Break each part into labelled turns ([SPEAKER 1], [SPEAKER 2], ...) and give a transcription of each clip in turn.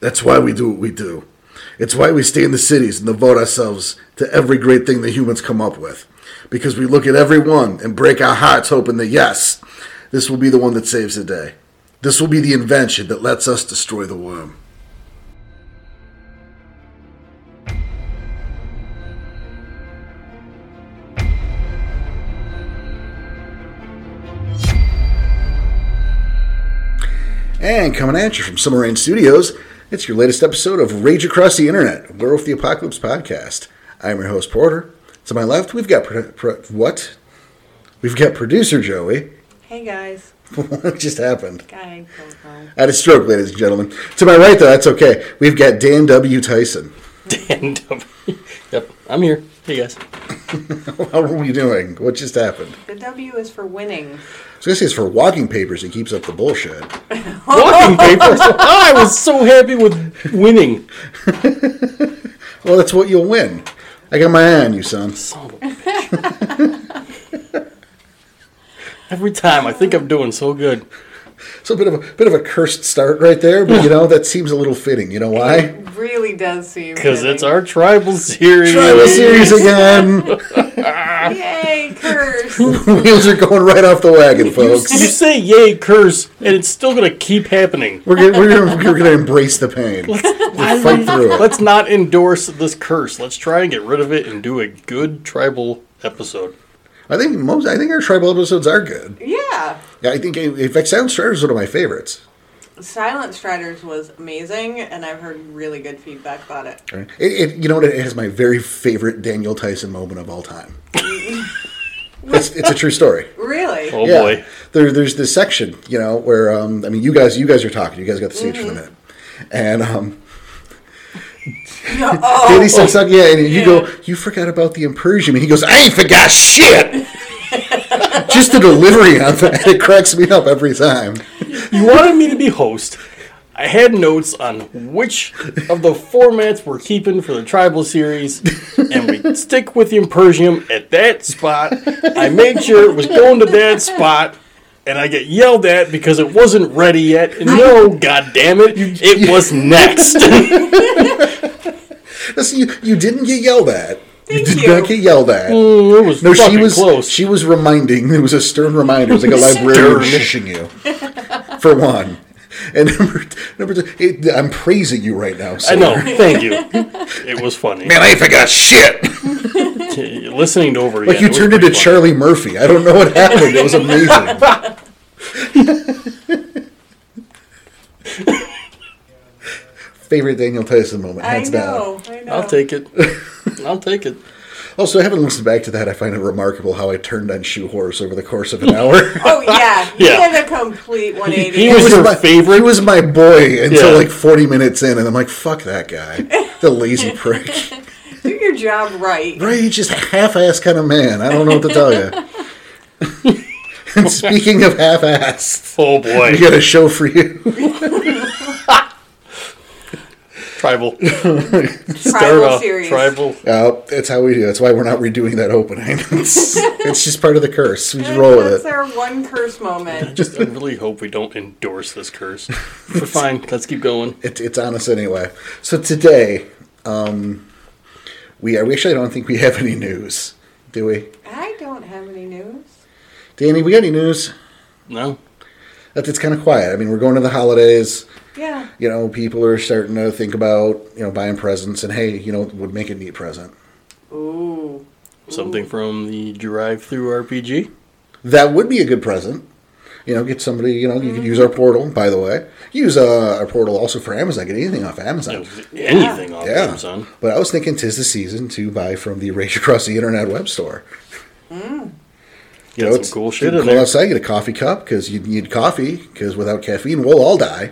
[SPEAKER 1] That's why we do what we do. It's why we stay in the cities and devote ourselves to every great thing the humans come up with. Because we look at every one and break our hearts hoping that, yes, this will be the one that saves the day. This will be the invention that lets us destroy the worm. And coming at you from Summer Rain Studios, it's your latest episode of Rage Across the Internet, Werewolf the Apocalypse podcast. I'm your host, Porter. To my left, we've got pro- pro- what? We've got producer Joey.
[SPEAKER 2] Hey guys,
[SPEAKER 1] what just happened?
[SPEAKER 2] I don't know.
[SPEAKER 1] I had a stroke, ladies and gentlemen. To my right, though, that's okay. We've got Dan W. Tyson.
[SPEAKER 3] Dan W. Yep, I'm here. Hey guys.
[SPEAKER 1] How are we doing? What just happened?
[SPEAKER 2] The W is for winning.
[SPEAKER 1] I was going to say it's for walking papers and keeps up the bullshit.
[SPEAKER 3] Walking papers. I was so happy with winning.
[SPEAKER 1] Well, that's what you'll win. I got my eye on you, son.
[SPEAKER 3] Son of a bitch. Every time I think I'm doing so good.
[SPEAKER 1] So a bit of a bit of a cursed start right there, but you know that seems a little fitting. You know why?
[SPEAKER 2] It really does seem.
[SPEAKER 3] Because it's
[SPEAKER 2] winning.
[SPEAKER 3] our tribal series.
[SPEAKER 1] Tribal series again.
[SPEAKER 2] Yay, curse!
[SPEAKER 1] Wheels are going right off the wagon, folks.
[SPEAKER 3] You say yay, curse, and it's still going to keep happening.
[SPEAKER 1] We're gonna, we're, gonna, we're gonna embrace the pain. We'll fight through it.
[SPEAKER 3] Let's not endorse this curse. Let's try and get rid of it and do a good tribal episode.
[SPEAKER 1] I think most. I think our tribal episodes are good.
[SPEAKER 2] yeah,
[SPEAKER 1] Yeah, I think in fact, Sound Strider is one of my favorites.
[SPEAKER 2] Silent Striders was amazing, and I've heard really good feedback about it.
[SPEAKER 1] It, it, you know what? It has my very favorite Daniel Tyson moment of all time. it's, it's a true story.
[SPEAKER 2] Really?
[SPEAKER 3] Oh boy.
[SPEAKER 1] There, there's this section, you know, where um, I mean, you guys, you guys are talking. You guys got the stage
[SPEAKER 2] Mm-hmm.
[SPEAKER 1] for the minute, and um,
[SPEAKER 2] No, oh,
[SPEAKER 1] Danny steps up, yeah, and you go, you forgot about the impersion, and he goes, I ain't forgot shit. Just the delivery on that, it cracks me up every time.
[SPEAKER 3] You wanted me to be host. I had notes on which of the formats we're keeping for the tribal series, and we stick with the Impersium at that spot. I made sure it was going to that spot, and I get yelled at because it wasn't ready yet. And no, god damn it, it was next.
[SPEAKER 1] Listen, you, you didn't get yelled at. You
[SPEAKER 2] Thank
[SPEAKER 1] did
[SPEAKER 2] you. Mm.
[SPEAKER 1] not get yelled at.
[SPEAKER 3] it was
[SPEAKER 1] No, she
[SPEAKER 3] fucking
[SPEAKER 1] was
[SPEAKER 3] close.
[SPEAKER 1] she was reminding. It was a stern reminder. It was like a librarian shushing you, for one. And number t- number two, it, I'm praising you right now.
[SPEAKER 3] I
[SPEAKER 1] Sir.
[SPEAKER 3] know. Thank you. It was funny.
[SPEAKER 1] Man, I ain't forgot shit.
[SPEAKER 3] Listening to over
[SPEAKER 1] Like
[SPEAKER 3] again,
[SPEAKER 1] you
[SPEAKER 3] it was
[SPEAKER 1] turned into
[SPEAKER 3] pretty funny.
[SPEAKER 1] Charlie Murphy. I don't know what happened. It was amazing. Favorite Daniel Tyson moment,
[SPEAKER 2] I
[SPEAKER 1] hands down.
[SPEAKER 2] know. I know.
[SPEAKER 3] I'll take it. I'll take it.
[SPEAKER 1] Also, I haven't listened back to that. I find it remarkable how I turned on Shoe Horse over the course of an hour.
[SPEAKER 2] Oh yeah, you
[SPEAKER 3] Yeah.
[SPEAKER 2] did a complete 180.
[SPEAKER 3] He was- your
[SPEAKER 1] my,
[SPEAKER 3] favorite?
[SPEAKER 1] He was my boy until
[SPEAKER 3] Yeah.
[SPEAKER 1] like 40 minutes in, and I'm like, fuck that guy. The lazy prick.
[SPEAKER 2] Do your job right.
[SPEAKER 1] Right? He's just a half assed kind of man. I don't know what to tell you. and speaking of half assed,
[SPEAKER 3] Oh boy,
[SPEAKER 1] we got a show for you.
[SPEAKER 3] tribal. Start
[SPEAKER 2] Tribal
[SPEAKER 3] off
[SPEAKER 2] series.
[SPEAKER 3] tribal.
[SPEAKER 1] Uh, that's how we do. That's why we're not redoing that opening. It's, it's just part of the curse. We just roll
[SPEAKER 2] That's
[SPEAKER 1] with it.
[SPEAKER 2] our one curse moment.
[SPEAKER 3] Just I really hope we don't endorse this curse. But fine, let's keep going.
[SPEAKER 1] it. It's on us anyway. So today, um, we, are, we actually don't think we have any news, do we?
[SPEAKER 2] I don't have any news.
[SPEAKER 1] Danny, we got any news?
[SPEAKER 3] No,
[SPEAKER 1] That It's kind of quiet. I mean, we're going to the holidays.
[SPEAKER 2] Yeah.
[SPEAKER 1] you know, people are starting to think about, you know, buying presents and hey, you know, would make a neat present.
[SPEAKER 2] Ooh.
[SPEAKER 3] something from the drive-through RPG.
[SPEAKER 1] That would be a good present. You know, get somebody, you know, you
[SPEAKER 3] Mm-hmm.
[SPEAKER 1] could use our portal, by the way. Use uh, our portal also for Amazon. Get anything off Amazon.
[SPEAKER 3] Anything off
[SPEAKER 1] Yeah.
[SPEAKER 3] Amazon.
[SPEAKER 1] But I was thinking tis the season to buy from the Rage Across the Internet web store. You
[SPEAKER 3] Got
[SPEAKER 1] know,
[SPEAKER 3] some
[SPEAKER 1] it's
[SPEAKER 3] cool shit
[SPEAKER 1] you
[SPEAKER 3] in
[SPEAKER 1] go
[SPEAKER 3] there.
[SPEAKER 1] outside, get a coffee cup because you need coffee because without caffeine, we'll all die.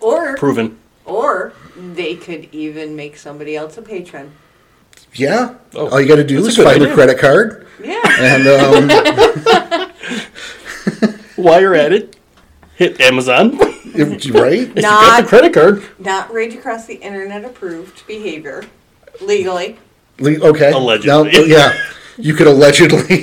[SPEAKER 2] Or
[SPEAKER 3] Proven.
[SPEAKER 2] or they could even make somebody else a patron.
[SPEAKER 1] Yeah.
[SPEAKER 3] Oh,
[SPEAKER 1] all you got to do
[SPEAKER 3] that's a
[SPEAKER 1] is
[SPEAKER 3] good
[SPEAKER 1] find your
[SPEAKER 3] idea.
[SPEAKER 1] credit card
[SPEAKER 2] Yeah.
[SPEAKER 1] and um,
[SPEAKER 3] While you're at it, hit Amazon.
[SPEAKER 1] it- right.
[SPEAKER 3] You got the
[SPEAKER 2] not
[SPEAKER 3] credit card.
[SPEAKER 2] not rage across the internet approved behavior legally.
[SPEAKER 1] Le- okay.
[SPEAKER 3] Allegedly.
[SPEAKER 1] Now, yeah. You could allegedly.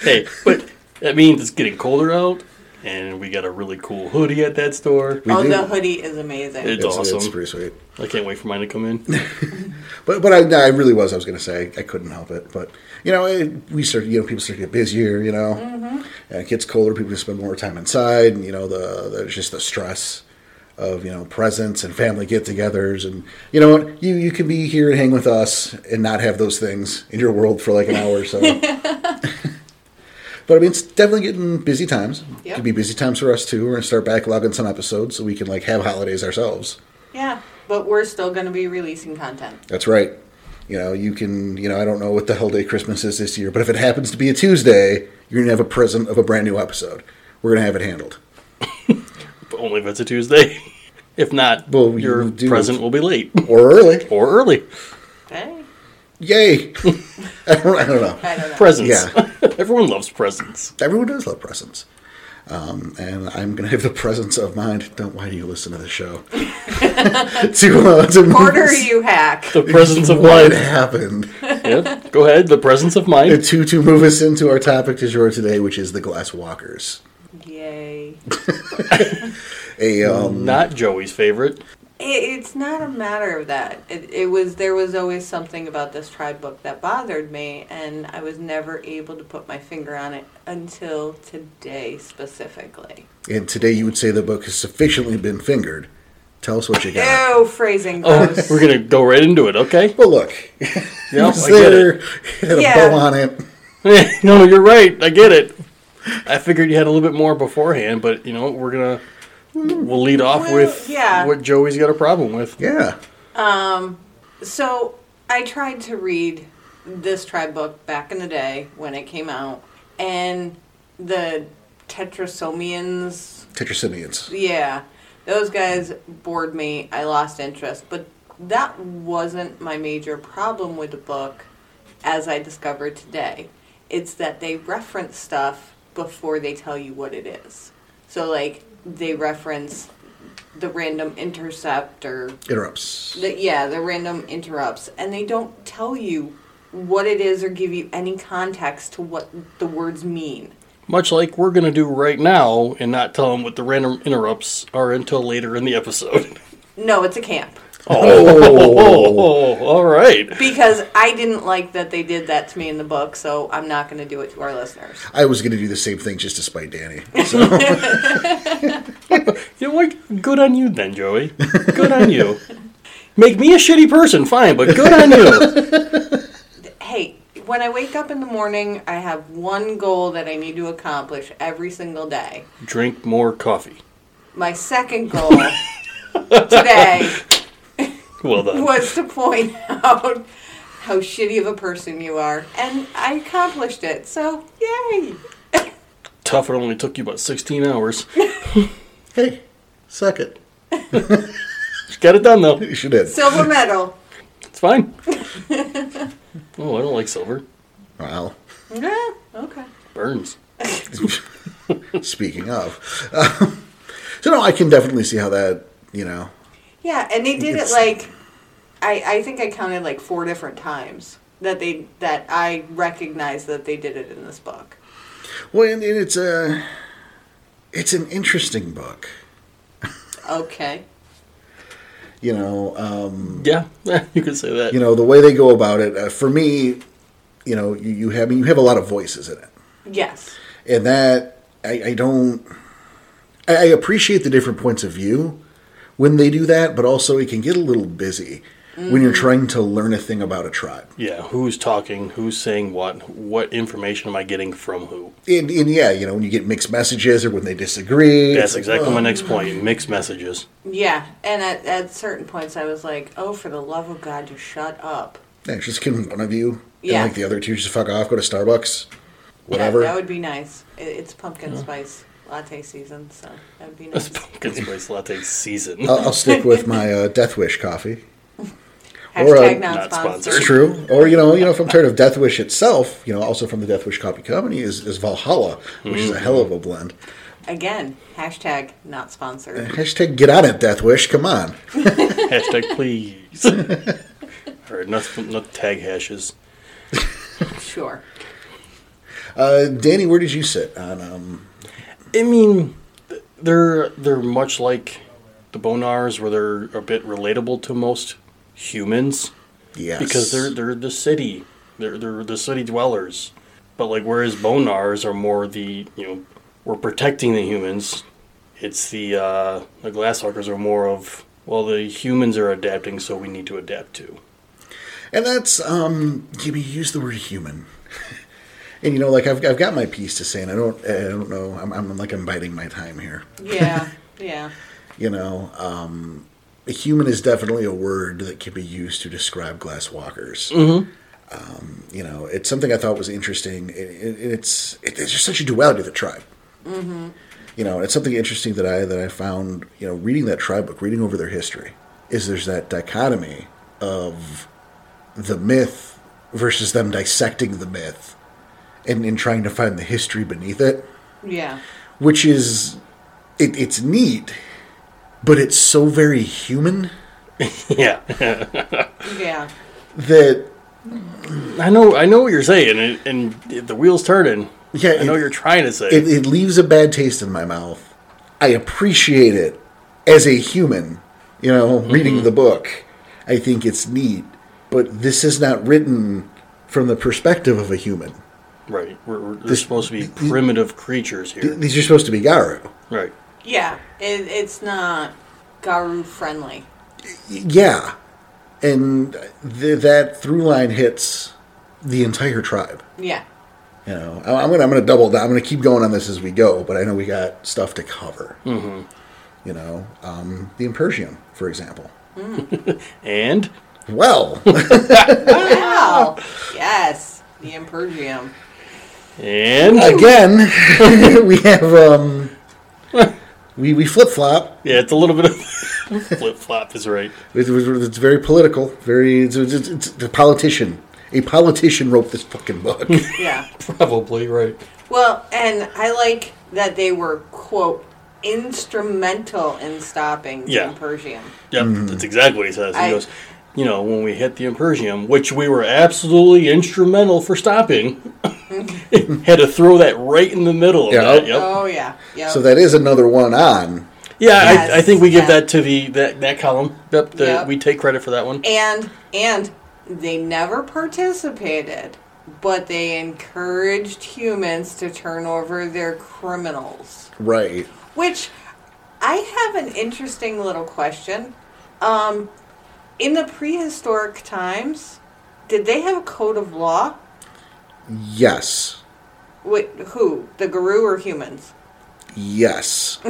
[SPEAKER 3] Hey, but that means it's getting colder out. and we got a really cool hoodie at that store.
[SPEAKER 2] oh,
[SPEAKER 1] do.
[SPEAKER 2] the hoodie is amazing.
[SPEAKER 3] It-
[SPEAKER 1] It's, it's
[SPEAKER 3] awesome.
[SPEAKER 1] pretty sweet.
[SPEAKER 3] I can't wait for mine to come in.
[SPEAKER 1] But but I, no, I really was. I was going to say I couldn't help it. But you know, it, we start. You know, people start to get busier. You know, and it gets colder. People just spend more time inside. And you know, the there's just the stress of you know presents and family get-togethers. And you know what, you you can be here and hang with us and not have those things in your world for like an hour or so. but I mean, it's definitely getting busy times.
[SPEAKER 2] Yep.
[SPEAKER 1] Could be busy times for us too. We're going to start backlogging some episodes so we can like have holidays ourselves.
[SPEAKER 2] yeah, but we're still going to be releasing content.
[SPEAKER 1] That's right. You know, you can, you know, I don't know what the hell day Christmas is this year, but if it happens to be a Tuesday, you're going to have a present of a brand new episode. We're going to have it handled.
[SPEAKER 3] But only if it's a Tuesday. If not,
[SPEAKER 1] Well, you
[SPEAKER 3] your
[SPEAKER 1] do-
[SPEAKER 3] present will be late
[SPEAKER 1] Or early.
[SPEAKER 3] or early.
[SPEAKER 2] Hey,
[SPEAKER 1] Yay. I, don't, I don't know.
[SPEAKER 2] I don't know.
[SPEAKER 3] Presents.
[SPEAKER 1] Yeah.
[SPEAKER 3] Everyone loves presents.
[SPEAKER 1] Everyone does love presents. Um, and I'm going to have the presence of mind. Don't, why do you listen to the show? to, uh, to
[SPEAKER 2] Order you hack.
[SPEAKER 3] The presence of
[SPEAKER 1] What
[SPEAKER 3] mind.
[SPEAKER 1] happened?
[SPEAKER 3] Yeah. Go ahead. The presence of mind.
[SPEAKER 1] to, to move us into our topic du jour today, which is the Glass Walkers.
[SPEAKER 2] Yay.
[SPEAKER 1] A, um,
[SPEAKER 3] Not Joey's favorite.
[SPEAKER 2] It, it's not a matter of that. It, it was there was always something about this tribe book that bothered me, and I was never able to put my finger on it until today specifically.
[SPEAKER 1] And today you would say the book has sufficiently been fingered. Tell us what you got.
[SPEAKER 2] Ew, phrasing
[SPEAKER 3] Oh,
[SPEAKER 2] gross.
[SPEAKER 3] we're gonna go right into it. Okay.
[SPEAKER 1] Well, look.
[SPEAKER 3] Yeah,
[SPEAKER 1] It's
[SPEAKER 3] I get
[SPEAKER 1] there.
[SPEAKER 3] it.
[SPEAKER 1] It had a
[SPEAKER 2] Yeah.
[SPEAKER 1] bow on it.
[SPEAKER 3] no, you're right. I get it. I figured you had a little bit more beforehand, but you know we're gonna we'll lead off
[SPEAKER 2] Well,
[SPEAKER 3] with
[SPEAKER 2] yeah.
[SPEAKER 3] what Joey's got a problem with.
[SPEAKER 1] Yeah.
[SPEAKER 2] So I tried to read this tribe book back in the day when it came out, and the Tetrasomians,
[SPEAKER 1] Tetrasimians.
[SPEAKER 2] yeah, those guys bored me. I lost interest, but that wasn't my major problem with the book, as I discovered today. It's that they reference stuff before they tell you what it is. So like they reference the random intercept or
[SPEAKER 1] Interrupts.
[SPEAKER 2] the, yeah, the random interrupts, and they don't tell you what it is or give you any context to what the words mean.
[SPEAKER 3] Much like we're gonna do right now, and not tell them what the random interrupts are until later in the episode.
[SPEAKER 2] No, it's a camp
[SPEAKER 1] Oh.
[SPEAKER 3] Oh, all right.
[SPEAKER 2] because I didn't like that they did that to me in the book, so I'm not going to do it to our listeners.
[SPEAKER 1] I was going to do the same thing just to spite Danny. So,
[SPEAKER 3] You know what? Good on you then, Joey. Good on you. Make me a shitty person, fine, but good on you.
[SPEAKER 2] Hey, when I wake up in the morning, I have one goal that I need to accomplish every single day.
[SPEAKER 3] Drink more coffee.
[SPEAKER 2] My second goal today
[SPEAKER 3] Well done.
[SPEAKER 2] was to point out how shitty of a person you are, and I accomplished it. So yay!
[SPEAKER 3] Tough. It only took you about 16 hours.
[SPEAKER 1] hey, suck it.
[SPEAKER 3] Got it done though.
[SPEAKER 1] You should have.
[SPEAKER 2] Silver medal.
[SPEAKER 3] It's fine. oh, I don't like silver.
[SPEAKER 1] Well,
[SPEAKER 2] Yeah. Okay.
[SPEAKER 3] Burns.
[SPEAKER 1] speaking of. Um, so, no, I can definitely see how that, you know.
[SPEAKER 2] Yeah, and they did
[SPEAKER 1] It's-
[SPEAKER 2] it like I I think I counted like four different times that they that I recognized that they did it in this book.
[SPEAKER 1] Well, and, and it's a. It's an interesting book.
[SPEAKER 2] Okay.
[SPEAKER 1] You know, um,
[SPEAKER 3] Yeah, eh, you could say that.
[SPEAKER 1] you know the way they go about it uh, for me you know you, you have I mean, you have a lot of voices in it
[SPEAKER 2] Yes.
[SPEAKER 1] and that i, I don't I, I appreciate the different points of view when they do that but also it can get a little busy when
[SPEAKER 2] Mm.
[SPEAKER 1] you're trying to learn a thing about a tribe
[SPEAKER 3] yeah, who's talking? Who's saying what? What information am I getting from who?
[SPEAKER 1] and, and yeah you know when you get mixed messages or when they disagree
[SPEAKER 3] That's
[SPEAKER 1] it's like,
[SPEAKER 3] exactly
[SPEAKER 1] oh,
[SPEAKER 3] my next point. Mixed messages.
[SPEAKER 2] Yeah, and at, at certain points I was like, "Oh, for the love of God, just shut up."
[SPEAKER 1] yeah, just can one of you
[SPEAKER 2] Yeah.
[SPEAKER 1] and like the other two just fuck off go to starbucks
[SPEAKER 2] Yeah,
[SPEAKER 1] whatever
[SPEAKER 2] that would be nice. It, it's pumpkin spice latte season, so that would be
[SPEAKER 3] That's
[SPEAKER 2] nice.
[SPEAKER 3] pumpkin spice latte season.
[SPEAKER 1] I'll, I'll stick with my uh, death wish coffee or, uh,
[SPEAKER 2] Hashtag
[SPEAKER 3] not
[SPEAKER 2] not
[SPEAKER 3] sponsored.
[SPEAKER 2] sponsored.
[SPEAKER 1] It's true. Or you know, you know, if I'm tired of Death Wish itself, you know, also from the Death Wish Coffee Company is, is Valhalla, which is a hell of a blend.
[SPEAKER 2] Again, hashtag not sponsored.
[SPEAKER 1] Hashtag get on it, Death Wish. Come on.
[SPEAKER 3] Hashtag please. All right, not, not tag hashes.
[SPEAKER 2] Sure.
[SPEAKER 1] Uh, Danny, where did you sit on? Um,
[SPEAKER 3] I mean, they're they're much like the Bonars, where they're a bit relatable to most humans
[SPEAKER 1] Yes.
[SPEAKER 3] because they're they're the city, they're they're the city dwellers. But like, whereas Bonars are more the you know we're protecting the humans. It's the uh, the Glasswalkers are more of well the humans are adapting, so we need to adapt too.
[SPEAKER 1] And that's um Jimmy, you use the word human. and you know, like I've, I've got my piece to say and I don't I don't know. I'm I'm like I'm biding my time here.
[SPEAKER 2] Yeah, yeah.
[SPEAKER 1] You know, um human is definitely a word that can be used to describe glass walkers. Um, you know, it's something I thought was interesting. It, it, it's it, there's just such a duality to the tribe. You know, it's something interesting that I that I found. You know, reading that tribe book, reading over their history, is there's that dichotomy of the myth versus them dissecting the myth and, and trying to find the history beneath it,
[SPEAKER 2] Yeah.
[SPEAKER 1] which is it, it's neat, but it's so very human
[SPEAKER 3] yeah,
[SPEAKER 2] Yeah.
[SPEAKER 1] that
[SPEAKER 3] I know I know what you're saying, and, and the wheels turning.
[SPEAKER 1] Yeah,
[SPEAKER 3] I know
[SPEAKER 1] it-
[SPEAKER 3] you're trying to say.
[SPEAKER 1] it, it leaves a bad taste in my mouth. I appreciate it as a human, you know, reading the book. I think it's neat, but this is not written from the perspective of a human.
[SPEAKER 3] Right. We're, we're they're supposed to be primitive creatures here.
[SPEAKER 1] These are supposed to be Garu.
[SPEAKER 3] Right.
[SPEAKER 2] Yeah. It, it's not Garu friendly.
[SPEAKER 1] Yeah. And th- that through line hits the entire tribe.
[SPEAKER 2] Yeah.
[SPEAKER 1] You know, I- I'm gonna I'm gonna double down. I'm gonna keep going on this as we go, but I know we got stuff to cover. Mm-hmm. You know, um, the Impersium, for example.
[SPEAKER 3] And
[SPEAKER 1] Well,
[SPEAKER 2] Wow. Yes. The Impergium.
[SPEAKER 3] and
[SPEAKER 1] again, we have um, we we flip flop.
[SPEAKER 3] yeah, it's a little bit of flip flop is right.
[SPEAKER 1] It's, it's very political. Very it's, it's, it's the politician. A politician wrote this fucking book.
[SPEAKER 2] Yeah.
[SPEAKER 3] Probably right.
[SPEAKER 2] Well, and I like that they were, quote, instrumental in stopping the
[SPEAKER 3] Yeah.
[SPEAKER 2] Impergium.
[SPEAKER 3] Yep,
[SPEAKER 1] Mm-hmm.
[SPEAKER 3] that's exactly what he says. He
[SPEAKER 2] I-
[SPEAKER 3] goes, you know, when we hit the Impersium, which we were absolutely instrumental for stopping, had to throw that right in the middle of
[SPEAKER 1] Yeah.
[SPEAKER 3] that. Yep.
[SPEAKER 2] Oh, yeah. Yeah.
[SPEAKER 1] so that is another one on.
[SPEAKER 3] yeah,
[SPEAKER 2] Yes,
[SPEAKER 3] I, I think we give
[SPEAKER 2] yeah.
[SPEAKER 3] that to the that, that column. Yep, the,
[SPEAKER 2] Yep.
[SPEAKER 3] we take credit for that one.
[SPEAKER 2] and and they never participated but they encouraged humans to turn over their criminals
[SPEAKER 1] Right.
[SPEAKER 2] which i have an interesting little question um in the prehistoric times did they have a code of law
[SPEAKER 1] Yes.
[SPEAKER 2] Wait, who the guru or humans
[SPEAKER 1] Yes.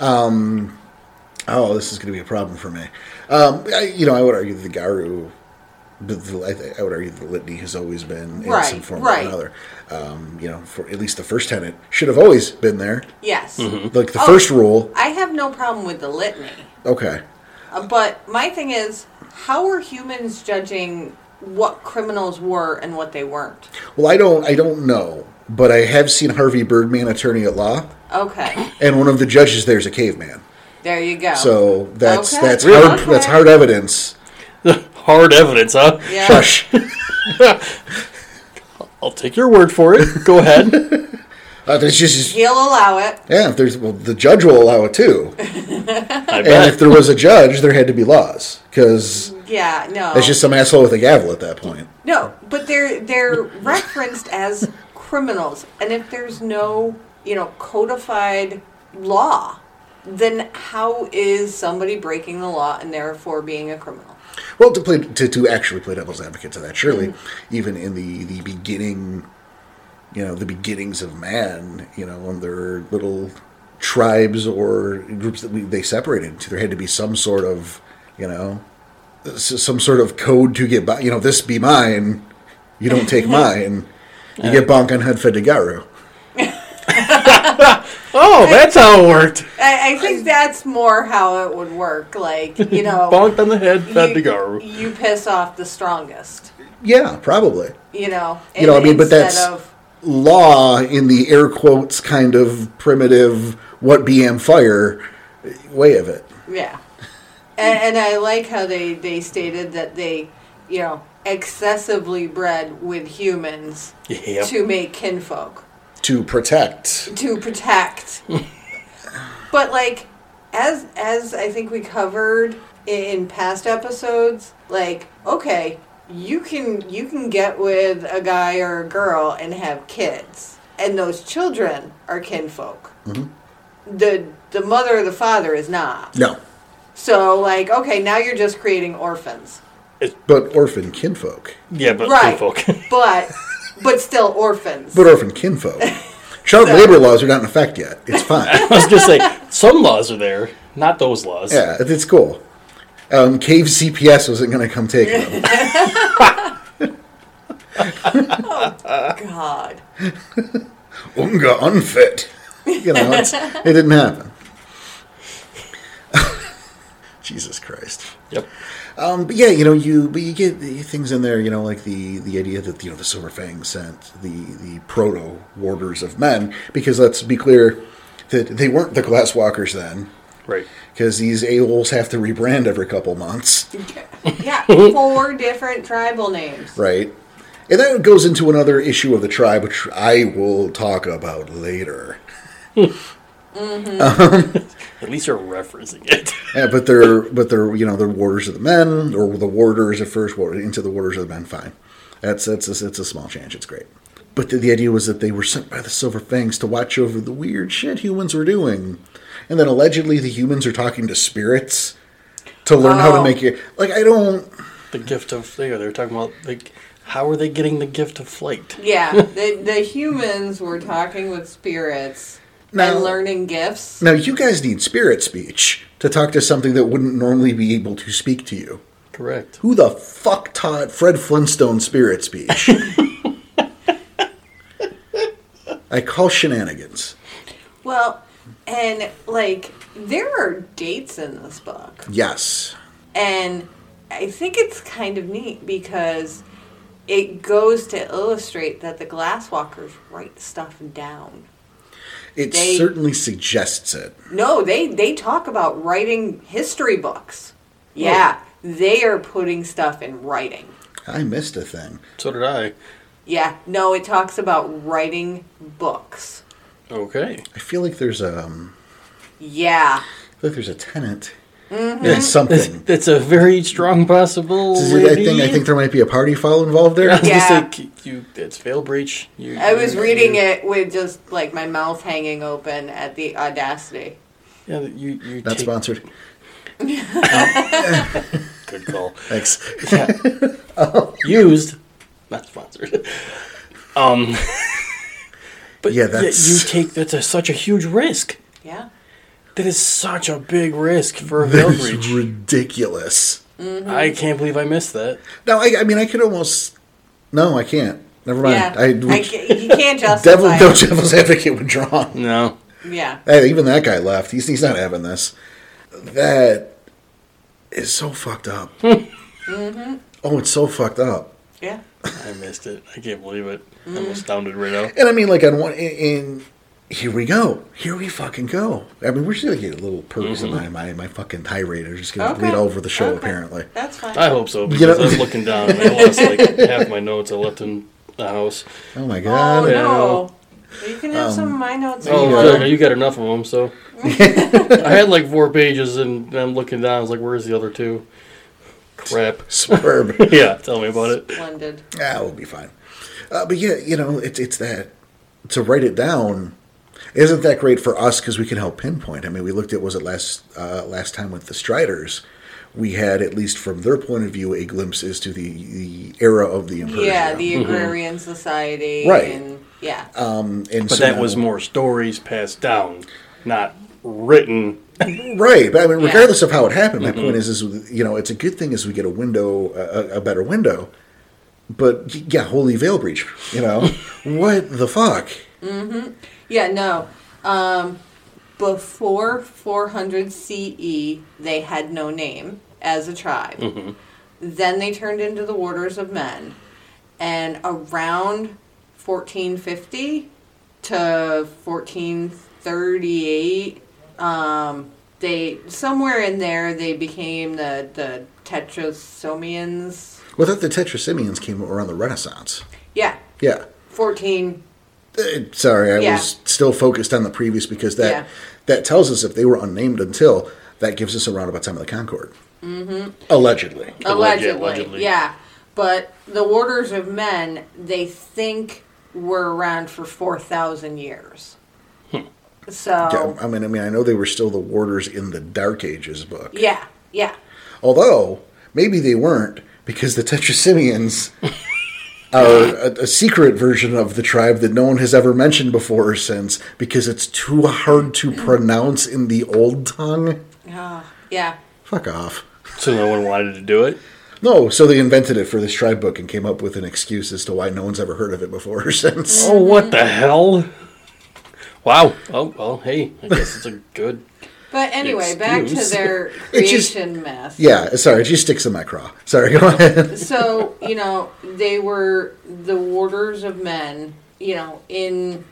[SPEAKER 1] um. Oh, this is going to be a problem for me. Um, I, you know, I would argue that the Garu, the, the, I, th- I would argue the litany has always been in some
[SPEAKER 2] Right,
[SPEAKER 1] form
[SPEAKER 2] right.
[SPEAKER 1] or another. Um, you know, for at least the first tenant should have always been there.
[SPEAKER 2] yes
[SPEAKER 1] Like the
[SPEAKER 2] Oh.
[SPEAKER 1] first rule.
[SPEAKER 2] i have no problem with the litany
[SPEAKER 1] Okay.
[SPEAKER 2] Uh, But my thing is, how are humans judging what criminals were and what they weren't?
[SPEAKER 1] Well, I don't. I don't know, but I have seen Harvey Birdman, attorney at law,
[SPEAKER 2] Okay,
[SPEAKER 1] and one of the judges there's a caveman.
[SPEAKER 2] there you go.
[SPEAKER 1] So that's
[SPEAKER 2] Okay.
[SPEAKER 1] that's
[SPEAKER 2] Really?
[SPEAKER 1] hard.
[SPEAKER 2] Okay.
[SPEAKER 1] That's hard evidence.
[SPEAKER 3] Hard evidence, huh?
[SPEAKER 2] yeah,
[SPEAKER 1] Shush.
[SPEAKER 3] I'll take your word for it. Go ahead.
[SPEAKER 1] Uh, there's just
[SPEAKER 2] he'll allow it.
[SPEAKER 1] yeah. if There's well, the judge will allow it too.
[SPEAKER 3] I
[SPEAKER 1] And
[SPEAKER 3] bet.
[SPEAKER 1] if there was a judge, there had to be laws because
[SPEAKER 2] Yeah, no,
[SPEAKER 1] it's just some asshole with a gavel at that point.
[SPEAKER 2] no. But they're they're referenced as criminals, and if there's no you know codified law, then how is somebody breaking the law and therefore being a criminal?
[SPEAKER 1] Well, to play to, to actually play devil's advocate to that, surely, even in the the beginning, you know, the beginnings of man, you know, on their little tribes or groups that we, they separated, into, there had to be some sort of, you know, s- some sort of code to get by. You know, this be mine, you don't take mine. You get bonk on head Fedegaru.
[SPEAKER 3] Oh, that's how it worked.
[SPEAKER 2] I, I think that's more how it would work. Like you know,
[SPEAKER 3] Bonked on the head, fed the
[SPEAKER 2] you,
[SPEAKER 3] garu.
[SPEAKER 2] you piss off the strongest.
[SPEAKER 1] Yeah, probably.
[SPEAKER 2] You know.
[SPEAKER 1] You know, I mean, but
[SPEAKER 2] instead
[SPEAKER 1] that's
[SPEAKER 2] of
[SPEAKER 1] law in the air quotes kind of primitive what BM fire way of it.
[SPEAKER 2] yeah. And, and I like how they they stated that they, you know, excessively bred with humans
[SPEAKER 3] Yep.
[SPEAKER 2] to make kinfolk
[SPEAKER 1] To protect
[SPEAKER 2] to protect. But like as as I think we covered in past episodes, like okay, you can you can get with a guy or a girl and have kids, and those children are kinfolk. The the mother or the father is not.
[SPEAKER 1] No,
[SPEAKER 2] So like okay, now you're just creating orphans.
[SPEAKER 1] but orphan kinfolk.
[SPEAKER 3] Yeah, but
[SPEAKER 2] Right.
[SPEAKER 3] kinfolk.
[SPEAKER 2] But but still orphans.
[SPEAKER 1] But orphan kinfolk. Child
[SPEAKER 2] So-
[SPEAKER 1] labor laws are not in effect yet. It's fine.
[SPEAKER 3] I was gonna say some laws are there, not those laws.
[SPEAKER 1] yeah, it- it's cool. Um, Cave CPS wasn't going to come take them.
[SPEAKER 2] God.
[SPEAKER 1] Unga unfit. You know, it's, it didn't happen. Jesus Christ.
[SPEAKER 3] Yep.
[SPEAKER 1] Um, but yeah, you know, you but you get the things in there, you know, like the the idea that you know the Silver Fang sent the the proto warders of men, because let's be clear that they weren't the Glass Walkers then,
[SPEAKER 3] Right.
[SPEAKER 1] because these a-holes have to rebrand every couple months,
[SPEAKER 2] Yeah, four different tribal names.
[SPEAKER 1] right? And that goes into another issue of the tribe, which I will talk about later.
[SPEAKER 3] At least you're referencing it.
[SPEAKER 1] Yeah, Eh, but they're but they're you know they're warders of the men or the warders at first ward into the warders of the men. Fine, that's that's a, it's a small change. It's great. But the, the idea was that they were sent by the Silver Fangs to watch over the weird shit humans were doing, and then allegedly the humans are talking to spirits to learn how to
[SPEAKER 2] Oh.
[SPEAKER 1] make it. Like I don't.
[SPEAKER 3] the gift of there. They're talking about like how are they getting the gift of flight?
[SPEAKER 2] Yeah, the, the humans were talking with spirits
[SPEAKER 1] Now-
[SPEAKER 2] and learning gifts.
[SPEAKER 1] Now you guys need spirit speech to talk to something that wouldn't normally be able to speak to you.
[SPEAKER 3] Correct.
[SPEAKER 1] Who the fuck taught Fred Flintstone spirit speech? I call shenanigans.
[SPEAKER 2] Well, and like there are dates in this book,
[SPEAKER 1] Yes.
[SPEAKER 2] and I think it's kind of neat because it goes to illustrate that the glasswalkers write stuff down.
[SPEAKER 1] It
[SPEAKER 2] They-
[SPEAKER 1] certainly suggests it.
[SPEAKER 2] No, they they talk about writing history
[SPEAKER 1] Oh.
[SPEAKER 2] books. Yeah, they are putting stuff in writing.
[SPEAKER 1] I missed a thing.
[SPEAKER 3] So did I.
[SPEAKER 2] Yeah, no, it talks about writing books.
[SPEAKER 3] Okay.
[SPEAKER 1] I feel like there's a, um,
[SPEAKER 2] Yeah.
[SPEAKER 1] I feel like there's a tenant.
[SPEAKER 2] Mm-hmm.
[SPEAKER 1] It's something.
[SPEAKER 3] That's a very strong possible.
[SPEAKER 1] Is it- I think I think there might be a party foul involved there.
[SPEAKER 3] I was gonna
[SPEAKER 2] Yeah.
[SPEAKER 3] say, you, it's fail breach. You,
[SPEAKER 2] I
[SPEAKER 1] Mm-hmm.
[SPEAKER 2] was
[SPEAKER 3] you-
[SPEAKER 2] reading
[SPEAKER 3] you-
[SPEAKER 2] it with just like my mouth hanging open at the audacity.
[SPEAKER 3] Yeah, you, you
[SPEAKER 1] Not
[SPEAKER 3] take-
[SPEAKER 1] sponsored.
[SPEAKER 3] Good call.
[SPEAKER 1] Thanks. Oh.
[SPEAKER 3] Used, not sponsored. Um, but
[SPEAKER 1] Yeah,
[SPEAKER 3] yeah,
[SPEAKER 1] that's-
[SPEAKER 3] you take that's a, such a huge risk.
[SPEAKER 2] Yeah.
[SPEAKER 3] That is such a big risk for a fail
[SPEAKER 1] That is
[SPEAKER 3] breach.
[SPEAKER 1] ridiculous.
[SPEAKER 3] I can't believe I missed that.
[SPEAKER 1] No, I, I mean I could almost. No, I can't. Never mind.
[SPEAKER 2] Yeah.
[SPEAKER 1] I,
[SPEAKER 2] I ca- you can't justify
[SPEAKER 1] devil,
[SPEAKER 2] it.
[SPEAKER 1] no devil's advocate withdrawn.
[SPEAKER 3] No,
[SPEAKER 2] Yeah.
[SPEAKER 1] Hey, even that guy left. He's he's not having this. That is so fucked up.
[SPEAKER 2] Mm-hmm.
[SPEAKER 1] Oh, it's so fucked up.
[SPEAKER 2] Yeah.
[SPEAKER 3] I missed it. I can't believe it. I'm astounded right now.
[SPEAKER 1] And I mean, like on one in. in- here we go. Here we fucking go. I mean, we're just gonna get a little perks in my, my my fucking tirade. are just gonna
[SPEAKER 2] Mm-hmm. Okay.
[SPEAKER 1] bleed over the show,
[SPEAKER 2] Okay.
[SPEAKER 1] apparently.
[SPEAKER 2] That's fine.
[SPEAKER 3] I hope so because
[SPEAKER 1] You know-
[SPEAKER 3] I was looking down and I lost like half my notes I left in the house.
[SPEAKER 1] Oh my
[SPEAKER 2] oh,
[SPEAKER 1] god.
[SPEAKER 2] no. You can
[SPEAKER 1] Um,
[SPEAKER 2] have some of my notes. if
[SPEAKER 3] Oh,
[SPEAKER 2] you
[SPEAKER 1] Yeah.
[SPEAKER 2] want.
[SPEAKER 3] good. You got enough of them, so. I had like four pages and I'm looking down. I was like, where's the other two? Crap.
[SPEAKER 1] Superb.
[SPEAKER 3] Yeah, tell me about it.
[SPEAKER 2] Splendid.
[SPEAKER 1] Yeah, Ah, we'll be fine. Uh, but yeah, you know, it's it's that to write it down isn't that great for us because we can help pinpoint. I mean, we looked at was it last uh, last time with the Striders, we had at least from their point of view a glimpse as to the, the era of the Imperium.
[SPEAKER 2] Yeah, the agrarian society.
[SPEAKER 1] Right.
[SPEAKER 2] And, yeah.
[SPEAKER 1] um, and
[SPEAKER 3] But
[SPEAKER 1] so
[SPEAKER 3] that
[SPEAKER 1] now-
[SPEAKER 3] was more stories passed down, not written.
[SPEAKER 1] right. But I mean,
[SPEAKER 2] Yeah.
[SPEAKER 1] regardless of how it happened,
[SPEAKER 3] Mm-hmm.
[SPEAKER 1] my point is, is you know, it's a good thing as we get a window, a, a- a better window. But yeah, holy veil breach. You know, what the fuck?
[SPEAKER 2] Yeah, no. Um, before 400 CE, E, they had no name as a tribe. Then they turned into the Warders of Men. And around 1450 to 1438, um, they somewhere in there they became the the Tetrasomians.
[SPEAKER 1] Well, I thought the Tetrasimians came around the Renaissance.
[SPEAKER 2] Yeah,
[SPEAKER 1] Yeah.
[SPEAKER 2] 14
[SPEAKER 1] Eh, Sorry, I
[SPEAKER 2] Yeah.
[SPEAKER 1] was still focused on the previous because that
[SPEAKER 2] Yeah.
[SPEAKER 1] that tells us if they were unnamed until that gives us around about time of the Concord, mm-hmm. allegedly.
[SPEAKER 2] allegedly,
[SPEAKER 3] allegedly.
[SPEAKER 2] yeah. But the orders of men they think were around for four thousand years.
[SPEAKER 1] Yeah,
[SPEAKER 2] So
[SPEAKER 1] I mean, I mean, I know they were still the warders in the Dark Ages book,
[SPEAKER 2] yeah, yeah,
[SPEAKER 1] although maybe they weren't because the Tetrasimians are a, a secret version of the tribe that no one has ever mentioned before or since because it's too hard
[SPEAKER 2] Mm.
[SPEAKER 1] to pronounce in the old tongue.
[SPEAKER 2] Ah, yeah.
[SPEAKER 1] Fuck off.
[SPEAKER 3] So no one wanted to do it.
[SPEAKER 1] No, so they invented it for this tribe book and came up with an excuse as to why no one's ever heard of it before or since.
[SPEAKER 3] Oh, what the hell? Wow. Oh, well, hey, I guess it's a good.
[SPEAKER 2] But anyway, back to
[SPEAKER 3] Excuse.
[SPEAKER 2] their
[SPEAKER 1] It just-
[SPEAKER 2] creation mess.
[SPEAKER 1] Yeah, sorry, it just sticks in my craw. Sorry, go ahead.
[SPEAKER 2] so you know they were the warders of men you know in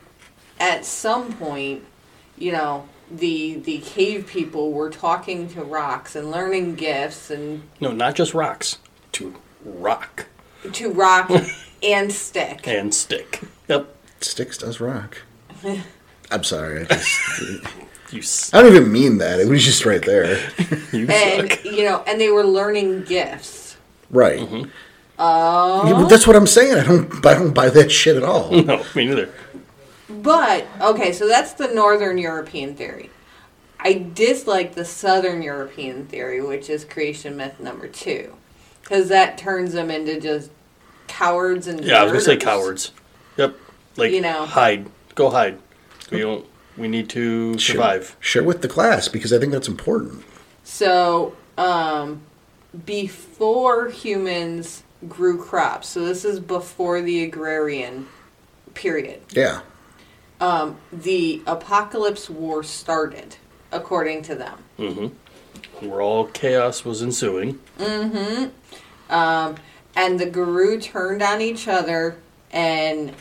[SPEAKER 2] at some point you know the the cave people were talking to rocks and learning gifts and
[SPEAKER 3] No, not just rocks. To rock
[SPEAKER 2] to rock and stick
[SPEAKER 3] and stick. Yep.
[SPEAKER 1] Sticks does rock. I'm sorry. I, just,
[SPEAKER 3] You, s-
[SPEAKER 1] I don't even mean that. It was just right there.
[SPEAKER 3] you
[SPEAKER 2] and
[SPEAKER 3] suck.
[SPEAKER 2] you know and they were learning gifts
[SPEAKER 1] Right. Yeah, but that's what I'm saying. I don't, I don't buy that shit at all.
[SPEAKER 3] No, me neither.
[SPEAKER 2] But okay, so that's the northern European theory. I dislike the southern European theory, which is creation myth number two, because that turns them into just cowards and
[SPEAKER 3] Yeah, I was gonna say
[SPEAKER 2] murderers.
[SPEAKER 3] cowards. Yep. Like
[SPEAKER 2] You know.
[SPEAKER 3] hide. Go hide. We don't. We need to survive.
[SPEAKER 1] Share with the class because I think that's important.
[SPEAKER 2] So um, before humans grew crops, so this is before the agrarian period.
[SPEAKER 1] Yeah.
[SPEAKER 2] The apocalypse war started, according to them.
[SPEAKER 3] Where all chaos was ensuing.
[SPEAKER 2] and the guru turned on each other and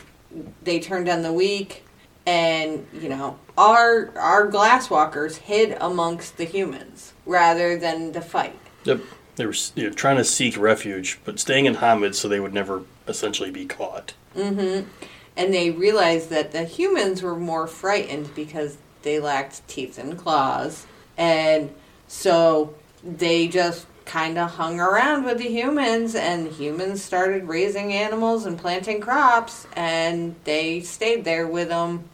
[SPEAKER 2] they turned on the weak and you know our our glass walkers hid amongst the humans rather than to fight
[SPEAKER 3] Yep. They were s- you know, trying to seek refuge, but staying in Hamid so they would never essentially be caught.
[SPEAKER 2] and they realized that the humans were more frightened because they lacked teeth and claws and so they just kind of hung around with the humans and humans started raising animals and planting crops and they stayed there with them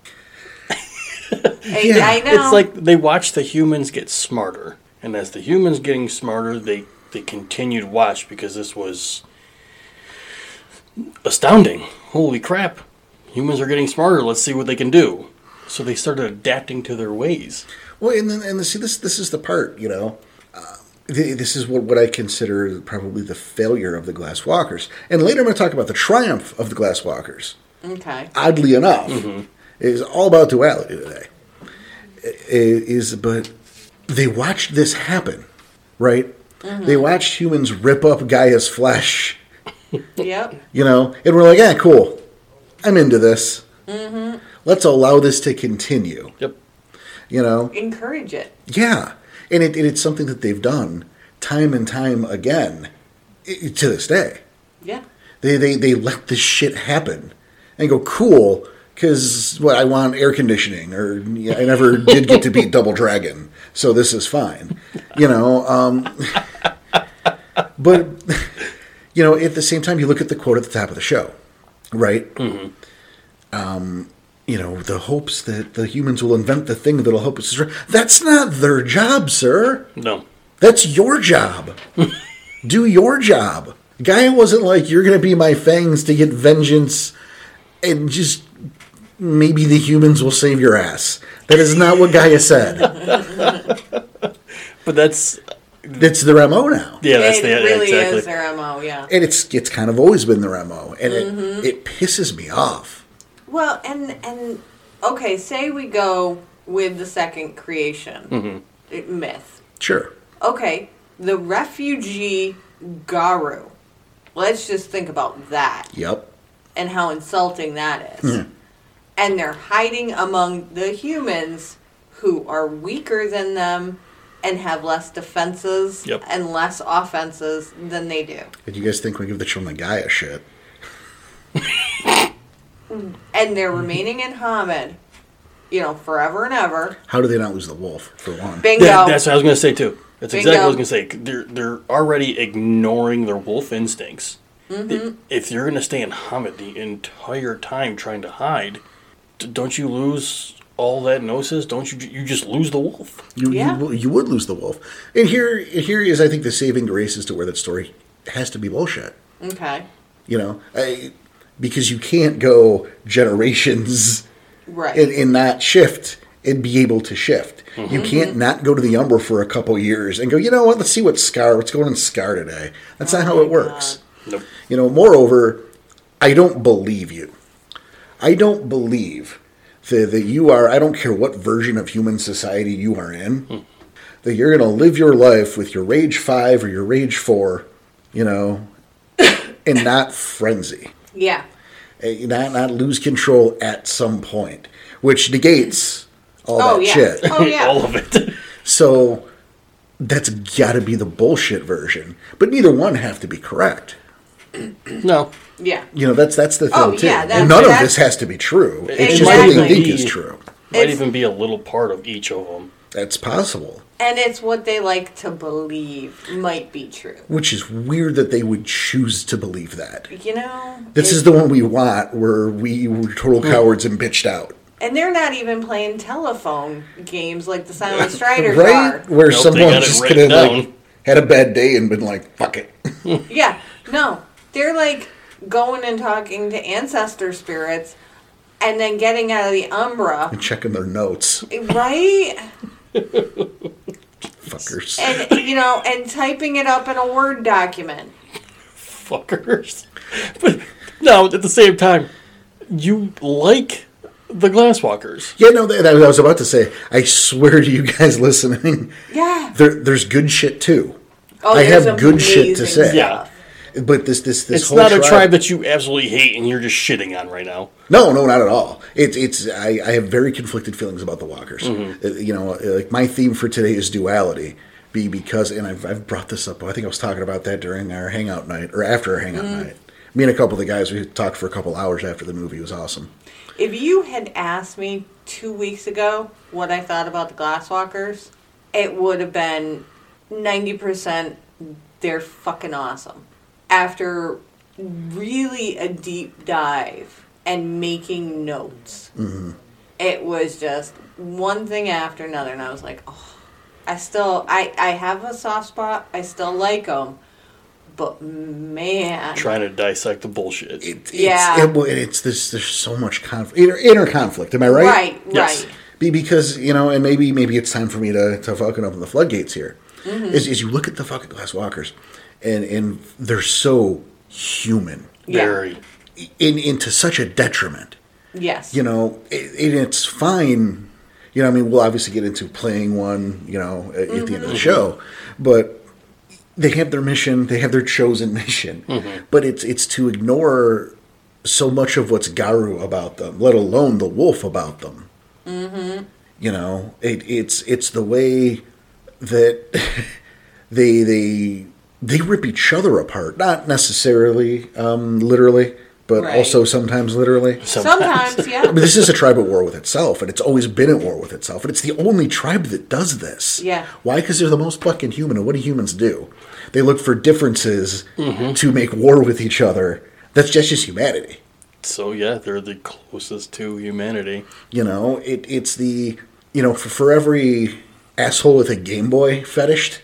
[SPEAKER 2] yeah, I know.
[SPEAKER 3] It's like they watched the humans get smarter, and as the humans getting smarter, they they continued watch because this was astounding. Holy crap! Humans are getting smarter. Let's see what they can do. So they started adapting to their ways.
[SPEAKER 1] Well, and then, and see, this this is the part, you know. Uh, th- this is what, what I consider probably the failure of the Glass Walkers. And later I'm going to talk about the triumph of the Glass Walkers.
[SPEAKER 2] okay
[SPEAKER 1] Oddly enough, it is all about duality today. I- i- Is but they watched this happen, right? They watched humans rip up Gaia's flesh,
[SPEAKER 2] yep
[SPEAKER 1] you know, and we're like, "Yeah, cool, I'm into this. Let's allow this to continue."
[SPEAKER 3] Yep.
[SPEAKER 1] You know,
[SPEAKER 2] encourage it
[SPEAKER 1] Yeah, and it, and it's something that they've done time and time again i- to this day.
[SPEAKER 2] yeah
[SPEAKER 1] They they they let this shit happen and go cool because what I want air conditioning or yeah, I never did get to beat Double Dragon, so this is fine. You know, um, but you know at the same time you look at the quote at the top of the show, right? Um, you know the hopes that the humans will invent the thing that'll help us. destroy- That's not their job, sir.
[SPEAKER 3] No.
[SPEAKER 1] That's your job. Do your job. Gaia wasn't like you're going to be my fangs to get vengeance and just maybe the humans will save your ass. That is not what Gaia said.
[SPEAKER 3] But that's
[SPEAKER 1] That's their MO now.
[SPEAKER 3] yeah. That's
[SPEAKER 2] it
[SPEAKER 3] the
[SPEAKER 2] really
[SPEAKER 3] exactly.
[SPEAKER 2] is their mo yeah
[SPEAKER 1] And it's it's kind of always been their MO and it it pisses me off.
[SPEAKER 2] well and and okay say we go with the second creation it- myth
[SPEAKER 1] Sure.
[SPEAKER 2] okay the refugee garu let's just think about that
[SPEAKER 1] Yep.
[SPEAKER 2] and how insulting that is and they're hiding among the humans who are weaker than them and have less defenses
[SPEAKER 3] Yep.
[SPEAKER 2] and less offenses than they do
[SPEAKER 1] And you guys think we give the children Gaia shit?
[SPEAKER 2] and
[SPEAKER 3] Mm-hmm.
[SPEAKER 2] they're remaining in Hamid, you know, forever and ever.
[SPEAKER 1] How do they not lose the wolf for one?
[SPEAKER 2] Bingo.
[SPEAKER 3] That, that's what I was going to say too. That's
[SPEAKER 2] Bingo.
[SPEAKER 3] exactly what I was going to say. They're they're already ignoring their wolf instincts. If you're going to stay in Hamid the entire time trying to hide, d- don't you lose all that gnosis? Don't you you just lose the wolf?
[SPEAKER 1] You,
[SPEAKER 2] Yeah.
[SPEAKER 1] you you would lose the wolf. And here here is I think the saving grace as to where that story has to be bullshit.
[SPEAKER 2] okay.
[SPEAKER 1] You know, I, because you can't go generations
[SPEAKER 2] Right.
[SPEAKER 1] and, and not shift and be able to shift. You can't not go to the Umber for a couple years and go, you know what, let's see what Scar, what's going on in Scar today. That's not how it works.
[SPEAKER 3] Nope.
[SPEAKER 1] You know, moreover, I don't believe you. I don't believe that, that you are, I don't care what version of human society you are in, that you're going to live your life with your Rage 5 or your Rage 4, you know, and not frenzy
[SPEAKER 2] yeah.
[SPEAKER 1] uh, not not lose control at some point, which negates all
[SPEAKER 2] Oh,
[SPEAKER 1] that
[SPEAKER 2] yeah.
[SPEAKER 1] shit.
[SPEAKER 2] Oh, yeah.
[SPEAKER 3] all of it.
[SPEAKER 1] So that's got to be the bullshit version. But neither one have to be correct.
[SPEAKER 3] no.
[SPEAKER 2] Yeah.
[SPEAKER 1] You know, that's that's the thing
[SPEAKER 2] Oh,
[SPEAKER 1] too.
[SPEAKER 2] yeah,
[SPEAKER 1] And
[SPEAKER 2] that's-
[SPEAKER 1] none of
[SPEAKER 2] that's-
[SPEAKER 1] this has to be true. It's just what
[SPEAKER 2] Exactly.
[SPEAKER 1] we think is true.
[SPEAKER 3] Might
[SPEAKER 2] It's-
[SPEAKER 3] even be a little part of each of them.
[SPEAKER 1] That's possible.
[SPEAKER 2] And it's what they like to believe might be true.
[SPEAKER 1] Which is weird that they would choose to believe that.
[SPEAKER 2] You know?
[SPEAKER 1] This
[SPEAKER 2] It-
[SPEAKER 1] is the one we want, where we were total
[SPEAKER 2] Hmm.
[SPEAKER 1] cowards and bitched out,
[SPEAKER 2] And they're not even playing telephone games like the Silent Striders
[SPEAKER 1] right?
[SPEAKER 2] are.
[SPEAKER 1] Where
[SPEAKER 3] Nope, they got
[SPEAKER 1] someone
[SPEAKER 3] it
[SPEAKER 1] just could
[SPEAKER 3] written
[SPEAKER 1] have like
[SPEAKER 3] down.
[SPEAKER 1] had a bad day and been like, "Fuck it."
[SPEAKER 2] Yeah. No. They're like going and talking to ancestor spirits and then getting out of the Umbra.
[SPEAKER 1] checking their notes,
[SPEAKER 2] Right?
[SPEAKER 1] fuckers.
[SPEAKER 2] And, you know, and typing it up in a Word document.
[SPEAKER 3] fuckers. But no, at the same time, you like the Glasswalkers.
[SPEAKER 1] yeah, no, that, that I was about to say. I swear to you guys listening,
[SPEAKER 2] Yeah.
[SPEAKER 1] there, there's good shit too.
[SPEAKER 2] Oh,
[SPEAKER 1] I
[SPEAKER 2] there's
[SPEAKER 1] have good shit to
[SPEAKER 2] amazing
[SPEAKER 1] say.
[SPEAKER 3] Yeah.
[SPEAKER 1] But this, this, this
[SPEAKER 3] It's
[SPEAKER 1] whole
[SPEAKER 3] not a tribe that you absolutely hate and you're just shitting on right now.
[SPEAKER 1] No, no, not at all. It's it's. I, I have very conflicted feelings about the walkers.
[SPEAKER 2] Mm-hmm.
[SPEAKER 1] Uh, you know, uh, like my theme for today is duality. Be because, and I've I've brought this up. I think I was talking about that during our hangout night or after our hangout
[SPEAKER 2] Mm.
[SPEAKER 1] night. Me and a couple of the guys we talked for a couple hours after the movie. It was awesome.
[SPEAKER 2] If you had asked me two weeks ago what I thought about the Glasswalkers, it would have been 90% they're fucking awesome. After really a deep dive and making notes, it was just one thing after another. And I was like, oh, I still, I, I have a soft spot. I still like them. But man.
[SPEAKER 3] Trying to dissect the bullshit.
[SPEAKER 1] It,
[SPEAKER 2] Yeah.
[SPEAKER 1] It's, it, well, it's this. There's so much conflict. Inner, inner conflict. Am I right?
[SPEAKER 2] Right,
[SPEAKER 3] Yes.
[SPEAKER 2] right.
[SPEAKER 1] Be because you know, and maybe maybe it's time for me to, to fucking open the floodgates here. Is
[SPEAKER 2] Mm-hmm.
[SPEAKER 1] is you look at the fucking glass walkers, and and they're so human,
[SPEAKER 2] Yeah.
[SPEAKER 3] Very.
[SPEAKER 1] in into such a detriment.
[SPEAKER 2] Yes.
[SPEAKER 1] You know, it, and it's fine. You know, I mean, we'll obviously get into playing one. You know, at, at the end of the show, but they have their mission. They have their chosen mission. But it's it's to ignore so much of what's Garu about them, let alone the wolf about them. Mm-hmm. You know, it, it's it's the way that they they they rip each other apart. Not necessarily um, literally, but
[SPEAKER 2] Right.
[SPEAKER 1] also sometimes literally.
[SPEAKER 2] Sometimes, yeah.
[SPEAKER 1] I mean, this is a tribe at war with itself, and it's always been at war with itself, and it's the only tribe that does this.
[SPEAKER 2] Yeah.
[SPEAKER 1] Why? Because they're the most fucking human, and what do humans do? They look for differences
[SPEAKER 2] Mm-hmm.
[SPEAKER 1] to make war with each other. That's just, just humanity.
[SPEAKER 3] So yeah, they're the closest to humanity.
[SPEAKER 1] You know, it, it's the, you know, for, for every asshole with a Game Boy fetished,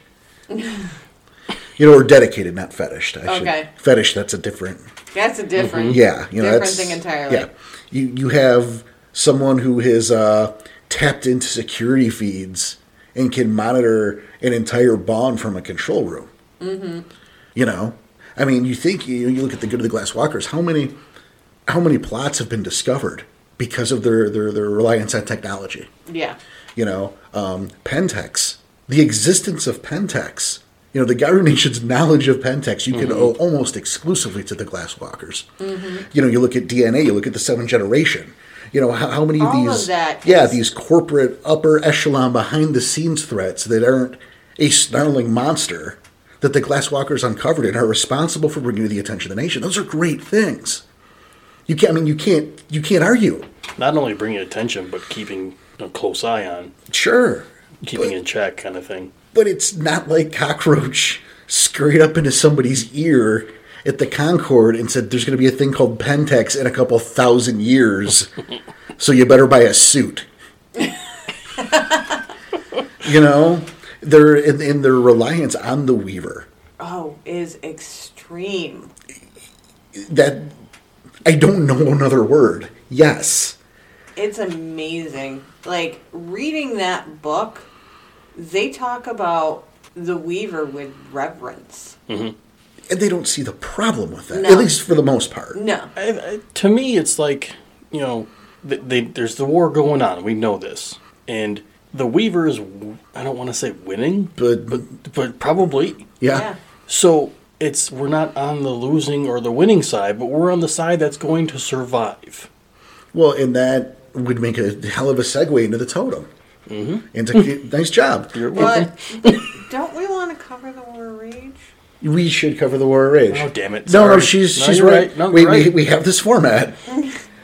[SPEAKER 1] you know, or dedicated, not fetished. I should-
[SPEAKER 2] Okay.
[SPEAKER 1] Fetish, that's a different.
[SPEAKER 2] That's a different,
[SPEAKER 1] Yeah, you know,
[SPEAKER 2] Mm-hmm. different
[SPEAKER 1] that's,
[SPEAKER 2] thing entirely.
[SPEAKER 1] Yeah, you you have someone who has uh, tapped into security feeds and can monitor an entire bond from a control room. Mm-hmm. You know, I mean, you think you you look at the good of the Glass Walkers. How many how many plots have been discovered because of their their, their reliance on technology?
[SPEAKER 2] Yeah.
[SPEAKER 1] You know, um, Pentex, the existence of Pentex. You know, the Garu Nation's knowledge of Pentex you
[SPEAKER 2] Mm-hmm.
[SPEAKER 1] can owe almost exclusively to the Glasswalkers. You know, you look at DNA, you look at the Seventh Generation. You know, how, how many
[SPEAKER 2] All
[SPEAKER 1] of
[SPEAKER 2] of
[SPEAKER 1] these,
[SPEAKER 2] that
[SPEAKER 1] yeah,
[SPEAKER 2] is-
[SPEAKER 1] these corporate upper echelon behind the scenes threats that aren't a snarling monster that the Glasswalkers uncovered and are responsible for bringing to the attention of the nation. Those are great things. You can't. I mean, you can't. You can't argue.
[SPEAKER 3] Not only bringing attention, but keeping a close eye on,
[SPEAKER 1] Sure,
[SPEAKER 3] keeping in check, kind of thing.
[SPEAKER 1] but it's not like cockroach scurried up into somebody's ear at the Concord and said, "There's going to be a thing called Pentex in a couple thousand years, so you better buy a suit." you know, they're in, in their reliance on the Weaver.
[SPEAKER 2] Oh, is extreme.
[SPEAKER 1] That I don't know another word. Yes.
[SPEAKER 2] It's amazing. Like reading that book, they talk about the Weaver with reverence.
[SPEAKER 1] And they don't see the problem with that,
[SPEAKER 2] No.
[SPEAKER 1] at least for the most part.
[SPEAKER 2] No,
[SPEAKER 3] I, I, to me, it's like you know, th they, there's the war going on. We know this, and the Weaver is. w- I don't want to say winning,
[SPEAKER 1] But,
[SPEAKER 3] but probably.
[SPEAKER 1] yeah.
[SPEAKER 2] yeah,
[SPEAKER 3] So it's we're not on the losing or the winning side, but we're on the side that's going to survive.
[SPEAKER 1] Well, and that would make a hell of a segue into the totem. Mm-hmm. And to, nice job.
[SPEAKER 3] You're
[SPEAKER 2] but don't we want to cover the War of Rage?
[SPEAKER 1] We should cover the War of Rage.
[SPEAKER 3] Oh, damn it,
[SPEAKER 1] No, no,
[SPEAKER 3] sorry.
[SPEAKER 1] she's
[SPEAKER 3] No,
[SPEAKER 1] she's
[SPEAKER 3] you're
[SPEAKER 1] right.
[SPEAKER 3] right. No,
[SPEAKER 1] we,
[SPEAKER 3] you're
[SPEAKER 1] we
[SPEAKER 3] right.
[SPEAKER 1] we have this format.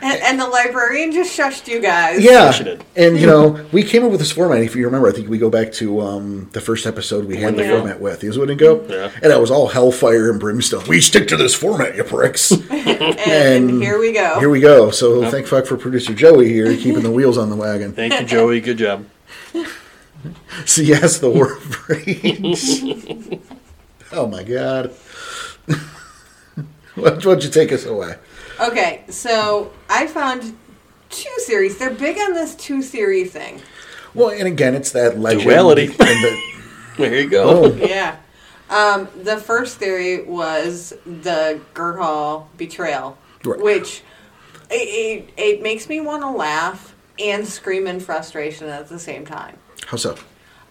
[SPEAKER 2] And, and the librarian just shushed you guys.
[SPEAKER 1] Yeah,
[SPEAKER 3] she did.
[SPEAKER 1] and you know we came up with this format. If you remember, I think we go back to um, the first episode we had the
[SPEAKER 2] Wendigo.
[SPEAKER 1] format with. Is Wendigo?
[SPEAKER 3] Yeah.
[SPEAKER 1] And I was all hellfire and brimstone. We stick to this format, you pricks.
[SPEAKER 2] And, and
[SPEAKER 1] And
[SPEAKER 2] here we go.
[SPEAKER 1] Here we go. So thank fuck for producer Joey here keeping the wheels on the wagon.
[SPEAKER 3] Thank you, Joey. Good job.
[SPEAKER 1] So yes, the War of Rage. oh my god. Why don't you take us away?
[SPEAKER 2] okay, so I found two series. They're big on this two series thing.
[SPEAKER 1] Well, and again, it's that legend.
[SPEAKER 3] Duality.
[SPEAKER 1] and the-
[SPEAKER 3] There you go.
[SPEAKER 1] oh,
[SPEAKER 2] Yeah. Um, the first theory was the Gerhall betrayal,
[SPEAKER 1] Right.
[SPEAKER 2] which it, it, it makes me want to laugh and scream in frustration at the same time.
[SPEAKER 1] how so?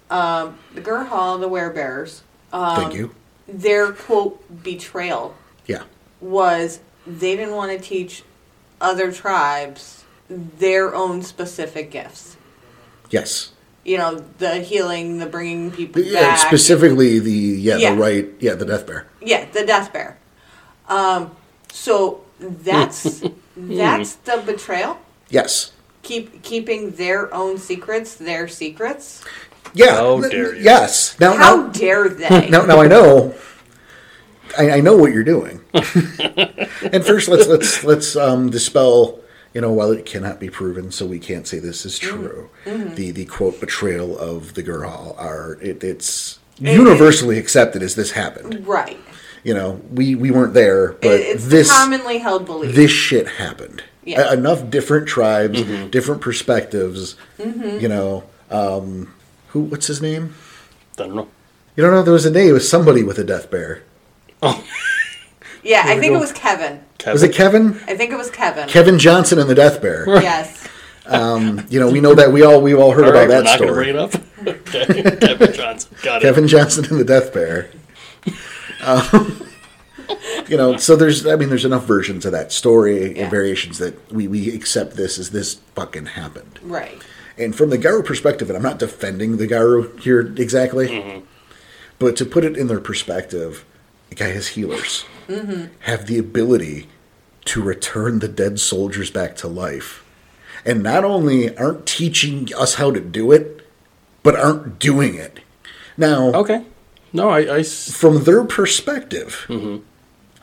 [SPEAKER 2] The Gerhall, the werebears, um,
[SPEAKER 1] Thank you.
[SPEAKER 2] their quote betrayal
[SPEAKER 1] Yeah.
[SPEAKER 2] was they didn't want to teach other tribes their own specific gifts.
[SPEAKER 1] Yes.
[SPEAKER 2] You know, the healing, the bringing people
[SPEAKER 1] Yeah,
[SPEAKER 2] back.
[SPEAKER 1] specifically the yeah,
[SPEAKER 2] Yeah.
[SPEAKER 1] the right yeah the death bear.
[SPEAKER 2] Yeah, the Death Bear. Um, so that's that's the betrayal.
[SPEAKER 1] Yes.
[SPEAKER 2] Keep keeping their own secrets, their secrets.
[SPEAKER 1] Yeah.
[SPEAKER 3] How
[SPEAKER 1] th-
[SPEAKER 3] dare you.
[SPEAKER 1] Yes. Now,
[SPEAKER 2] How
[SPEAKER 1] now,
[SPEAKER 2] dare they?
[SPEAKER 1] now, now I know. I, I know what you're doing. and first, let's let's let's um, dispel. You know, while it cannot be proven, so we can't say this is
[SPEAKER 2] Mm-hmm.
[SPEAKER 1] true. The the quote betrayal of the Gerhal are it, it's universally accepted as this happened.
[SPEAKER 2] Right.
[SPEAKER 1] You know, we we weren't there,
[SPEAKER 2] Mm-hmm. It-
[SPEAKER 1] but
[SPEAKER 2] it's
[SPEAKER 1] this
[SPEAKER 2] commonly held belief.
[SPEAKER 1] this shit happened.
[SPEAKER 2] Yeah. Mm-hmm.
[SPEAKER 1] E- Enough different tribes, different perspectives. You know, um, who? What's his name?
[SPEAKER 3] I don't know.
[SPEAKER 1] You don't know there was a name. It was somebody with a death bear.
[SPEAKER 2] yeah, I
[SPEAKER 3] we
[SPEAKER 2] think
[SPEAKER 3] go.
[SPEAKER 2] it was Kevin.
[SPEAKER 3] Kevin.
[SPEAKER 1] Was it Kevin?
[SPEAKER 2] I think it was Kevin.
[SPEAKER 1] Kevin Johnson and the Death Bear.
[SPEAKER 2] Yes.
[SPEAKER 1] You know, we know that we all we all heard
[SPEAKER 3] All right,
[SPEAKER 1] about that
[SPEAKER 3] we're not going to bring
[SPEAKER 1] story.
[SPEAKER 3] it up. okay. Kevin Johnson. Got it.
[SPEAKER 1] Kevin Johnson and the Death Bear. Um, you know, so there's I mean, there's enough versions of that story
[SPEAKER 2] Yeah.
[SPEAKER 1] and variations that we we accept this as this fucking happened.
[SPEAKER 2] Right.
[SPEAKER 1] And from the Garu perspective, and I'm not defending the Garu here exactly, but to put it in their perspective, the guy has healers, have the ability to return the dead soldiers back to life. And not only aren't teaching us how to do it, but aren't doing it. Now,
[SPEAKER 3] Okay. No, I, I s-
[SPEAKER 1] from their perspective,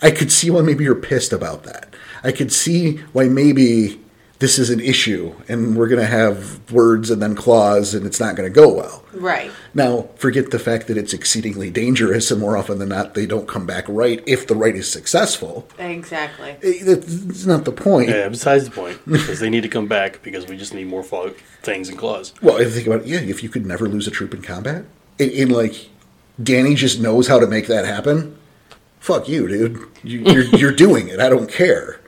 [SPEAKER 1] I could see why maybe you're pissed about that. I could see why maybe this is an issue and we're going to have words and then claws and it's not going to go well.
[SPEAKER 2] Right.
[SPEAKER 1] Now, forget the fact that it's exceedingly dangerous and more often than not, they don't come back right if the right is successful.
[SPEAKER 2] Exactly.
[SPEAKER 1] Eh, That's not the point.
[SPEAKER 3] Yeah, besides the point, because they need to come back because we just need more fog, things and claws.
[SPEAKER 1] Well, if you think about it, yeah, if you could never lose a troop in combat, and, and like Danny just knows how to make that happen, fuck you, dude. You, you're, you're doing it. I don't care.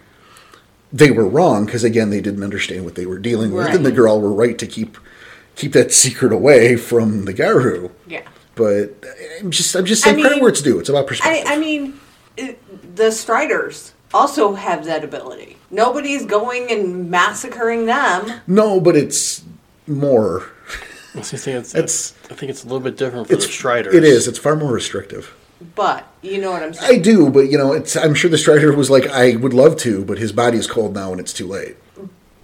[SPEAKER 1] They were wrong because again, they didn't understand what they were dealing with, and the
[SPEAKER 2] Right.
[SPEAKER 1] girl were right to keep keep that secret away from the Garu.
[SPEAKER 2] Yeah.
[SPEAKER 1] But I'm just I'm just saying
[SPEAKER 2] I
[SPEAKER 1] credit
[SPEAKER 2] mean-
[SPEAKER 1] where it's due. It's about
[SPEAKER 2] I,
[SPEAKER 1] perspective.
[SPEAKER 2] I mean, it, the Striders also have that ability. Nobody's going and massacring them.
[SPEAKER 1] no, but it's more.
[SPEAKER 3] I was gonna say, it's,
[SPEAKER 1] It's-
[SPEAKER 3] I think it's a little bit different for the Striders.
[SPEAKER 1] It is. It's far more restrictive.
[SPEAKER 2] but you know what I'm
[SPEAKER 1] I
[SPEAKER 2] saying.
[SPEAKER 1] do, but you know, it's. I'm sure the strider was like, I would love to, but his body is cold now, and it's too late.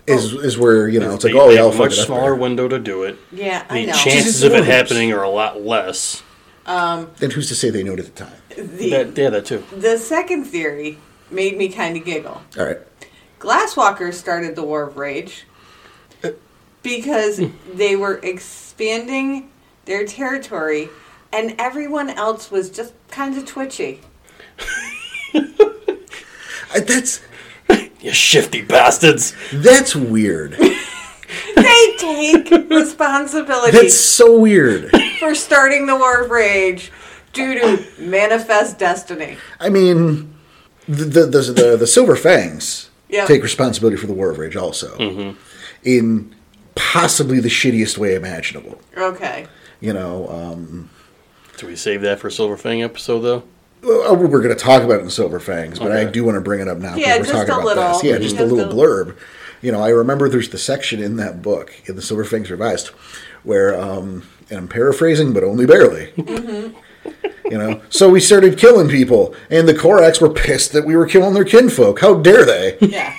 [SPEAKER 1] Is is where you know it's like,
[SPEAKER 3] They-
[SPEAKER 1] oh
[SPEAKER 3] they
[SPEAKER 1] yeah,
[SPEAKER 3] have
[SPEAKER 1] I'll
[SPEAKER 3] a
[SPEAKER 1] fuck
[SPEAKER 3] much
[SPEAKER 1] it up
[SPEAKER 3] smaller
[SPEAKER 1] there.
[SPEAKER 3] window to do it.
[SPEAKER 2] yeah, I
[SPEAKER 3] The
[SPEAKER 2] know.
[SPEAKER 3] chances
[SPEAKER 1] Just
[SPEAKER 3] of it
[SPEAKER 1] orders.
[SPEAKER 3] happening are a lot less.
[SPEAKER 1] And who's to say they know it at the time?
[SPEAKER 2] The,
[SPEAKER 3] That, yeah, that too.
[SPEAKER 2] the second theory made me kind of giggle.
[SPEAKER 1] All right,
[SPEAKER 2] Glasswalkers started the War of Rage because they were expanding their territory and everyone else was just kind of twitchy.
[SPEAKER 1] I, that's
[SPEAKER 3] You shifty bastards.
[SPEAKER 1] that's weird.
[SPEAKER 2] They take responsibility
[SPEAKER 1] That's so weird.
[SPEAKER 2] for starting the War of Rage due to manifest destiny.
[SPEAKER 1] I mean, the the the, the, the Silver Fangs
[SPEAKER 2] Yeah.
[SPEAKER 1] take responsibility for the War of Rage also,
[SPEAKER 3] Mm-hmm.
[SPEAKER 1] in possibly the shittiest way imaginable.
[SPEAKER 2] Okay.
[SPEAKER 1] You know, um,
[SPEAKER 3] Do we save that for Silver Fang episode though?
[SPEAKER 1] well, Oh, we're going to talk about it in Silver Fangs, but I
[SPEAKER 3] Okay.
[SPEAKER 1] do want to bring it up now
[SPEAKER 2] Yeah,
[SPEAKER 1] we're
[SPEAKER 2] just a little.
[SPEAKER 1] Yeah, just a
[SPEAKER 2] Just
[SPEAKER 1] little
[SPEAKER 2] a-
[SPEAKER 1] blurb. You know, I remember there's the section in that book in the Silver Fangs Revised where, um, and I'm paraphrasing, but only barely.
[SPEAKER 2] Mm-hmm.
[SPEAKER 1] You know, so we started killing people, and the Korax were pissed that we were killing their kinfolk. How dare they?
[SPEAKER 2] Yeah.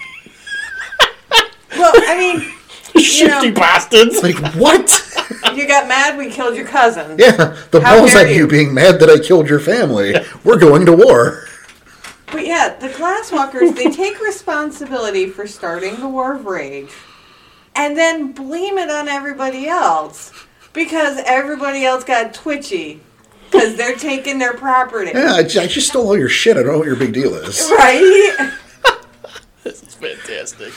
[SPEAKER 2] well, I mean,
[SPEAKER 3] shifty bastards.
[SPEAKER 1] Like what?
[SPEAKER 2] you got mad we killed your cousin.
[SPEAKER 1] yeah, the
[SPEAKER 2] How
[SPEAKER 1] balls
[SPEAKER 2] dare
[SPEAKER 1] on you.
[SPEAKER 2] you.
[SPEAKER 1] being mad that I killed your family. We're going to war.
[SPEAKER 2] But yeah, the Glasswalkers, they take responsibility for starting the War of Rage and then blame it on everybody else because everybody else got twitchy because they're taking their property.
[SPEAKER 1] Yeah, I, I just stole all your shit. I don't know what your big deal is.
[SPEAKER 2] Right?
[SPEAKER 3] This is fantastic.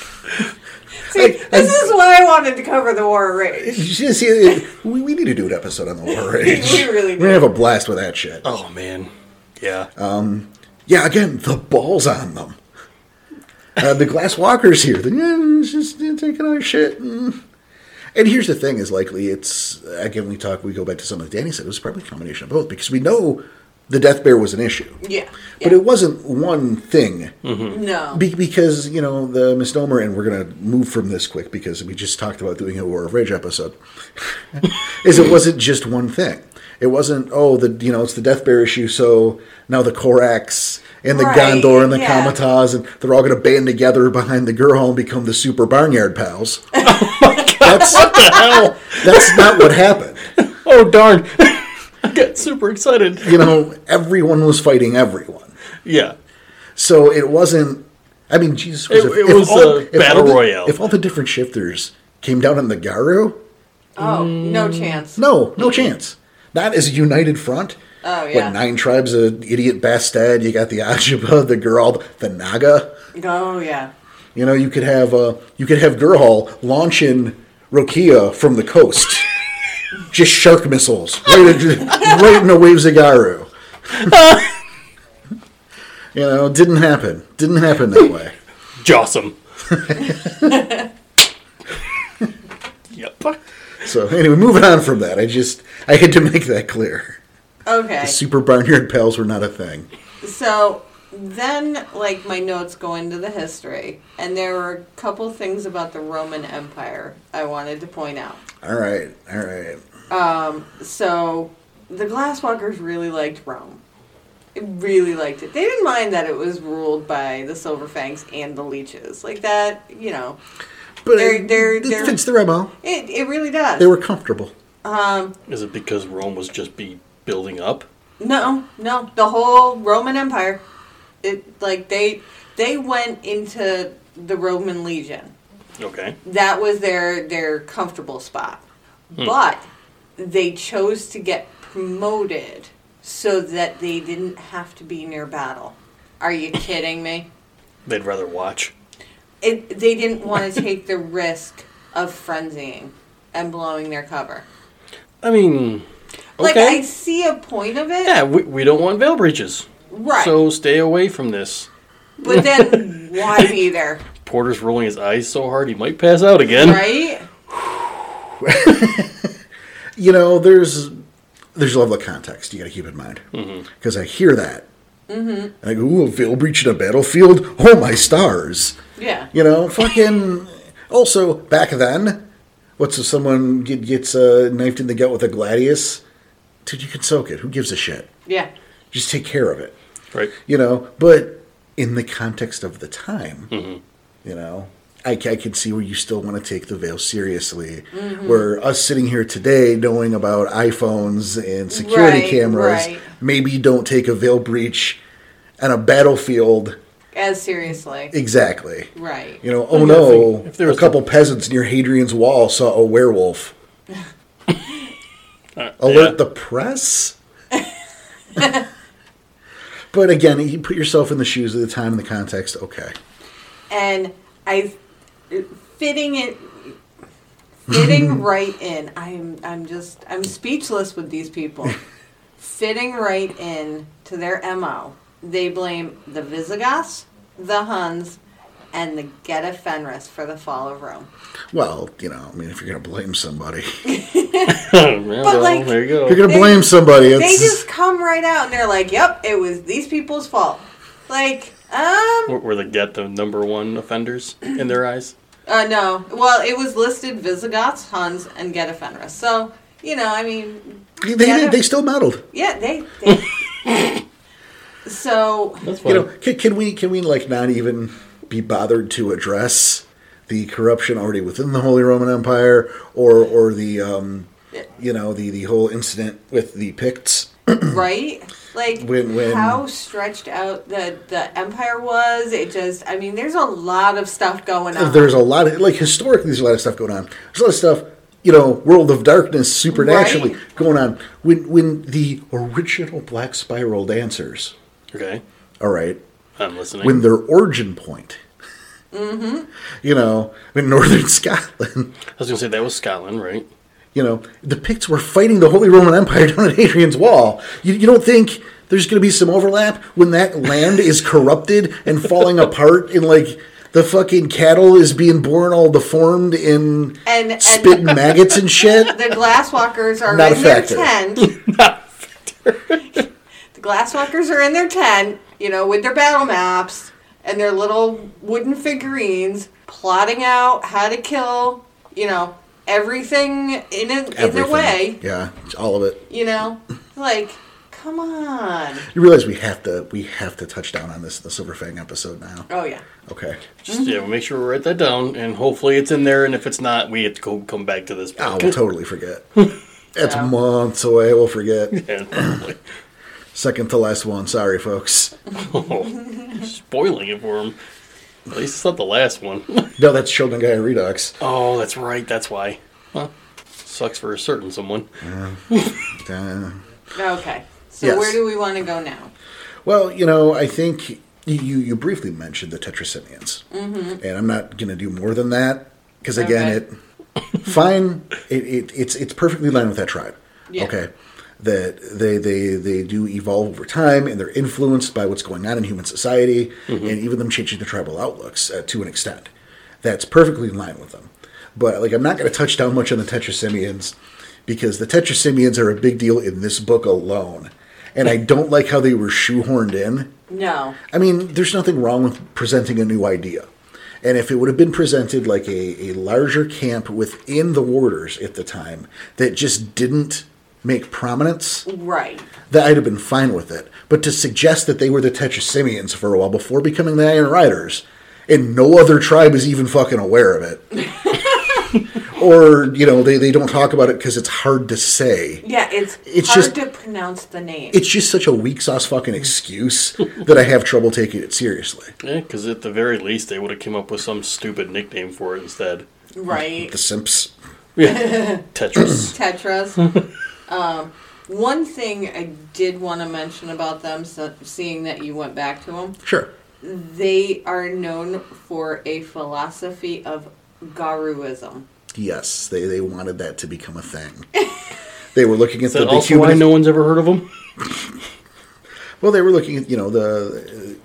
[SPEAKER 2] See, this is why I wanted to cover the War of Rage.
[SPEAKER 1] You see, it- we, we need to do an episode on the war rage.
[SPEAKER 2] We really
[SPEAKER 1] We're gonna have a blast with that shit.
[SPEAKER 3] Oh man. Yeah.
[SPEAKER 1] Yeah, again, the balls on them. Uh, the glass walkers here. The, yeah, it's just yeah, taking our shit. mm. And here's the thing: is likely it's again we talk. We go back to something Danny said. It was probably a combination of both because we know the death bear was an issue.
[SPEAKER 2] Yeah.
[SPEAKER 1] But it wasn't one thing
[SPEAKER 2] No.
[SPEAKER 1] Be- because you know the misnomer, and we're gonna move from this quick because we just talked about doing a War of Rage episode. is it wasn't just one thing? It wasn't oh the you know it's the Death Bear issue, so now the Korax and the
[SPEAKER 2] Right,
[SPEAKER 1] Gondor and the
[SPEAKER 2] yeah.
[SPEAKER 1] Kamataz and they're all gonna band together behind the girl and become the Super Barnyard Pals.
[SPEAKER 2] Oh
[SPEAKER 1] that's what the hell. That's not what happened.
[SPEAKER 3] Oh darn. I got super excited.
[SPEAKER 1] You know, everyone was fighting everyone.
[SPEAKER 3] Yeah.
[SPEAKER 1] So it wasn't. I mean, Jesus,
[SPEAKER 3] It- it was a battle
[SPEAKER 1] all the,
[SPEAKER 3] royale.
[SPEAKER 1] If all the different shifters came down on the Garu,
[SPEAKER 2] Oh, no chance.
[SPEAKER 1] no, no chance. Not as a united front.
[SPEAKER 2] Oh,
[SPEAKER 1] What,
[SPEAKER 2] yeah.
[SPEAKER 1] nine tribes of idiot Bastad. You got the Ajiba, the Gerald, the Naga.
[SPEAKER 2] Oh, yeah.
[SPEAKER 1] You know, you could have uh, you could have Gerhal launching Rokia from the coast, just shark missiles right, in- right in the waves of Garu. you know, didn't happen. Didn't happen that way.
[SPEAKER 3] Jossum. yep.
[SPEAKER 1] So anyway, moving on from that, I just I had to make that clear.
[SPEAKER 2] Okay.
[SPEAKER 1] Super Barnyard Pals were not a thing.
[SPEAKER 2] So then, like, my notes go into the history, and there were a couple things about the Roman Empire I wanted to point out.
[SPEAKER 1] All right, all right.
[SPEAKER 2] So the Glasswalkers really liked Rome. They Really liked it. They didn't mind that it was ruled by the Silver Fangs and the Leeches. Like that, you know.
[SPEAKER 1] But
[SPEAKER 2] They're-
[SPEAKER 1] it-
[SPEAKER 2] they're-
[SPEAKER 1] it
[SPEAKER 2] they're-
[SPEAKER 1] fits the MO.
[SPEAKER 2] It, it really does.
[SPEAKER 1] They were comfortable.
[SPEAKER 3] Is it because Rome was just be building up?
[SPEAKER 2] No, no, the whole Roman Empire. It like they they went into the Roman legion.
[SPEAKER 3] Okay.
[SPEAKER 2] That was their their comfortable spot.
[SPEAKER 3] Hmm.
[SPEAKER 2] But they chose to get promoted so that they didn't have to be near battle. Are you kidding me?
[SPEAKER 3] They'd rather watch.
[SPEAKER 2] It, they didn't want to take the risk of frenzying and blowing their cover.
[SPEAKER 3] I mean, okay.
[SPEAKER 2] Like I see a point of it.
[SPEAKER 3] yeah, we, we don't want veil breaches.
[SPEAKER 2] Right.
[SPEAKER 3] So stay away from this.
[SPEAKER 2] But then why be there?
[SPEAKER 3] Porter's rolling his eyes so hard he might pass out again.
[SPEAKER 2] Right?
[SPEAKER 1] You know, there's there's a level of context you got to keep in mind because I hear that
[SPEAKER 2] Mm-hmm.
[SPEAKER 1] and I go, "Ooh, a veil breach in a battlefield! Oh my stars!"
[SPEAKER 2] Yeah.
[SPEAKER 1] You know, fucking. Also, back then, what's if someone get, gets uh, knifed in the gut with a gladius? Dude, you can soak it. Who gives a shit?
[SPEAKER 2] Yeah.
[SPEAKER 1] Just take care of it,
[SPEAKER 3] Right.
[SPEAKER 1] you know. But in the context of the time,
[SPEAKER 2] Mm-hmm.
[SPEAKER 1] you know, I, I could see where you still want to take the veil seriously.
[SPEAKER 2] Mm-hmm.
[SPEAKER 1] Where us sitting here today, knowing about iPhones and security
[SPEAKER 2] Right,
[SPEAKER 1] cameras,
[SPEAKER 2] right.
[SPEAKER 1] maybe you don't take a veil breach and a battlefield
[SPEAKER 2] As seriously.
[SPEAKER 1] exactly.
[SPEAKER 2] right.
[SPEAKER 1] You know, oh
[SPEAKER 3] yeah, I
[SPEAKER 1] no,
[SPEAKER 3] think if there was
[SPEAKER 1] a couple peasants near Hadrian's Wall saw a werewolf. Alert the press? but again, you put yourself in the shoes of the time and the context. Okay.
[SPEAKER 2] and I fitting it fitting right in. I'm I'm just I'm speechless with these people. fitting right in to their MO. They blame the Visigoths, the Huns, and the Geta Fenris for the fall of Rome.
[SPEAKER 1] Well, you know, I mean, if you're going to blame somebody, if
[SPEAKER 3] Yeah, well,
[SPEAKER 2] like-
[SPEAKER 3] there you
[SPEAKER 1] you're
[SPEAKER 3] go.
[SPEAKER 1] going to
[SPEAKER 2] They-
[SPEAKER 1] blame somebody. It's,
[SPEAKER 2] They just come right out and they're like, "Yep, it was these people's fault." Like, um,
[SPEAKER 3] Were- Were they get the number one offenders in their eyes?
[SPEAKER 2] Uh, no. Well, it was listed Visigoths, Huns, and Geta Fenris. So, you know, I mean,
[SPEAKER 1] they, they,
[SPEAKER 2] Yeah.
[SPEAKER 1] they still meddled.
[SPEAKER 2] yeah, they. they so,
[SPEAKER 3] That's
[SPEAKER 1] You
[SPEAKER 3] fine.
[SPEAKER 1] know, can, can we can we like not even be bothered to address the corruption already within the Holy Roman Empire, or or the um, you know the the whole incident with the Picts?
[SPEAKER 2] right? Like,
[SPEAKER 1] When- when-
[SPEAKER 2] how stretched out the, the empire was. It just, I mean, there's a lot of stuff going on.
[SPEAKER 1] There's a lot of like historically, there's a lot of stuff going on. There's a lot of stuff, you know, world of darkness, supernaturally
[SPEAKER 2] Right.
[SPEAKER 1] going on. When when the original Black Spiral dancers,
[SPEAKER 3] Okay.
[SPEAKER 1] all right,
[SPEAKER 3] I'm listening.
[SPEAKER 1] when their origin point, you know, in northern Scotland.
[SPEAKER 3] I was going to say that was Scotland, right?
[SPEAKER 1] you know, the Picts were fighting the Holy Roman Empire down at Hadrian's Wall. You, you don't think there's going to be some overlap when that land is corrupted and falling apart and like the fucking cattle is being born all deformed and,
[SPEAKER 2] And- and-
[SPEAKER 1] spit and maggots and shit?
[SPEAKER 2] the glasswalkers are
[SPEAKER 1] Not a
[SPEAKER 2] in their
[SPEAKER 1] factor.
[SPEAKER 2] tent. the glasswalkers are in their tent, you know, with their battle maps and their little wooden figurines, plotting out how to kill, you know, everything in a, in their
[SPEAKER 1] Everything.
[SPEAKER 2] way.
[SPEAKER 1] Yeah, it's all of it.
[SPEAKER 2] You know, like, come on.
[SPEAKER 1] You realize we have to we have to touch down on this in the Silver Fang episode now.
[SPEAKER 2] Oh yeah.
[SPEAKER 1] Okay.
[SPEAKER 3] Just yeah, we'll make sure we write that down, and hopefully it's in there. And if it's not, we have to go come back to this.
[SPEAKER 1] Oh,
[SPEAKER 3] part.
[SPEAKER 1] we'll totally forget. That's months away. We'll forget.
[SPEAKER 3] And probably
[SPEAKER 1] Second to last one. Sorry, folks.
[SPEAKER 3] spoiling it for him. At least it's not the last one.
[SPEAKER 1] No, that's Shogun Guy Redux.
[SPEAKER 3] oh, that's right. That's why. Huh. Sucks for a certain someone.
[SPEAKER 1] Uh,
[SPEAKER 2] Okay. So
[SPEAKER 1] Yes.
[SPEAKER 2] where do we want to go now?
[SPEAKER 1] Well, you know, I think you you briefly mentioned the Tetrasinians, mm-hmm. and I'm not going to do more than that because again,
[SPEAKER 2] Okay.
[SPEAKER 1] it fine, it, it it's it's perfectly in line with that tribe.
[SPEAKER 2] Yeah.
[SPEAKER 1] Okay, that they they they do evolve over time, and they're influenced by what's going on in human society, and even them changing their tribal outlooks uh, to an extent. That's perfectly in line with them. But like, I'm not going to touch down much on the Tetrasimians because the Tetrasimians are a big deal in this book alone. And I don't like how they were shoehorned in.
[SPEAKER 2] No.
[SPEAKER 1] I mean, there's nothing wrong with presenting a new idea. And if it would have been presented like a, a larger camp within the warders at the time that just didn't make prominence,
[SPEAKER 2] Right.
[SPEAKER 1] that I'd have been fine with it. But to suggest that they were the Tetrasimians for a while before becoming the Iron Riders, and no other tribe is even fucking aware of it. or, you know, they, they don't talk about it because it's hard to say.
[SPEAKER 2] Yeah, it's,
[SPEAKER 1] It's just-
[SPEAKER 2] hard to pronounce the name.
[SPEAKER 1] It's just such a weak sauce fucking excuse that I have trouble taking it seriously.
[SPEAKER 3] Yeah, because at the very least they would have come up with some stupid nickname for it instead.
[SPEAKER 2] right.
[SPEAKER 1] The simps.
[SPEAKER 3] Yeah, Tetris.
[SPEAKER 2] Tetras. um, one thing I did want to mention about them, so seeing that you went back to them,
[SPEAKER 1] Sure.
[SPEAKER 2] they are known for a philosophy of Garuism.
[SPEAKER 1] Yes, they, they wanted that to become a thing. they were looking at
[SPEAKER 3] Is that
[SPEAKER 1] the, the
[SPEAKER 3] also why
[SPEAKER 1] human.
[SPEAKER 3] no one's ever heard of them?
[SPEAKER 1] Well, they were looking at you know the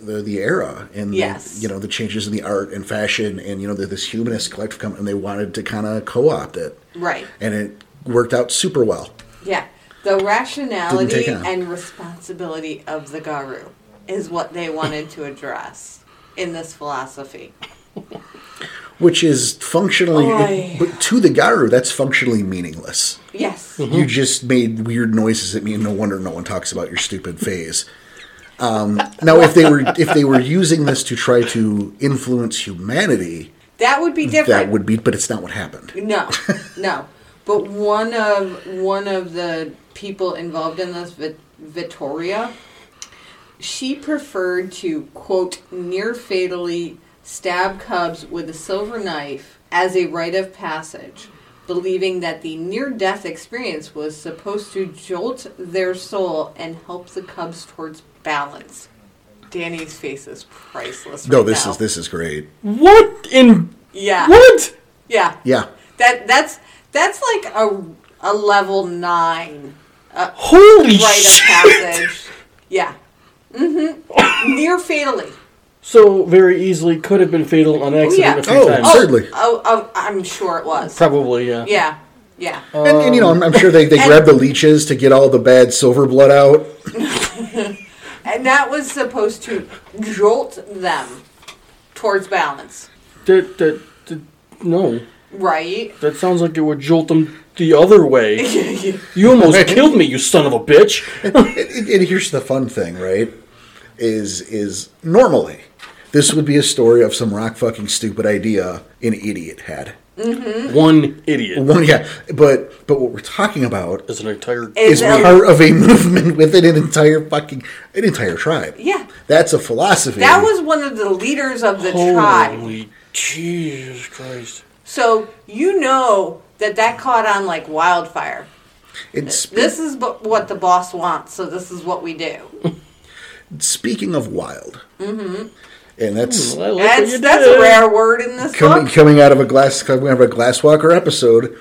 [SPEAKER 1] the, the era and the-
[SPEAKER 2] Yes.
[SPEAKER 1] you know the changes in the art and fashion and you know the, this humanist collective come and they wanted to kind of co-opt it
[SPEAKER 2] Right.
[SPEAKER 1] and it worked out super well.
[SPEAKER 2] Yeah. The rationality
[SPEAKER 1] on.
[SPEAKER 2] and responsibility of the Garu is what they wanted to address in this philosophy.
[SPEAKER 1] which is functionally
[SPEAKER 2] Oy.
[SPEAKER 1] but to the Garu, that's functionally meaningless.
[SPEAKER 2] Yes.
[SPEAKER 1] You just made weird noises at me, and no wonder no one talks about your stupid phase. Um, now, if they were if they were using this to try to influence humanity,
[SPEAKER 2] That would be different.
[SPEAKER 1] that would be, but it's not what happened.
[SPEAKER 2] No, no. But one of one of the people involved in this, Vit- Vittoria, she preferred to quote near fatally stab cubs with a silver knife as a rite of passage, believing that the near death experience was supposed to jolt their soul and help the cubs towards balance. Danny's face is priceless.
[SPEAKER 1] No,
[SPEAKER 2] right
[SPEAKER 1] this
[SPEAKER 2] now.
[SPEAKER 1] is this is great.
[SPEAKER 3] What in
[SPEAKER 2] Yeah.
[SPEAKER 3] what?
[SPEAKER 2] Yeah.
[SPEAKER 1] Yeah,
[SPEAKER 2] That that's that's like a a level nine
[SPEAKER 3] Holy
[SPEAKER 2] rite of
[SPEAKER 3] shit!
[SPEAKER 2] passage. Yeah. Mm-hmm. Near fatally.
[SPEAKER 3] So very easily could have been fatal on accident
[SPEAKER 2] yeah.
[SPEAKER 3] a few
[SPEAKER 1] Oh,
[SPEAKER 3] times.
[SPEAKER 1] oh. Certainly.
[SPEAKER 2] Oh, oh, I'm sure it was.
[SPEAKER 3] Probably, yeah.
[SPEAKER 2] Yeah. Yeah.
[SPEAKER 1] and, and you know, I'm, I'm sure they, they
[SPEAKER 2] and-
[SPEAKER 1] grabbed the leeches to get all the bad silver blood out.
[SPEAKER 2] And that was supposed to jolt them towards balance,
[SPEAKER 3] That, that, that, no,
[SPEAKER 2] right?
[SPEAKER 3] that sounds like it would jolt them the other way. You almost killed me, you son of a bitch.
[SPEAKER 1] and, and here's the fun thing, right? Is is normally this would be a story of some rock fucking stupid idea an idiot had.
[SPEAKER 3] One idiot
[SPEAKER 1] Well, yeah, but but what we're talking about
[SPEAKER 3] is an entire.
[SPEAKER 1] is
[SPEAKER 2] Is a-
[SPEAKER 1] part of a movement within an entire fucking an entire tribe.
[SPEAKER 2] Yeah.
[SPEAKER 1] that's a philosophy.
[SPEAKER 2] That was one of the leaders of the tribe.
[SPEAKER 3] Holy Jesus Christ!
[SPEAKER 2] So you know that that caught on like wildfire.
[SPEAKER 1] It's
[SPEAKER 2] This is bu- what the boss wants, so this is what we do.
[SPEAKER 1] speaking of wild,
[SPEAKER 2] Mm-hmm.
[SPEAKER 1] and that's
[SPEAKER 3] Well, I like what
[SPEAKER 2] That's
[SPEAKER 3] you
[SPEAKER 2] that's
[SPEAKER 3] did.
[SPEAKER 2] a rare word in this
[SPEAKER 1] coming
[SPEAKER 2] book.
[SPEAKER 1] coming out of a glass coming out of a Glasswalker episode.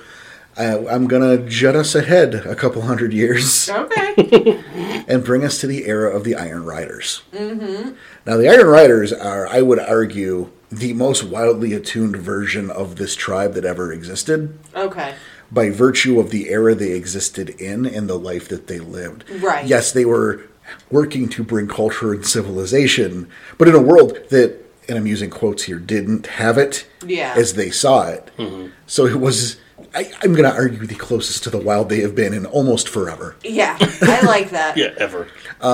[SPEAKER 1] I, I'm gonna jut us ahead a couple hundred years.
[SPEAKER 2] Okay.
[SPEAKER 1] and bring us to the era of the Iron Riders. Mm-hmm. Now, the Iron Riders are, I would argue, the most wildly attuned version of this tribe that ever existed
[SPEAKER 2] okay.
[SPEAKER 1] by virtue of the era they existed in and the life that they lived.
[SPEAKER 2] Right.
[SPEAKER 1] Yes, they were working to bring culture and civilization, but in a world that, and I'm using quotes here, didn't have it
[SPEAKER 2] Yeah.
[SPEAKER 1] as they saw it. So it was. I, I'm going to argue the closest to the wild they have been in almost forever.
[SPEAKER 2] Yeah, I like that.
[SPEAKER 3] Yeah, ever.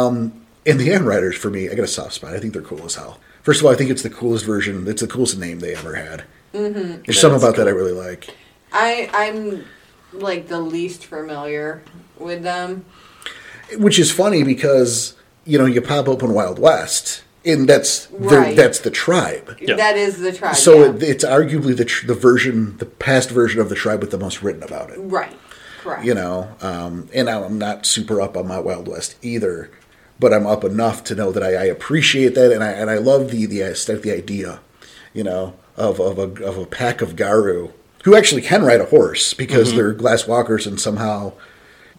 [SPEAKER 1] And the Iron Riders, for me, I got a soft spot. I think they're cool as hell. First of all, I think it's the coolest version. It's the coolest name they ever had. Mm-hmm. There's something about that I really like.
[SPEAKER 2] I I'm like the least familiar with them.
[SPEAKER 1] Which is funny because you know you pop open Wild West, and that's the
[SPEAKER 2] Right.
[SPEAKER 1] that's the tribe.
[SPEAKER 3] Yeah.
[SPEAKER 2] That is the tribe.
[SPEAKER 1] So
[SPEAKER 2] yeah.
[SPEAKER 1] it, it's arguably the tr- the version, the past version of the tribe with the most written about it.
[SPEAKER 2] right, correct.
[SPEAKER 1] You know, um, and I'm not super up on my Wild West either, but I'm up enough to know that I, I appreciate that, and I and I love the the aesthetic, the idea, you know, of of a of a pack of Garu who actually can ride a horse because they're glass walkers and somehow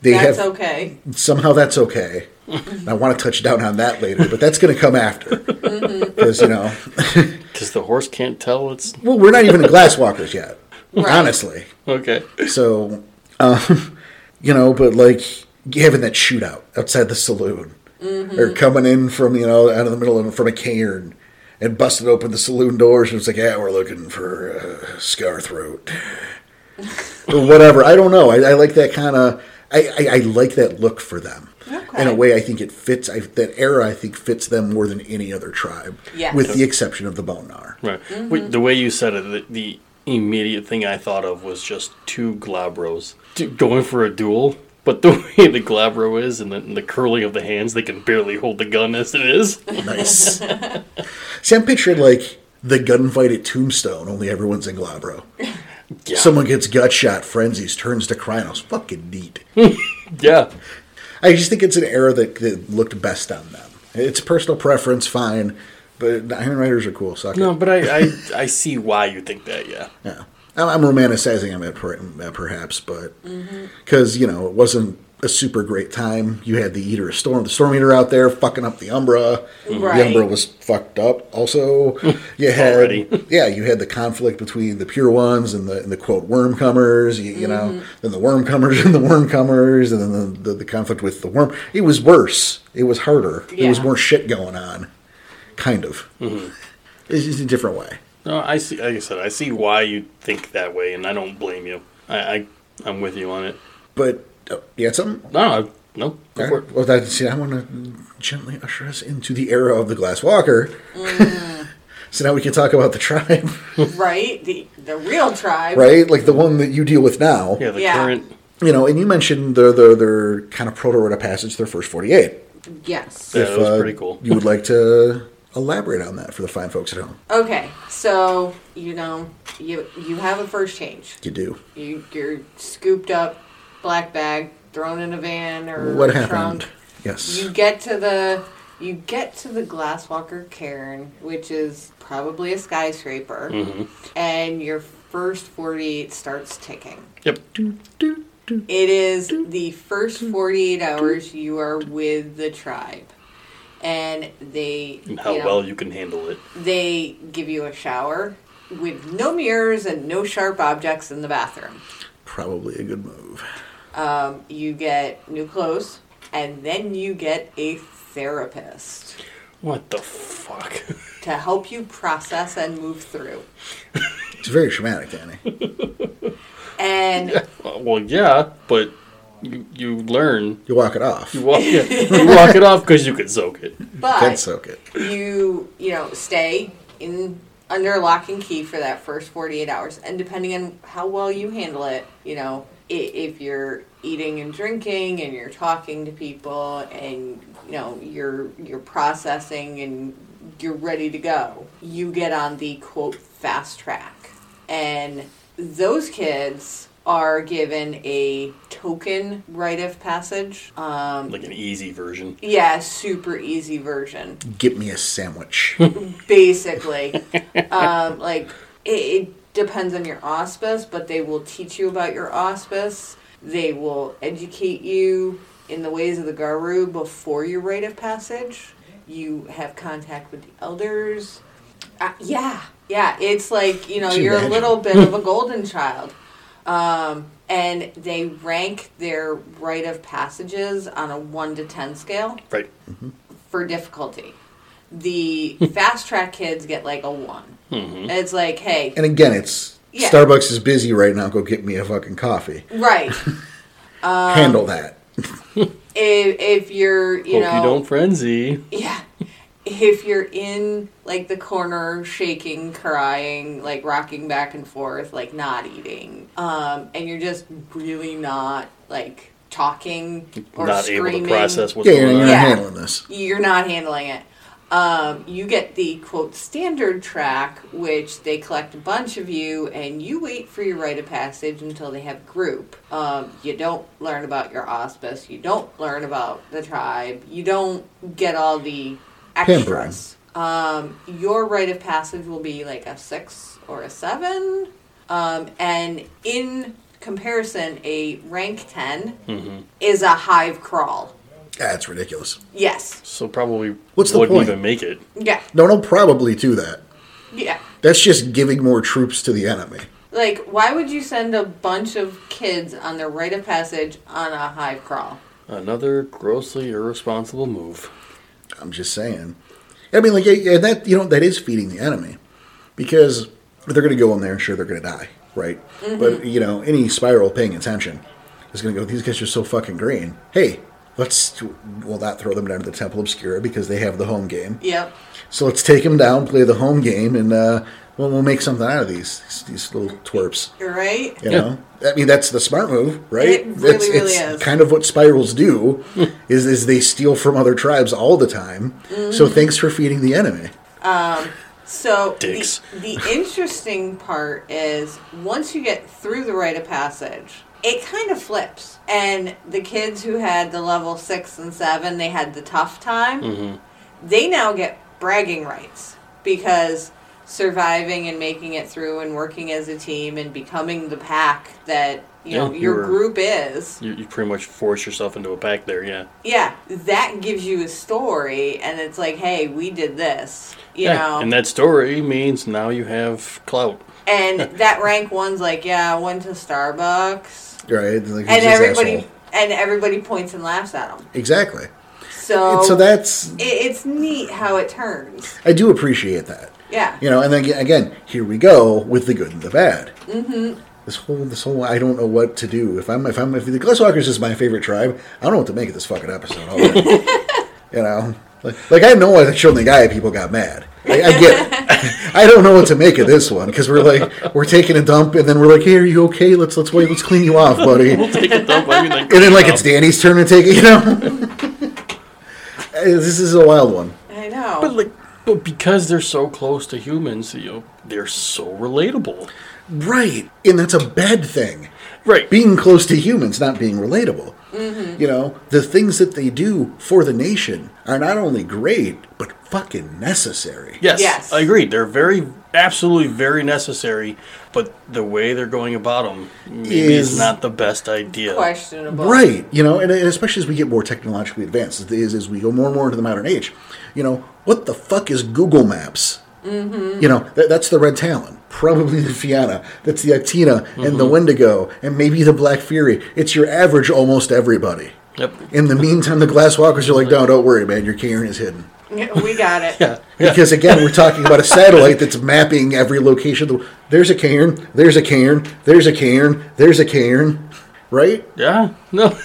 [SPEAKER 1] they
[SPEAKER 2] Mm-hmm. that's
[SPEAKER 1] have
[SPEAKER 2] okay.
[SPEAKER 1] somehow that's okay. And I want to touch down on that later, but that's going to come after because you know,
[SPEAKER 3] Because the horse can't tell it's
[SPEAKER 1] well, we're not even glass walkers yet,
[SPEAKER 2] Right.
[SPEAKER 1] honestly.
[SPEAKER 3] okay.
[SPEAKER 1] So, um, you know, but like having that shootout outside the saloon,
[SPEAKER 2] Mm-hmm.
[SPEAKER 1] or coming in from you know out of the middle and from a cairn and busted open the saloon doors and it's like, yeah, we're looking for uh, Scarthroat or whatever. I don't know. I, I like that kind of. I, I, I like that look for them. In a
[SPEAKER 2] Okay.
[SPEAKER 1] way, I think it fits. I, that era, I think, fits them more than any other tribe,
[SPEAKER 2] Yes.
[SPEAKER 1] with the exception of the Bonar.
[SPEAKER 3] Right.
[SPEAKER 2] Mm-hmm.
[SPEAKER 3] Wait, the way you said it, the, the immediate thing I thought of was just two glabros d- going for a duel. But the way the glabro is and the, and the curling of the hands, they can barely hold the gun as it is.
[SPEAKER 1] Nice. See, I'm picturing like the gunfight at Tombstone, only everyone's in Glabro.
[SPEAKER 3] Yeah.
[SPEAKER 1] Someone gets gut shot, frenzies, turns to Krynos. Fucking neat.
[SPEAKER 3] yeah.
[SPEAKER 1] I just think it's an era that, that looked best on them. It's personal preference, fine, but the Iron Riders are cool. Suck
[SPEAKER 3] No,
[SPEAKER 1] no.
[SPEAKER 3] but I, I, I see why you think that, yeah.
[SPEAKER 1] Yeah. I'm, I'm romanticizing them, at per, uh, perhaps, but
[SPEAKER 2] Mm-hmm.
[SPEAKER 1] because you know it wasn't a super great time. You had the Eater of Storm, the Storm Eater out there fucking up the Umbra. The
[SPEAKER 2] Mm-hmm. Right.
[SPEAKER 1] Umbra was fucked up. Also, you had
[SPEAKER 3] Already.
[SPEAKER 1] yeah, you had the conflict between the Pure Ones and the and the quote Wormcomers. You, you
[SPEAKER 2] Mm-hmm.
[SPEAKER 1] know, then the Wormcomers and the Wormcomers, and then the, the the conflict with the Worm. It was worse. It was harder. There was
[SPEAKER 2] Yeah.
[SPEAKER 1] more shit going on. Kind of. It's just a different way.
[SPEAKER 3] No, I see. Like I said, I see why you think that way, and I don't blame you. I, I I'm with you on it.
[SPEAKER 1] But uh, you had something?
[SPEAKER 3] No, I, no. Go
[SPEAKER 1] All
[SPEAKER 3] for
[SPEAKER 1] right.
[SPEAKER 3] it.
[SPEAKER 1] Well, that's see. I want to gently usher us into the era of the Glass Walker.
[SPEAKER 2] Mm.
[SPEAKER 1] so now we can talk about the tribe,
[SPEAKER 2] right? The the real tribe.
[SPEAKER 1] right? Like the one that you deal with now.
[SPEAKER 3] Yeah, the
[SPEAKER 2] Yeah.
[SPEAKER 3] current.
[SPEAKER 1] You know, and you mentioned their their their kind of proto rite of passage, their first forty eight.
[SPEAKER 2] Yes.
[SPEAKER 3] Yeah, that was pretty cool.
[SPEAKER 1] you would like to elaborate on that for the fine folks at home?
[SPEAKER 2] Okay, so you know you you have a first change.
[SPEAKER 1] You do.
[SPEAKER 2] You you're scooped up, black bag, thrown in a van or
[SPEAKER 1] What
[SPEAKER 2] a
[SPEAKER 1] happened?
[SPEAKER 2] Trunk.
[SPEAKER 1] Yes.
[SPEAKER 2] You get to the you get to the Glasswalker Cairn, which is probably a skyscraper,
[SPEAKER 3] Mm-hmm.
[SPEAKER 2] and your first 48 starts ticking.
[SPEAKER 3] Yep.
[SPEAKER 1] Do, do.
[SPEAKER 2] It is the first 48 hours you are with the tribe. And they
[SPEAKER 3] And how
[SPEAKER 2] you know,
[SPEAKER 3] well you can handle it.
[SPEAKER 2] they give you a shower with no mirrors and no sharp objects in the bathroom.
[SPEAKER 1] Probably a good move.
[SPEAKER 2] Um, you get new clothes and then you get a therapist
[SPEAKER 3] What the fuck?
[SPEAKER 2] to help you process and move through.
[SPEAKER 1] It's very traumatic, Danny.
[SPEAKER 2] And
[SPEAKER 3] Uh, well, yeah, but you you learn.
[SPEAKER 1] You walk it off.
[SPEAKER 3] You walk, yeah, you walk it off because you can soak it.
[SPEAKER 1] Can
[SPEAKER 2] but
[SPEAKER 1] soak it.
[SPEAKER 2] you you know stay in under lock and key for that first 48 hours and depending on how well you handle it you know i- if you're eating and drinking and you're talking to people and you know you're you're processing and you're ready to go you get on the quote fast track and those kids are given a token rite of passage um,
[SPEAKER 3] Like an easy version.
[SPEAKER 2] yeah super easy version
[SPEAKER 1] Get me a sandwich.
[SPEAKER 2] basically um, like it, it depends on your auspice but they will teach you about your auspice they will educate you in the ways of the garu before your rite of passage you have contact with the elders uh, yeah yeah it's like you know
[SPEAKER 1] Could you
[SPEAKER 2] you're
[SPEAKER 1] imagine?
[SPEAKER 2] a little bit of a golden child um, and they rank their rite of passages on a 1 to 10 scale
[SPEAKER 3] Right.
[SPEAKER 2] for difficulty. The fast track kids get like a one.
[SPEAKER 3] Mm-hmm.
[SPEAKER 2] And It's like, hey,
[SPEAKER 1] and again, it's
[SPEAKER 2] Yeah.
[SPEAKER 1] Starbucks is busy right now. Go get me a fucking coffee.
[SPEAKER 2] right?
[SPEAKER 1] Handle that.
[SPEAKER 2] if, if you're, you
[SPEAKER 3] Hope
[SPEAKER 2] know,
[SPEAKER 3] you don't frenzy.
[SPEAKER 2] yeah, if you're in like the corner, shaking, crying, like rocking back and forth, like not eating, um, and you're just really not like talking or
[SPEAKER 3] Not
[SPEAKER 2] screaming,
[SPEAKER 3] able to process what's
[SPEAKER 1] Yeah, you're,
[SPEAKER 3] going
[SPEAKER 1] you're
[SPEAKER 3] on.
[SPEAKER 1] not
[SPEAKER 2] Yeah.
[SPEAKER 1] handling this.
[SPEAKER 2] you're not handling it. Um, you get the quote standard track, which they collect a bunch of you, and you wait for your rite of passage until they have group. Um, you don't learn about your auspice. You don't learn about the tribe. You don't get all the extras. Um, your rite of passage will be like a six or a seven, um, and in comparison, a rank 10 is a hive crawl.
[SPEAKER 1] That's ridiculous.
[SPEAKER 2] Yes.
[SPEAKER 3] So probably
[SPEAKER 1] What's the
[SPEAKER 3] wouldn't
[SPEAKER 1] point?
[SPEAKER 3] even make it.
[SPEAKER 2] Yeah.
[SPEAKER 1] No, no, probably do that.
[SPEAKER 2] Yeah.
[SPEAKER 1] That's just giving more troops to the enemy.
[SPEAKER 2] Like, why would you send a bunch of kids on their rite of passage on a hive crawl?
[SPEAKER 3] Another grossly irresponsible move.
[SPEAKER 1] I'm just saying. I mean, like, yeah, yeah, that you know that is feeding the enemy because they're going to go in there and sure they're going to die, right? But you know, any spiral paying attention is going to go. These guys are so fucking green. Hey, let's well not throw them down to the Temple Obscura because they have the home game.
[SPEAKER 2] Yep.
[SPEAKER 1] So let's take them down, play the home game, and uh, well, we'll make something out of these these- these little twerps.
[SPEAKER 2] You're right.
[SPEAKER 1] You know, I mean that's the smart move, right?
[SPEAKER 2] It really,
[SPEAKER 1] That's-
[SPEAKER 2] really
[SPEAKER 1] it's
[SPEAKER 2] is.
[SPEAKER 1] Kind of what spirals do is is they steal from other tribes all the time.
[SPEAKER 2] Mm-hmm.
[SPEAKER 1] So thanks for feeding the enemy.
[SPEAKER 2] So
[SPEAKER 3] Dicks.
[SPEAKER 2] The, the interesting part is once you get through the rite of passage, it kind of flips. And the kids who had the level six and seven, they had the tough time.
[SPEAKER 3] Mm-hmm.
[SPEAKER 2] They now get bragging rights because surviving and making it through and working as a team and becoming the pack that you know
[SPEAKER 3] Yeah, you
[SPEAKER 2] your
[SPEAKER 3] were-
[SPEAKER 2] group is.
[SPEAKER 3] You, you pretty much force yourself into a pack there, yeah.
[SPEAKER 2] yeah, that gives you a story, and it's like, hey, we did this, you
[SPEAKER 3] yeah.
[SPEAKER 2] know.
[SPEAKER 3] And
[SPEAKER 2] And,
[SPEAKER 3] that story means now you have clout.
[SPEAKER 2] that rank one's like, yeah, I went to Starbucks,
[SPEAKER 1] Right? Like, who's
[SPEAKER 2] and
[SPEAKER 1] this
[SPEAKER 2] everybody
[SPEAKER 1] asshole?
[SPEAKER 2] and everybody points and laughs at them.
[SPEAKER 1] Exactly.
[SPEAKER 2] So,
[SPEAKER 1] so that's
[SPEAKER 2] it, it's neat how it turns.
[SPEAKER 1] I do appreciate that.
[SPEAKER 2] Yeah.
[SPEAKER 1] You know, and then aga- again, here we go with the good and the bad. Mm-hmm. This whole, this whole, I don't know what to do. If I'm, if I'm, if the Glasswalkers is my favorite tribe, I don't know what to make of this fucking episode. Already. you know, like, like I know I showed the guy people got mad. I, I get it. I don't know what to make of this one because we're like, we're taking a dump and then we're like, hey, are you okay? Let's let's wait, let's clean you off, buddy. and
[SPEAKER 3] Take a dump. I mean, like,
[SPEAKER 1] then like it's Danny's turn to take it. You know, Eh, this is a wild one.
[SPEAKER 2] I know.
[SPEAKER 3] But like, but because they're so close to humans, you know, they're so relatable.
[SPEAKER 1] Right. And that's a bad thing.
[SPEAKER 3] Right.
[SPEAKER 1] Being close to humans, not being relatable. You know, the things that they do for the nation are not only great, but fucking necessary.
[SPEAKER 3] Yes,
[SPEAKER 2] Yes.
[SPEAKER 3] I agree. They're very, absolutely very necessary, but the way they're going about them maybe is,
[SPEAKER 1] Is-
[SPEAKER 3] not the best idea.
[SPEAKER 2] Questionable.
[SPEAKER 1] Right. You know, and, and especially as we get more technologically advanced, as- as, as we go more and more into the modern age, you know, what the fuck is Google Maps? You know, that, that's the Red Talon, probably the Fianna, that's the Actina and the Wendigo, and maybe the Black Fury. It's your average almost everybody.
[SPEAKER 3] Yep.
[SPEAKER 1] In the meantime, the Glasswalkers are like, no, don't worry, man, your Cairn is hidden.
[SPEAKER 2] We got it.
[SPEAKER 3] Yeah. Yeah.
[SPEAKER 1] Because again, we're talking about a satellite that's mapping every location. There's a cairn. There's a cairn. There's a cairn. There's a cairn. Right?
[SPEAKER 3] Yeah. No.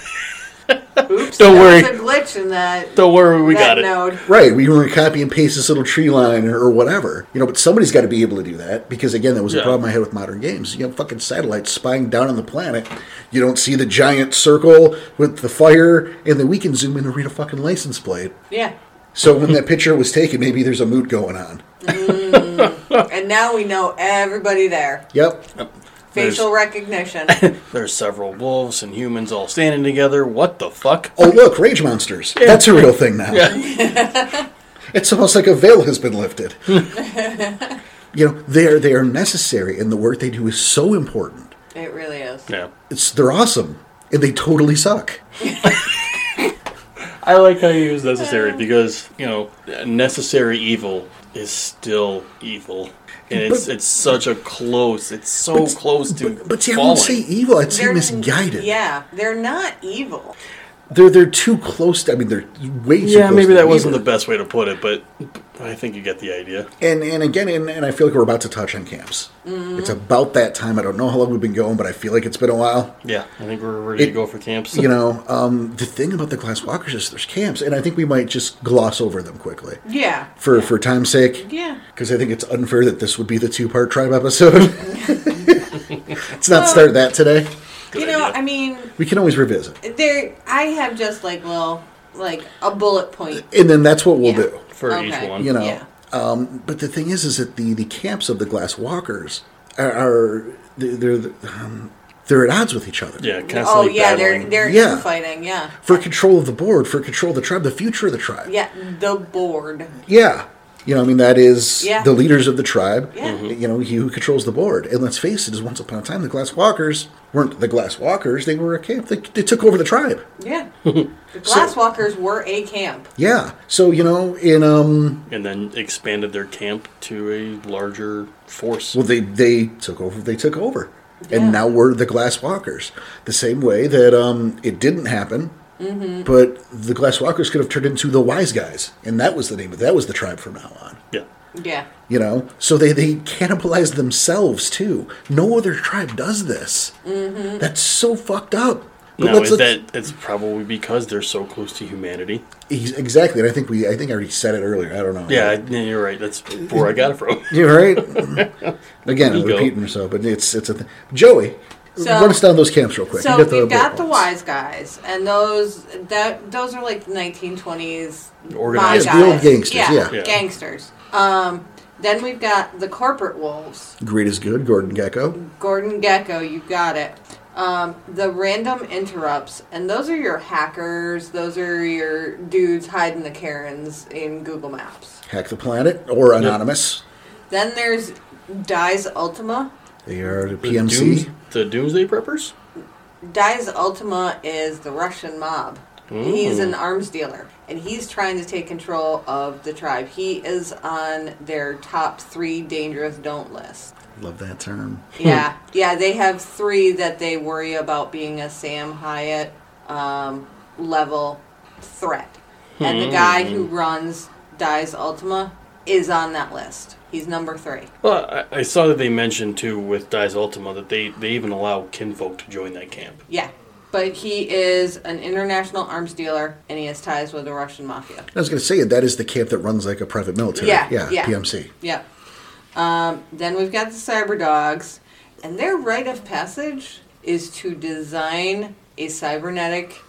[SPEAKER 2] Oops.
[SPEAKER 3] Don't
[SPEAKER 2] there
[SPEAKER 3] worry.
[SPEAKER 2] was a glitch in that.
[SPEAKER 3] Don't worry. We
[SPEAKER 2] that
[SPEAKER 3] got it.
[SPEAKER 2] node.
[SPEAKER 1] Right. We were going to copy and paste this little tree line or, or whatever. You know, but somebody's got to be able to do that because again, that was a
[SPEAKER 3] Yeah.
[SPEAKER 1] problem I had with modern games. You have fucking satellites spying down on the planet. You don't see the giant circle with the fire, and then we can zoom in and read a fucking license plate.
[SPEAKER 2] Yeah.
[SPEAKER 1] So when that picture was taken, maybe there's a moot going on.
[SPEAKER 2] And now we know everybody there.
[SPEAKER 1] Yep.
[SPEAKER 2] Facial recognition.
[SPEAKER 3] There's several wolves and humans all standing together. What the fuck?
[SPEAKER 1] Oh, look, rage monsters. That's a real thing now. it's almost like a veil has been lifted. you know, they are, they are necessary, and the work they do is so important.
[SPEAKER 2] it really is.
[SPEAKER 3] Yeah.
[SPEAKER 1] It's, they're awesome, and they totally suck.
[SPEAKER 3] I like how you use necessary because you know necessary evil is still evil, and it's it's such a close. It's so close to.
[SPEAKER 1] But see, I wouldn't say
[SPEAKER 3] falling.
[SPEAKER 1] evil, I'd say misguided.
[SPEAKER 2] Yeah. They're not evil.
[SPEAKER 1] They're, they're too close to, I mean, they're way too
[SPEAKER 3] Yeah,
[SPEAKER 1] close
[SPEAKER 3] maybe
[SPEAKER 1] to
[SPEAKER 3] that
[SPEAKER 1] evil.
[SPEAKER 3] wasn't the best way to put it, but I think you get the idea.
[SPEAKER 1] And, and again, and, and I feel like we're about to touch on camps. It's about that time. I don't know how long we've been going, but I feel like it's been a while.
[SPEAKER 3] Yeah, I think we're ready
[SPEAKER 1] It-
[SPEAKER 3] to go for camps.
[SPEAKER 1] you know, um, the thing about the glass walkers is there's camps, and I think we might just gloss over them quickly
[SPEAKER 2] Yeah.
[SPEAKER 1] for for time's sake.
[SPEAKER 2] Yeah.
[SPEAKER 1] Because I think it's unfair that this would be the two part tribe episode. Let's not start that today.
[SPEAKER 2] you know,
[SPEAKER 3] idea.
[SPEAKER 2] I mean,
[SPEAKER 1] We can always revisit,
[SPEAKER 2] there. I have just like little, like a bullet point.
[SPEAKER 1] and then that's what we'll
[SPEAKER 2] Yeah.
[SPEAKER 1] do.
[SPEAKER 3] for
[SPEAKER 2] Okay.
[SPEAKER 3] each one.
[SPEAKER 1] You know.
[SPEAKER 2] Yeah.
[SPEAKER 1] Um, but the thing is, is that the the camps of the glass walkers are, are they're they're, um, they're at odds with each other.
[SPEAKER 3] yeah, constantly
[SPEAKER 2] Oh yeah, they're
[SPEAKER 3] battling.
[SPEAKER 2] they're
[SPEAKER 1] Yeah.
[SPEAKER 2] infighting. Yeah.
[SPEAKER 1] For control of the board, for control of the tribe, the future of the tribe.
[SPEAKER 2] Yeah. The board.
[SPEAKER 1] Yeah. You know, I mean, that is
[SPEAKER 2] Yeah.
[SPEAKER 1] the leaders of the tribe.
[SPEAKER 2] Yeah. Mhm.
[SPEAKER 1] You know, he who controls the board. And let's face it, is once upon a time the Glass Walkers weren't the Glass Walkers. They were a camp. They, they took over the tribe.
[SPEAKER 2] Yeah. the Glasswalkers were a camp.
[SPEAKER 1] Yeah. So, you know, in, um,
[SPEAKER 3] and then expanded their camp to a larger force.
[SPEAKER 1] well, they, they took over. They took over.
[SPEAKER 2] Yeah.
[SPEAKER 1] And now we're the Glass Walkers. The same way that, um, it didn't happen.
[SPEAKER 2] Mm-hmm.
[SPEAKER 1] But the Glass Walkers could have turned into the Wise Guys. And that was the name of that was the tribe from now on.
[SPEAKER 3] yeah,
[SPEAKER 2] Yeah.
[SPEAKER 1] You know, so they they cannibalize themselves too. No other tribe does this. Mm-hmm. That's so fucked up. But
[SPEAKER 3] now is that it's probably because they're so close to humanity.
[SPEAKER 1] ex- exactly? And I think we I think I already said it earlier. I don't know.
[SPEAKER 3] Yeah, I, yeah, you're right. That's where I got it from.
[SPEAKER 1] you're right. Again, I'm
[SPEAKER 3] Ego.
[SPEAKER 1] repeating myself, but it's it's a thing. Joey,
[SPEAKER 2] So-
[SPEAKER 1] run us down those camps real quick.
[SPEAKER 2] So
[SPEAKER 1] You
[SPEAKER 2] we've
[SPEAKER 1] bullet
[SPEAKER 2] got the
[SPEAKER 1] points.
[SPEAKER 2] wise guys, and those that those are like 1920s
[SPEAKER 3] Organized.
[SPEAKER 2] my
[SPEAKER 1] Yeah, the old
[SPEAKER 2] guys.
[SPEAKER 1] gangsters, yeah.
[SPEAKER 3] Yeah.
[SPEAKER 2] gangsters. Um, then we've got the corporate wolves.
[SPEAKER 1] Great is good. Gordon Gecko.
[SPEAKER 2] Gordon Gecko, you got it. Um, the random interrupts, and those are your hackers. Those are your dudes hiding the Karens in Google Maps.
[SPEAKER 1] Hack the planet or anonymous.
[SPEAKER 2] Then there's Dies Ultima.
[SPEAKER 1] They are the
[SPEAKER 3] The
[SPEAKER 1] PMC.
[SPEAKER 3] dooms- the Doomsday Preppers.
[SPEAKER 2] Dies Ultima is the Russian mob. He's an arms dealer, and he's trying to take control of the tribe. He is on their top three dangerous don't list.
[SPEAKER 1] Love that term.
[SPEAKER 2] Yeah, yeah, they have three that they worry about being a Sam Hyatt um, level threat, and the guy who runs Dies Ultima is on that list. He's number three.
[SPEAKER 3] Well, I, I saw that they mentioned too with Dies Ultima that they, they even allow kinfolk to join that camp.
[SPEAKER 2] Yeah. But he is an international arms dealer and he has ties with the Russian mafia.
[SPEAKER 1] I was going to say that is the camp that runs like a private military.
[SPEAKER 2] Yeah,
[SPEAKER 1] yeah,
[SPEAKER 2] yeah.
[SPEAKER 1] PMC.
[SPEAKER 2] Yeah. Um, then we've got the cyber dogs, and their rite of passage is to design a cybernetic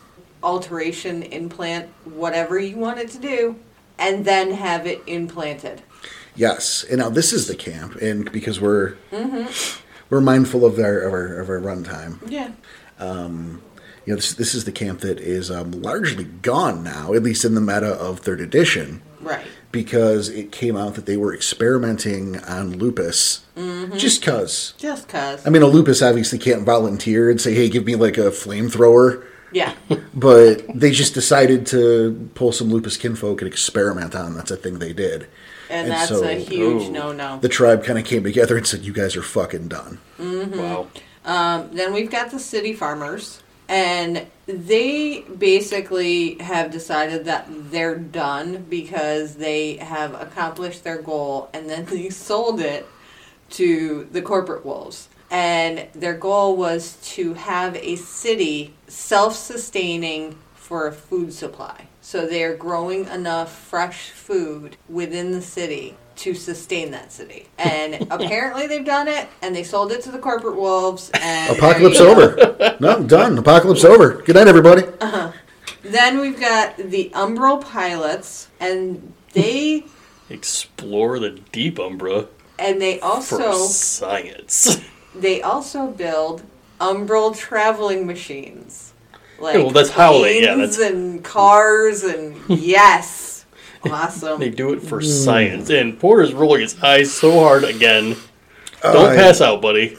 [SPEAKER 2] alteration implant, whatever you want it to do, and then have it implanted.
[SPEAKER 1] Yes, and now this is the camp, and because we're
[SPEAKER 2] Mm-hmm.
[SPEAKER 1] we're mindful of our of our, of our runtime.
[SPEAKER 2] Yeah.
[SPEAKER 1] you know, this, this is the camp that is um, largely gone now, at least in the meta of third edition,
[SPEAKER 2] Right.
[SPEAKER 1] because it came out that they were experimenting on lupus
[SPEAKER 2] Mm-hmm.
[SPEAKER 1] just because.
[SPEAKER 2] Just cause.
[SPEAKER 1] I mean, a lupus obviously can't volunteer and say, hey, give me like a flamethrower,
[SPEAKER 2] yeah.
[SPEAKER 1] but they just decided to pull some lupus kinfolk and experiment on. That's a thing they did.
[SPEAKER 2] And that's
[SPEAKER 1] so oh,
[SPEAKER 2] a huge
[SPEAKER 3] Ooh.
[SPEAKER 2] no no.
[SPEAKER 1] the tribe kind of came together and said, you guys are fucking done.
[SPEAKER 2] Mm-hmm.
[SPEAKER 3] Wow.
[SPEAKER 2] Um, then we've got the city farmers, and they basically have decided that they're done because they have accomplished their goal, and then they sold it to the corporate wolves. And their goal was to have a city self sustaining for a food supply. So they are growing enough fresh food within the city to sustain that city. And apparently they've done it and they sold it to the corporate wolves and
[SPEAKER 1] Apocalypse over. No, done. Apocalypse over. Good night, everybody.
[SPEAKER 2] Then we've got the Umbral Pilots and they
[SPEAKER 3] Explore the deep Umbra
[SPEAKER 2] and they
[SPEAKER 3] for
[SPEAKER 2] also
[SPEAKER 3] science.
[SPEAKER 2] they also build Umbral traveling machines. Like
[SPEAKER 3] well, that's how they- yeah,
[SPEAKER 2] planes
[SPEAKER 3] that's-
[SPEAKER 2] and cars and yes. Awesome.
[SPEAKER 3] They do it for
[SPEAKER 1] Hmm.
[SPEAKER 3] science. And Porter's rolling his eyes so hard again. Don't
[SPEAKER 1] I-
[SPEAKER 3] pass out, buddy.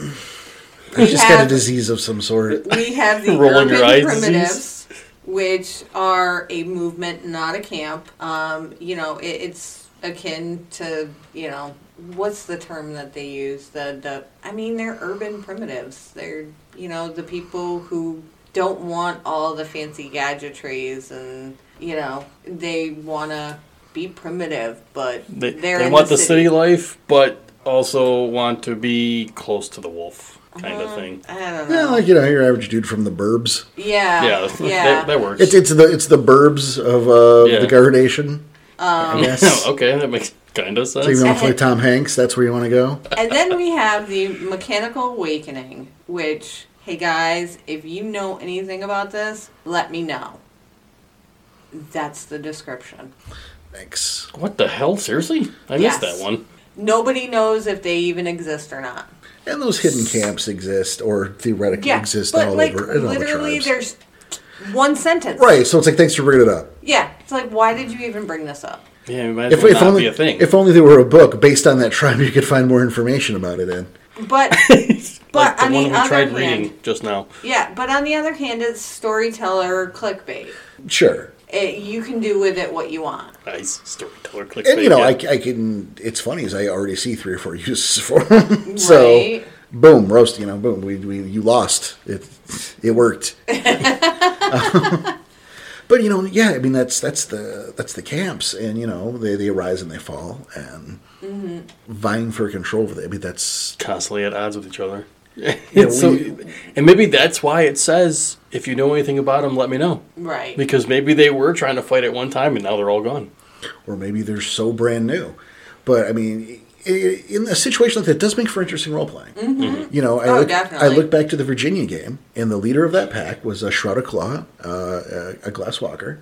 [SPEAKER 1] I just got
[SPEAKER 2] have-
[SPEAKER 1] a disease of some sort.
[SPEAKER 2] we have the
[SPEAKER 3] Rolling your eyes
[SPEAKER 2] urban
[SPEAKER 3] disease.
[SPEAKER 2] primitives, which are a movement, not a camp. Um, you know, it, it's akin to you know what's the term that they use? The the I mean, they're urban primitives. They're you know the people who don't want all the fancy gadgetries and you know they want to be primitive, but
[SPEAKER 3] They,
[SPEAKER 2] they're
[SPEAKER 3] they
[SPEAKER 2] in
[SPEAKER 3] want the
[SPEAKER 2] the
[SPEAKER 3] city. life, but also want to be close to the wolf kind
[SPEAKER 2] Uh-huh.
[SPEAKER 3] of thing.
[SPEAKER 2] I don't
[SPEAKER 1] Yeah,
[SPEAKER 2] know.
[SPEAKER 1] like you know, your average dude from the burbs.
[SPEAKER 2] Yeah,
[SPEAKER 3] Yeah,
[SPEAKER 2] yeah.
[SPEAKER 3] That, that works.
[SPEAKER 1] It's it's the it's the burbs of uh,
[SPEAKER 3] Yeah.
[SPEAKER 1] the Gardation. I guess. so
[SPEAKER 3] Oh, okay, that makes kind of sense.
[SPEAKER 1] you want to play Tom Hanks? That's where you want to go.
[SPEAKER 2] and then we have the mechanical awakening which hey guys if you know anything about this let me know that's the description
[SPEAKER 1] Thanks.
[SPEAKER 3] What the hell? Seriously? I
[SPEAKER 2] Yes.
[SPEAKER 3] missed that one.
[SPEAKER 2] nobody knows if they even exist or not
[SPEAKER 1] And those hidden camps exist, or theoretically
[SPEAKER 2] yeah
[SPEAKER 1] exist
[SPEAKER 2] but
[SPEAKER 1] all
[SPEAKER 2] like
[SPEAKER 1] over in all the
[SPEAKER 2] literally
[SPEAKER 1] tribes.
[SPEAKER 2] there's one sentence
[SPEAKER 1] Right. So it's like thanks for bringing it up.
[SPEAKER 2] yeah it's like why did you even bring this up
[SPEAKER 3] Yeah, it might as
[SPEAKER 1] If,
[SPEAKER 3] well
[SPEAKER 1] if
[SPEAKER 3] not
[SPEAKER 1] only
[SPEAKER 3] be a thing.
[SPEAKER 1] if only there were a book based on that tribe, you could find more information about it in.
[SPEAKER 2] but
[SPEAKER 3] like
[SPEAKER 2] but
[SPEAKER 3] the
[SPEAKER 2] on
[SPEAKER 3] one
[SPEAKER 2] the
[SPEAKER 3] we
[SPEAKER 2] other
[SPEAKER 3] tried
[SPEAKER 2] hand
[SPEAKER 3] reading just now.
[SPEAKER 2] yeah but on the other hand it's storyteller clickbait
[SPEAKER 1] Sure.
[SPEAKER 2] it, you can do with it what you want
[SPEAKER 3] Nice storyteller clickbait.
[SPEAKER 1] And you know, I,
[SPEAKER 3] yeah.
[SPEAKER 1] I can. It's funny is I already see three or four uses for them. So
[SPEAKER 2] Right.
[SPEAKER 1] boom, roast. You know, boom. We, we you lost. It it worked. but you know, yeah. I mean, that's that's the that's the camps, and you know, they they arise and they fall, and vying for control over it. I mean, that's
[SPEAKER 3] constantly at odds with each other.
[SPEAKER 1] Yeah,
[SPEAKER 3] so,
[SPEAKER 1] we-
[SPEAKER 3] and maybe that's why it says, if you know anything about them, let me know.
[SPEAKER 2] right
[SPEAKER 3] Because maybe they were trying to fight at one time and now they're all gone.
[SPEAKER 1] or maybe they're so brand new. But I mean, i- i- in a situation like that, it does make for interesting role playing. You know, I,
[SPEAKER 2] Oh,
[SPEAKER 1] look, I
[SPEAKER 2] definitely.
[SPEAKER 1] look back to the Virginia game, and the leader of that pack was a Shroud of Claw, uh, a, a Glass Walker,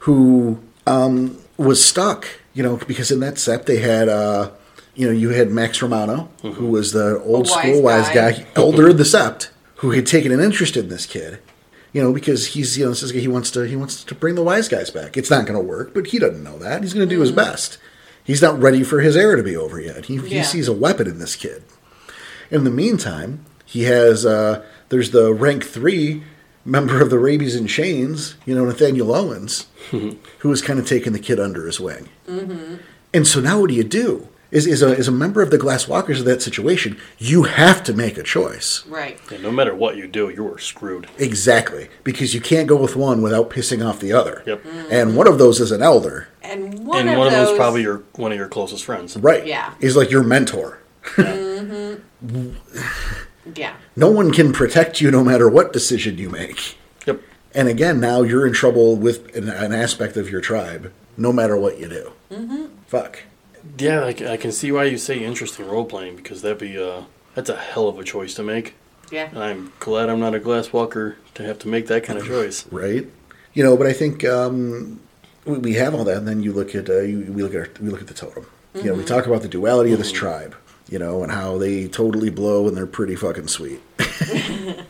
[SPEAKER 1] who um, was stuck. You know, because in that set they had. Uh, you know, you had Max Romano, who was the old
[SPEAKER 2] wise
[SPEAKER 1] school wise
[SPEAKER 2] guy.
[SPEAKER 1] guy, elder of the Sept, who had taken an interest in this kid. You know, because he's you know this is, he wants to he wants to bring the wise guys back. It's not going to work, but he doesn't know that. He's going to do his best. He's not ready for his era to be over yet. He, he
[SPEAKER 2] Yeah.
[SPEAKER 1] sees a weapon in this kid. In the meantime, he has uh, there's the rank three member of the Rabies and Chains, you know Nathaniel Owens, who is kind of taking the kid under his wing. And so now what do you do? Is, is, a, is a member of the Glass Walkers of that situation, you have to make a choice.
[SPEAKER 2] right
[SPEAKER 3] And no matter what you do, you are screwed.
[SPEAKER 1] Exactly. Because you can't go with one without pissing off the other.
[SPEAKER 3] Yep.
[SPEAKER 1] And one of those is an elder.
[SPEAKER 2] And and one,
[SPEAKER 3] and
[SPEAKER 2] of,
[SPEAKER 3] one of
[SPEAKER 2] those,
[SPEAKER 3] them's probably your one of your closest friends.
[SPEAKER 1] Right.
[SPEAKER 2] Yeah.
[SPEAKER 1] He's like your mentor.
[SPEAKER 2] yeah.
[SPEAKER 1] No one can protect you no matter what decision you make.
[SPEAKER 3] Yep.
[SPEAKER 1] And again, now you're in trouble with an, an aspect of your tribe, no matter what you do. Mm-hmm. Fuck.
[SPEAKER 3] Yeah, I, c- I can see why you say interesting role playing because that'd be uh that's a hell of a choice to make.
[SPEAKER 2] Yeah.
[SPEAKER 3] And I'm glad I'm not a glass walker to have to make that kind of choice.
[SPEAKER 1] right? You know, but I think um, we, we have all that, and then you look at uh, you, we look at our, we look at the totem. You know,
[SPEAKER 3] Mm-hmm.
[SPEAKER 1] we talk about the duality of this tribe, you know, and how they totally blow and they're pretty fucking sweet.
[SPEAKER 3] Both
[SPEAKER 1] You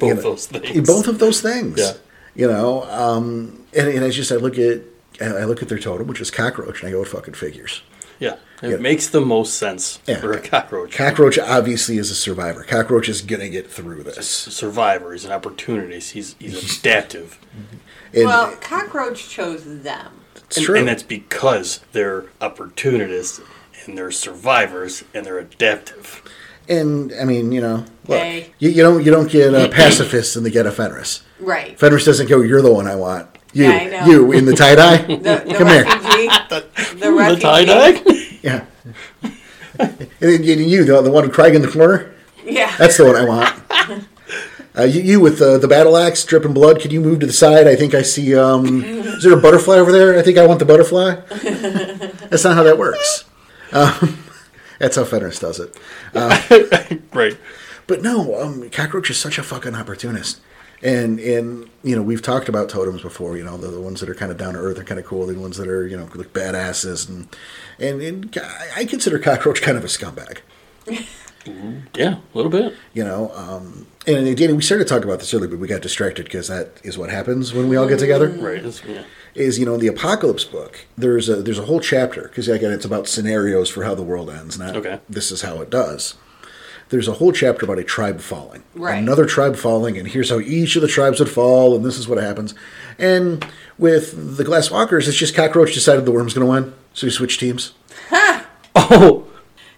[SPEAKER 1] know, eh,
[SPEAKER 3] those things.
[SPEAKER 1] Both of those things.
[SPEAKER 3] Yeah.
[SPEAKER 1] You know, um, and, and it's just I look at I I look at their totem, which is cockroach, and I go, it fucking figures.
[SPEAKER 3] yeah. It
[SPEAKER 1] Yeah.
[SPEAKER 3] makes the most sense
[SPEAKER 1] Yeah.
[SPEAKER 3] for a cockroach.
[SPEAKER 1] Cockroach obviously is a survivor. Cockroach is gonna get through this.
[SPEAKER 3] survivor. He's an opportunist. He's he's adaptive.
[SPEAKER 1] And
[SPEAKER 2] well, cockroach chose them.
[SPEAKER 1] it's
[SPEAKER 3] and,
[SPEAKER 1] true.
[SPEAKER 3] and that's because they're opportunists and they're survivors and they're adaptive.
[SPEAKER 1] And I mean, you know, look,
[SPEAKER 2] Hey.
[SPEAKER 1] you, you don't you don't get uh, pacifists in the get a Fenris.
[SPEAKER 2] Right.
[SPEAKER 1] Fenris doesn't go. You're the one I want. You,
[SPEAKER 2] Yeah, I know.
[SPEAKER 1] you in the tie dye.
[SPEAKER 2] The, the
[SPEAKER 1] Come here.
[SPEAKER 2] refugee. the
[SPEAKER 3] The
[SPEAKER 2] refugee.
[SPEAKER 3] tie dye?
[SPEAKER 1] Yeah. and then you- you, the, the one crying in the corner.
[SPEAKER 2] Yeah.
[SPEAKER 1] That's the one I want. Uh, you, you with the, the battle axe dripping blood. Can you move to the side? I think I see. Um, is there a butterfly over there? I think I want the butterfly. That's not how that works. Um, that's how Fenris does it.
[SPEAKER 3] right.
[SPEAKER 1] But no, um, Cockroach is such a fucking opportunist. And and you know we've talked about totems before. You know the, the ones that are kind of down to earth are kind of cool. The ones that are you know like badasses and and, and I- I consider Cockroach kind of a scumbag.
[SPEAKER 3] Yeah, a little bit.
[SPEAKER 1] You know, um, and again we started talking about this earlier, but we got distracted because that is what happens when we all get together.
[SPEAKER 3] Right. It's- yeah.
[SPEAKER 1] Is you know in the apocalypse book there's a there's a whole chapter because again it's about scenarios for how the world ends. Not
[SPEAKER 3] Okay.
[SPEAKER 1] this is how it does. There's a whole chapter about a tribe falling.
[SPEAKER 2] Right.
[SPEAKER 1] Another tribe falling, and here's how each of the tribes would fall, and this is what happens. And with the Glass Walkers, it's just Cockroach decided the worm's going to win, so he switched teams.
[SPEAKER 3] Oh,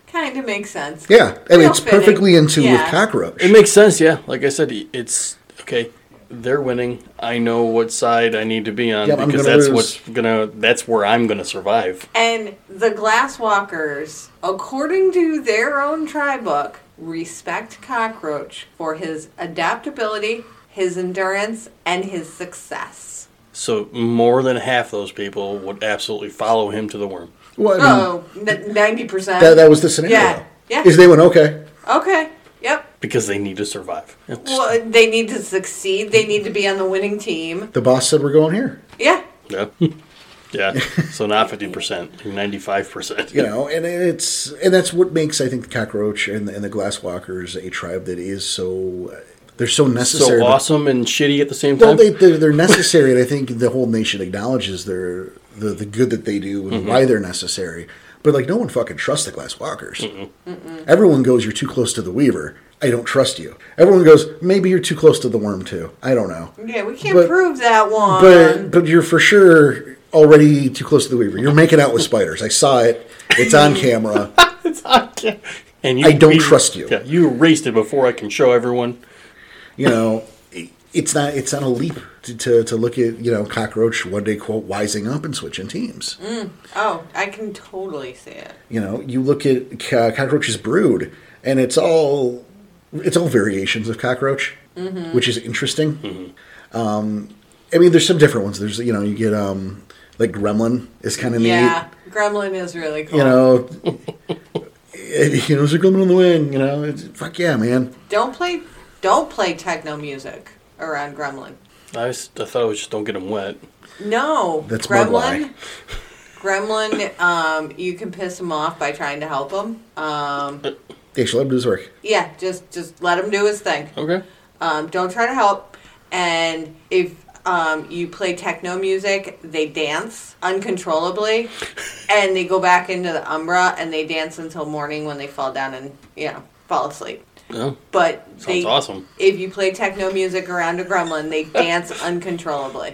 [SPEAKER 2] Kind of makes sense.
[SPEAKER 1] Yeah. I mean,
[SPEAKER 2] Real
[SPEAKER 1] it's
[SPEAKER 2] fitting.
[SPEAKER 1] perfectly in tune with
[SPEAKER 2] Yeah.
[SPEAKER 1] Cockroach.
[SPEAKER 3] it makes sense. Yeah. Like I said, it's okay. They're winning. I know what side I need to be on
[SPEAKER 1] Yep, I'm
[SPEAKER 3] because
[SPEAKER 1] gonna
[SPEAKER 3] that's
[SPEAKER 1] lose.
[SPEAKER 3] what's gonna. That's where I'm gonna survive.
[SPEAKER 2] And the Glasswalkers, according to their own tribe book, respect Cockroach for his adaptability, his endurance, and his success.
[SPEAKER 3] So more than half those people would absolutely follow him to the worm.
[SPEAKER 1] well, I mean,
[SPEAKER 2] Oh, ninety percent.
[SPEAKER 1] that, that was the scenario.
[SPEAKER 2] Yeah. Yeah.
[SPEAKER 1] Is they went, okay.
[SPEAKER 2] okay. Yep.
[SPEAKER 3] because they need to survive.
[SPEAKER 2] Well, they need to succeed. They need to be on the winning team.
[SPEAKER 1] The boss said, we're going here.
[SPEAKER 2] Yeah.
[SPEAKER 3] yeah. yeah. So not 50%, 95%.
[SPEAKER 1] you know and it's and that's what makes i think the cockroach and the, and the glass walkers a tribe that is so they're so necessary
[SPEAKER 3] So
[SPEAKER 1] but-
[SPEAKER 3] awesome and shitty at the same
[SPEAKER 1] well
[SPEAKER 3] time.
[SPEAKER 1] they, they're, they're necessary and i think the whole nation acknowledges their the, the good that they do and why they're necessary but like no one fucking trusts the glass walkers everyone goes you're too close to the weaver i don't trust you everyone goes maybe you're too close to the worm too i don't know
[SPEAKER 2] Yeah. We can't
[SPEAKER 1] But-
[SPEAKER 2] prove that one.
[SPEAKER 1] but but you're for sure already too close to the weaver you're making out with spiders i saw it it's on camera
[SPEAKER 3] and you
[SPEAKER 1] I don't
[SPEAKER 3] we-
[SPEAKER 1] trust you.
[SPEAKER 3] Yeah, you erased it before I can show everyone.
[SPEAKER 1] you know, it's not it's not a leap to, to, to look at you know cockroach one day quote wising up and switching teams.
[SPEAKER 2] oh, I can totally see it.
[SPEAKER 1] You know, you look at Co- cockroach's brood, and it's all it's all variations of cockroach, which is interesting. Um, I mean, there's some different ones. There's you know you get um like gremlin is kind of
[SPEAKER 2] Yeah.
[SPEAKER 1] neat.
[SPEAKER 2] Gremlin is really cool.
[SPEAKER 1] You know, you know, there's a gremlin on the wing. You know, it's, fuck yeah, man.
[SPEAKER 2] Don't play. Don't play techno music around Gremlin.
[SPEAKER 3] I, was, I thought I was just don't get them wet.
[SPEAKER 2] No,
[SPEAKER 1] That's
[SPEAKER 2] Gremlin. Gremlin, um, you can piss him off by trying to help him. Um,
[SPEAKER 1] They should let him do his work.
[SPEAKER 2] yeah, just just let him do his thing.
[SPEAKER 3] Okay.
[SPEAKER 2] Um, don't try to help. And if um, you play techno music, they dance uncontrollably, and they go back into the umbra and they dance until morning when they fall down and you know fall asleep.
[SPEAKER 3] Yeah.
[SPEAKER 2] But they,
[SPEAKER 3] awesome.
[SPEAKER 2] If you play techno music around a gremlin, they dance uncontrollably.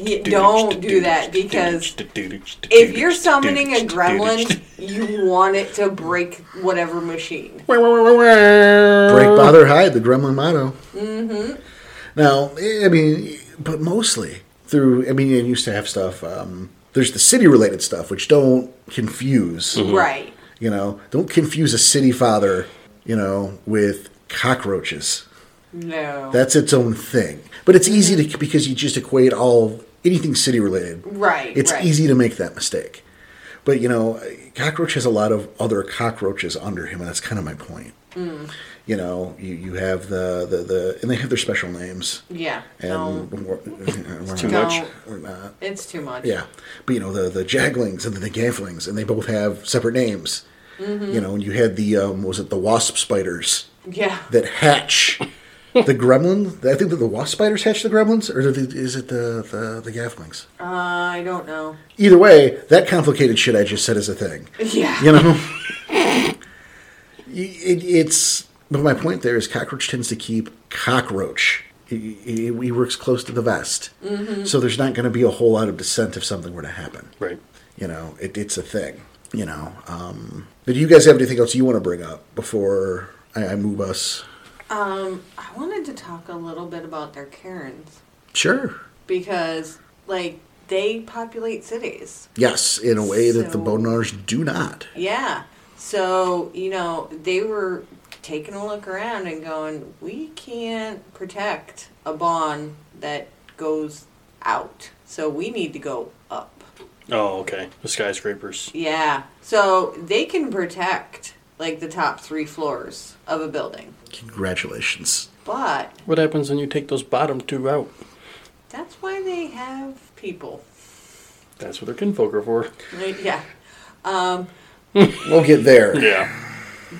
[SPEAKER 2] Yeah, don't do that, because If you're summoning a gremlin, you want it to break whatever machine.
[SPEAKER 3] Uh,
[SPEAKER 1] Break, bother, hide, the gremlin motto. Mm-hmm. Now, I mean, but mostly through. I mean, and used to have stuff. Um, there's the city related stuff, which don't confuse.
[SPEAKER 2] Right.
[SPEAKER 1] You know, don't confuse a city father. You know, with cockroaches.
[SPEAKER 2] No.
[SPEAKER 1] That's its own thing. But it's easy to because you just equate all anything city related.
[SPEAKER 2] right.
[SPEAKER 1] It's
[SPEAKER 2] right.
[SPEAKER 1] easy to make that mistake. But you know, cockroach has a lot of other cockroaches under him, and that's kind of my point. You know, you, you have the, the, the and they have their special names.
[SPEAKER 2] Yeah.
[SPEAKER 1] And
[SPEAKER 2] no.
[SPEAKER 1] we're, we're
[SPEAKER 3] too
[SPEAKER 1] not,
[SPEAKER 3] much.
[SPEAKER 2] No.
[SPEAKER 1] we're not-
[SPEAKER 2] It's too much.
[SPEAKER 1] Yeah, but you know the the jaglings and then the gafflings, and they both have separate names. You know, and you had the um, was it the wasp spiders
[SPEAKER 2] Yeah.
[SPEAKER 1] that hatch the gremlin? I think that the wasp spiders hatch the gremlins, or did it- is it the the, the gafflings?
[SPEAKER 2] Uh, I don't know.
[SPEAKER 1] Either way, that complicated shit I just said is a thing.
[SPEAKER 2] Yeah.
[SPEAKER 1] You know, it, it's. But my point there is, cockroach tends to keep cockroach. He, he, he works close to the vest,
[SPEAKER 2] Mm-hmm.
[SPEAKER 1] so there's not going to be a whole lot of dissent if something were to happen.
[SPEAKER 3] Right.
[SPEAKER 1] You know, it, it's a thing. You know. Um, but do you guys have anything else you want to bring up before I, I move us?
[SPEAKER 2] I wanted to talk a little bit about their Karens
[SPEAKER 1] Sure.
[SPEAKER 2] because, like, they populate cities.
[SPEAKER 1] Yes, in a way that the
[SPEAKER 2] So-
[SPEAKER 1] Bonars do not.
[SPEAKER 2] Yeah. So, you know, they were taking a look around and going, we can't protect a bond that goes out. So we need to go up.
[SPEAKER 3] Oh, okay. The skyscrapers.
[SPEAKER 2] Yeah. So they can protect, like, the top three floors of a building.
[SPEAKER 1] Congratulations.
[SPEAKER 2] But
[SPEAKER 3] What happens when you take those bottom two out?
[SPEAKER 2] that's why they have people.
[SPEAKER 3] That's what their kinfolk are for.
[SPEAKER 2] Yeah. Um,
[SPEAKER 1] We'll get there.
[SPEAKER 3] Yeah.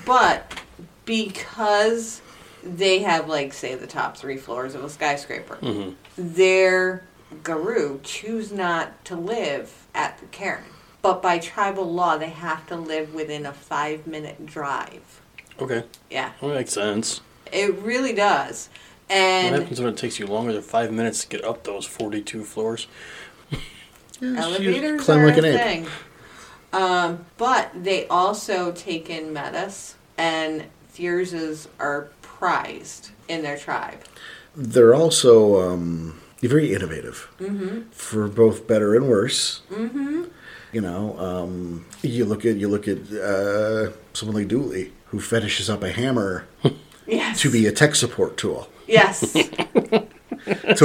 [SPEAKER 2] But because they have, like, say, the top three floors of a skyscraper,
[SPEAKER 1] Mm-hmm.
[SPEAKER 2] their guru choose not to live at the Karen. But by tribal law, they have to live within a five minute drive.
[SPEAKER 3] Okay.
[SPEAKER 2] Yeah,
[SPEAKER 3] That makes sense.
[SPEAKER 2] it really does.
[SPEAKER 3] what
[SPEAKER 2] And
[SPEAKER 3] happens when it takes you longer than five minutes to get up those 42 floors?
[SPEAKER 2] elevators
[SPEAKER 1] climb
[SPEAKER 2] are
[SPEAKER 1] like
[SPEAKER 2] a
[SPEAKER 1] an ape.
[SPEAKER 2] thing. Um, but they also take in metas, and theirs are prized in their tribe.
[SPEAKER 1] they're also um, very innovative for both better and worse. Mm-hmm. You know, um, you look at you look at uh, someone like Dooley who fetishes up a hammer
[SPEAKER 2] Yes.
[SPEAKER 1] to be a tech support tool,
[SPEAKER 2] Yes.
[SPEAKER 1] to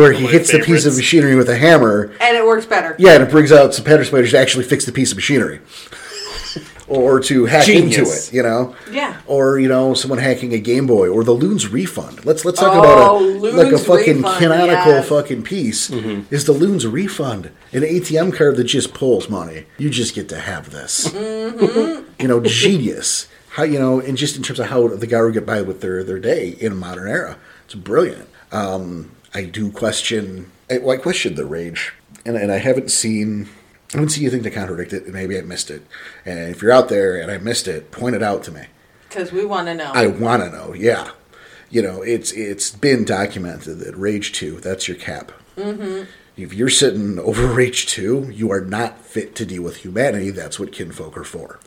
[SPEAKER 1] where he
[SPEAKER 3] My
[SPEAKER 1] hits the piece of
[SPEAKER 3] favorites.
[SPEAKER 1] machinery with a hammer.
[SPEAKER 2] and it works better.
[SPEAKER 1] Yeah, and it brings out some pattern spiders to actually fix the piece of machinery, or to hack into
[SPEAKER 3] Genius.
[SPEAKER 1] it. You know.
[SPEAKER 2] Yeah.
[SPEAKER 1] Or you know someone hacking a Game Boy, or the Loon's refund. Let's let's talk
[SPEAKER 2] Oh,
[SPEAKER 1] about a
[SPEAKER 2] Loon's
[SPEAKER 1] like a fucking
[SPEAKER 2] refund,
[SPEAKER 1] canonical
[SPEAKER 2] yes.
[SPEAKER 1] fucking piece. Is the Loon's refund an ATM card that just pulls money? You just get to have this.
[SPEAKER 2] Mm-hmm.
[SPEAKER 1] you know, genius. How you know, and just in terms of how the guy would get by with their their day in a modern era, it's brilliant. Um, I do question. I, well, I questioned the rage, and and I haven't seen. I haven't seen anything to contradict it, and maybe I missed it. And if you're out there and I missed it, point it out to me.
[SPEAKER 2] Because we want to know.
[SPEAKER 1] I want to know. Yeah, you know, it's it's been documented that Rage Two, that's your cap. Mm-hmm. If you're sitting over Rage Two, you are not fit to deal with humanity. That's what kinfolk are for.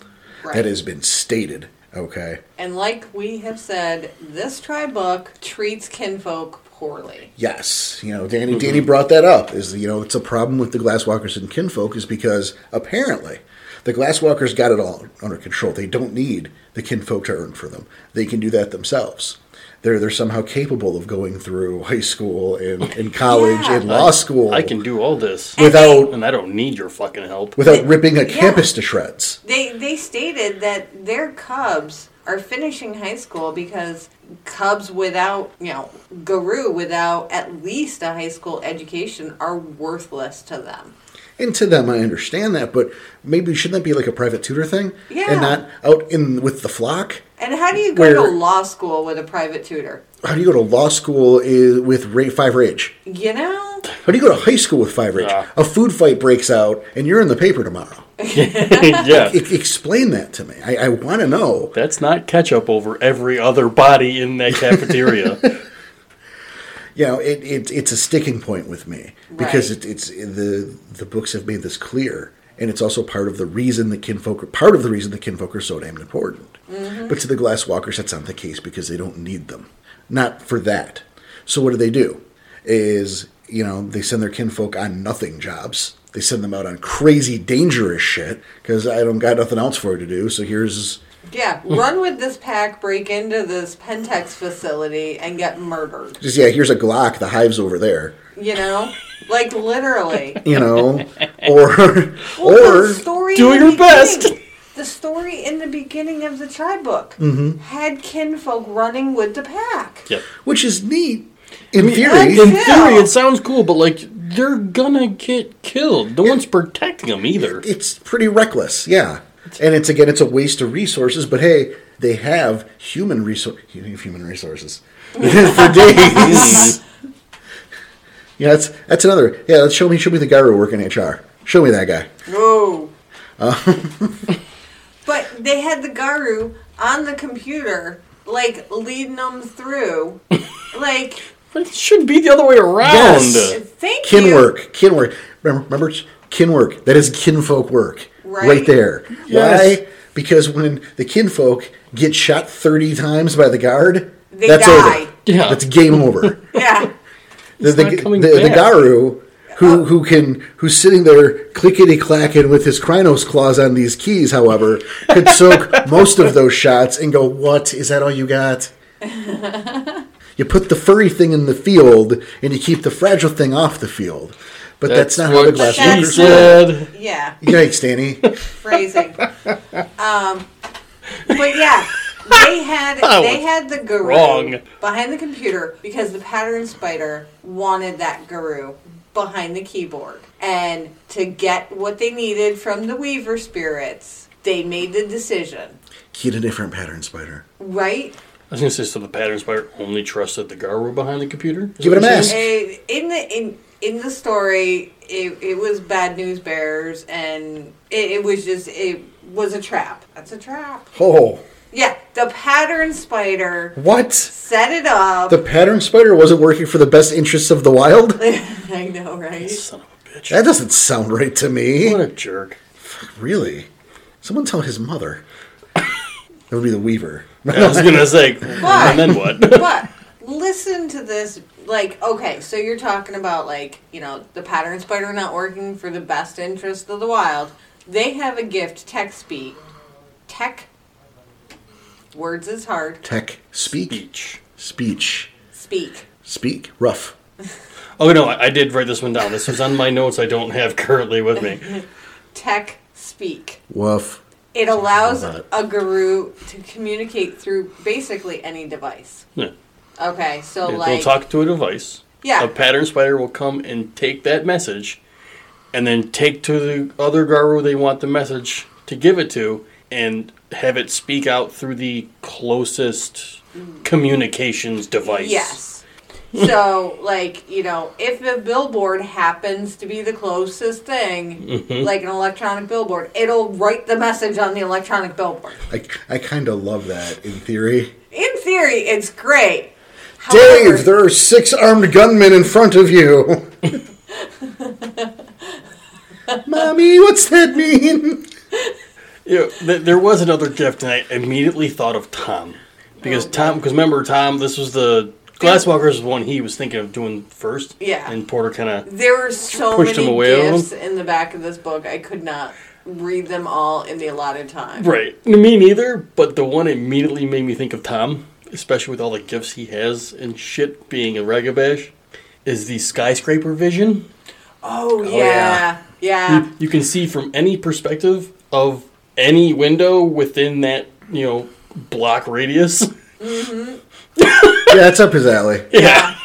[SPEAKER 2] Right.
[SPEAKER 1] That has been stated. Okay.
[SPEAKER 2] and like we have said, this tribe book treats kinfolk poorly.
[SPEAKER 1] Yes, you know, Danny.
[SPEAKER 3] Mm-hmm.
[SPEAKER 1] Danny brought that up. Is you know, it's a problem with the Glasswalkers and kinfolk is because apparently the Glasswalkers got it all under control. They don't need the kinfolk to earn for them. They can do that themselves. They're they're somehow capable of going through high school and, and college
[SPEAKER 2] Yeah.
[SPEAKER 1] and law school
[SPEAKER 3] I can do all this.
[SPEAKER 1] without
[SPEAKER 3] And I don't need your fucking help.
[SPEAKER 1] without ripping a
[SPEAKER 2] Yeah.
[SPEAKER 1] campus to shreds.
[SPEAKER 2] They they stated that their cubs are finishing high school because cubs without you know guru without at least a high school education are worthless to them.
[SPEAKER 1] And to them, I understand that, but maybe shouldn't that be like a private tutor thing,
[SPEAKER 2] Yeah.
[SPEAKER 1] and not out in with the flock?
[SPEAKER 2] And how do you go
[SPEAKER 1] Where-
[SPEAKER 2] to law school with a private tutor?
[SPEAKER 1] How do you go to law school i- with ra- five rage?
[SPEAKER 2] You know,
[SPEAKER 1] How do you go to high school with five rage?
[SPEAKER 3] Yeah.
[SPEAKER 1] A food fight breaks out, and you're in the paper tomorrow.
[SPEAKER 3] yeah.
[SPEAKER 1] E- explain that to me. I, I want to know.
[SPEAKER 3] That's not ketchup over every other body in that cafeteria.
[SPEAKER 1] You know, it, it, it's a sticking point with me because
[SPEAKER 2] Right.
[SPEAKER 1] it, it's the the books have made this clear, and it's also part of the reason the kinfolk are, part of the reason the kinfolk are so damn important.
[SPEAKER 2] Mm-hmm.
[SPEAKER 1] But to the glass walkers, that's not the case because they don't need them, not for that. So what do they do? Is you know, they send their kinfolk on nothing jobs. They send them out on crazy, dangerous shit because I don't got nothing else for you to do. So here's
[SPEAKER 2] Yeah,
[SPEAKER 1] Hmm.
[SPEAKER 2] run with this pack, break into this Pentex facility, and get murdered.
[SPEAKER 1] just yeah, here's a Glock. The hive's over there,
[SPEAKER 2] You know, like literally.
[SPEAKER 1] you know, or
[SPEAKER 2] Well, the
[SPEAKER 1] or
[SPEAKER 2] story
[SPEAKER 3] do
[SPEAKER 2] in the
[SPEAKER 3] your best.
[SPEAKER 2] beginning- The story in the beginning of the tribe book
[SPEAKER 3] Mm-hmm.
[SPEAKER 2] had kinfolk running with the pack.
[SPEAKER 3] Yep.
[SPEAKER 1] which is neat in
[SPEAKER 3] In
[SPEAKER 1] theory.
[SPEAKER 2] Yeah.
[SPEAKER 3] theory, it sounds cool, but like they're gonna get killed. No one's protecting them either.
[SPEAKER 1] It's pretty reckless, yeah. And it's again, it's a waste of resources. But hey, they have human resource human resources for days. yeah, that's that's another. Yeah, let's show me show me the guy who working in HR. Show me that guy.
[SPEAKER 2] Whoa.
[SPEAKER 3] Uh.
[SPEAKER 2] but they had the Garu on the computer, like leading them through. like,
[SPEAKER 3] But it should be the other way around.
[SPEAKER 1] Yes.
[SPEAKER 2] thank you.
[SPEAKER 1] Kinwork, kinwork. Remember, remember it's kinwork. That is kinfolk work, right,
[SPEAKER 2] Right.
[SPEAKER 1] there.
[SPEAKER 3] Yes.
[SPEAKER 1] Why? Because when the kinfolk get shot thirty times by the guard,
[SPEAKER 2] They
[SPEAKER 1] that's
[SPEAKER 2] die.
[SPEAKER 1] over.
[SPEAKER 3] Yeah.
[SPEAKER 1] that's game over.
[SPEAKER 2] Yeah.
[SPEAKER 1] the, the,
[SPEAKER 3] not coming
[SPEAKER 1] the, the
[SPEAKER 3] back.
[SPEAKER 1] Garu who who can who's sitting there clickety clacking with his Krynos claws on these keys, however, could soak most of those shots and go, "What is that? All you got?" you put the furry thing in the field and you keep the fragile thing off the field, but that's, not how the
[SPEAKER 3] what
[SPEAKER 1] glass
[SPEAKER 2] she
[SPEAKER 1] works.
[SPEAKER 3] she
[SPEAKER 2] works.
[SPEAKER 3] said.
[SPEAKER 2] Yeah.
[SPEAKER 1] Yikes, Danny!
[SPEAKER 2] Phrasing. um, but yeah. They had
[SPEAKER 3] That
[SPEAKER 2] they
[SPEAKER 3] was
[SPEAKER 2] had the guru
[SPEAKER 3] wrong.
[SPEAKER 2] behind the computer because the pattern spider wanted that guru behind the keyboard. And to get what they needed from the Weaver spirits, they made the decision.
[SPEAKER 1] Get a different pattern, spider.
[SPEAKER 2] Right?
[SPEAKER 3] I was gonna say, so the pattern spider only trusted the Garu behind the computer. Is
[SPEAKER 1] Give it a
[SPEAKER 3] that what you're
[SPEAKER 1] mask.
[SPEAKER 3] saying?
[SPEAKER 2] Uh, in the in in the story, it, it was bad news bears, and it, it was just it was a trap. That's a trap.
[SPEAKER 1] Oh,
[SPEAKER 2] Yeah, the pattern spider
[SPEAKER 1] what?
[SPEAKER 2] set it up.
[SPEAKER 1] The pattern spider wasn't working for the best interests of the wild.
[SPEAKER 2] I know, right?
[SPEAKER 3] Son of a bitch.
[SPEAKER 1] That doesn't sound right to me.
[SPEAKER 3] What a jerk.
[SPEAKER 1] Really? Someone tell his mother. That would be the Weaver.
[SPEAKER 3] I was gonna say, and then what?
[SPEAKER 2] But listen to this. Like, okay, so you're talking about like you know the pattern spider not working for the best interest of the wild. They have a gift, tech speak, tech. Words is hard.
[SPEAKER 1] Tech speak.
[SPEAKER 3] Beach.
[SPEAKER 1] Speech.
[SPEAKER 2] Speak.
[SPEAKER 1] Speak. Rough.
[SPEAKER 3] Oh no, I, I did write this one down. This was on my notes. I don't have currently with me.
[SPEAKER 2] Tech speak.
[SPEAKER 1] Woof.
[SPEAKER 2] It allows
[SPEAKER 1] Hold
[SPEAKER 2] a guru to communicate through basically any device.
[SPEAKER 3] Yeah.
[SPEAKER 2] Okay, so
[SPEAKER 3] It will
[SPEAKER 2] like
[SPEAKER 3] talk to a device.
[SPEAKER 2] Yeah.
[SPEAKER 3] A pattern spider will come and take that message and then take to the other Garu they want the message to give it to and have it speak out through the closest communications device.
[SPEAKER 2] Mm. yes.
[SPEAKER 3] Hmm.
[SPEAKER 2] so like, you know, if a billboard happens to be the closest thing,
[SPEAKER 3] Mm-hmm.
[SPEAKER 2] like an electronic billboard, it'll write the message on the electronic billboard.
[SPEAKER 1] I, I kind of love that in theory.
[SPEAKER 2] In theory, it's great.
[SPEAKER 1] Dave,
[SPEAKER 2] However-
[SPEAKER 1] there are six armed gunmen in front of you. Mommy, what's that mean?
[SPEAKER 3] You know, th- there was another gift and I immediately thought of Tom. Because
[SPEAKER 2] Oh,
[SPEAKER 3] Tom, because remember Tom, this was the Glasswalkers was the one he was thinking of doing first.
[SPEAKER 2] Yeah.
[SPEAKER 3] And Porter kind of
[SPEAKER 2] There were so
[SPEAKER 3] Pushed
[SPEAKER 2] many
[SPEAKER 3] him away a little.
[SPEAKER 2] gifts in the back of this book. I could not read them all in the allotted time.
[SPEAKER 3] Right. Me neither, but the one immediately made me think of Tom, especially with all the gifts he has and shit being a ragabash, is the skyscraper vision.
[SPEAKER 2] Oh,
[SPEAKER 1] yeah.
[SPEAKER 2] yeah. Yeah.
[SPEAKER 3] You, you can see from any perspective of any window within that, you know, block radius.
[SPEAKER 1] Yeah, it's up his alley.
[SPEAKER 3] Yeah.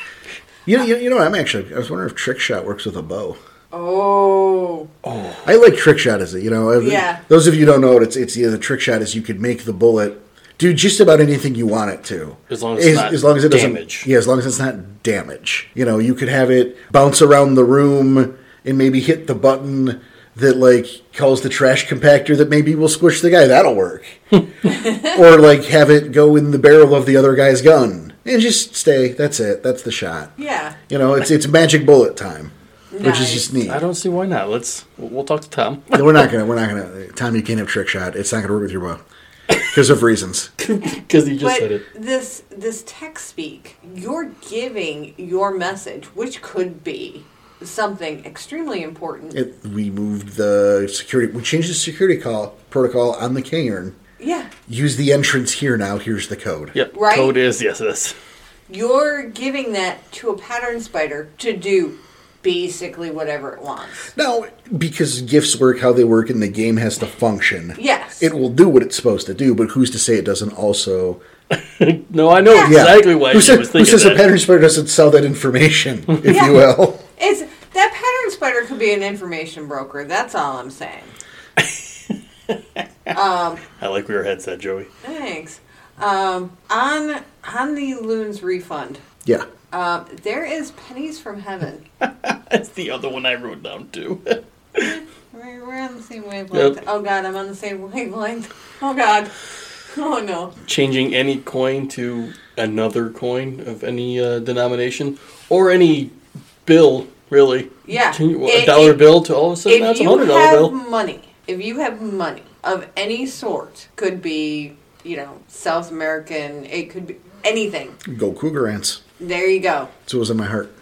[SPEAKER 1] You know, you, you know, what, I'm actually. I was wondering if Trick Shot works with a bow.
[SPEAKER 2] Oh.
[SPEAKER 1] I like trick shot as it. You know, If-
[SPEAKER 2] Yeah.
[SPEAKER 1] Those of you who don't know it, it's it's yeah, the trick shot is you could make the bullet do just about anything you want it to,
[SPEAKER 3] As long as it's not
[SPEAKER 1] doesn't-
[SPEAKER 3] damage.
[SPEAKER 1] Yeah, as long as it's not damage. You know, you could have it bounce around the room and maybe hit the button that like calls the trash compactor that maybe will squish the guy. That'll work. or like have it go in the barrel of the other guy's gun and just stay. That's it. That's the shot.
[SPEAKER 2] Yeah.
[SPEAKER 1] You know, it's it's magic bullet time, which is
[SPEAKER 2] Nice.
[SPEAKER 1] just neat.
[SPEAKER 3] I don't see why not. Let's we'll we'll talk to Tom.
[SPEAKER 1] No, we're not gonna. We're not gonna. Tom, you can't have trick shot. It's not gonna work with your bow. because of reasons.
[SPEAKER 3] because you just
[SPEAKER 2] but
[SPEAKER 3] said it.
[SPEAKER 2] this this text speak, you're giving your message, which could be something extremely important.
[SPEAKER 1] It, we moved the security. We changed the security call protocol on the cairn.
[SPEAKER 2] yeah,
[SPEAKER 1] Use the entrance here now. Here's the code.
[SPEAKER 3] Yep.
[SPEAKER 2] Right?
[SPEAKER 3] Code is yes, it is.
[SPEAKER 2] you're giving that to a pattern spider to do basically whatever it wants.
[SPEAKER 1] Now, because gifts work how they work, and the game has to function.
[SPEAKER 2] Yes.
[SPEAKER 1] It will do what it's supposed to do, but who's to say it doesn't also?
[SPEAKER 3] No, I know exactly why
[SPEAKER 1] Who,
[SPEAKER 3] she
[SPEAKER 1] said,
[SPEAKER 3] was
[SPEAKER 1] who
[SPEAKER 3] thinking
[SPEAKER 1] says a
[SPEAKER 3] that.
[SPEAKER 1] pattern spider doesn't sell that information, if
[SPEAKER 2] Yeah.
[SPEAKER 1] you will?
[SPEAKER 2] It's that pattern spider could be an information broker. That's all I'm saying.
[SPEAKER 3] I like where your head said, Joey.
[SPEAKER 2] Thanks. Um, on on the loons refund,
[SPEAKER 1] Yeah.
[SPEAKER 2] um, there is pennies from heaven.
[SPEAKER 3] That's the other one I wrote down too.
[SPEAKER 2] We're we're on the same wavelength.
[SPEAKER 3] Yep.
[SPEAKER 2] Oh god, I'm on the same wavelength. Oh god. Oh no.
[SPEAKER 3] Changing any coin to another coin of any uh, denomination or any bill, really.
[SPEAKER 2] Yeah.
[SPEAKER 3] Change- A
[SPEAKER 2] If-
[SPEAKER 3] dollar
[SPEAKER 2] if-
[SPEAKER 3] bill to all of a sudden
[SPEAKER 2] If
[SPEAKER 3] that's a
[SPEAKER 2] you
[SPEAKER 3] hundred dollar
[SPEAKER 2] have
[SPEAKER 3] bill.
[SPEAKER 2] money, if you have money of any sort, could be you know South American, it could be anything.
[SPEAKER 1] Go Cougar Ants.
[SPEAKER 2] There you go.
[SPEAKER 1] That's what was in my heart.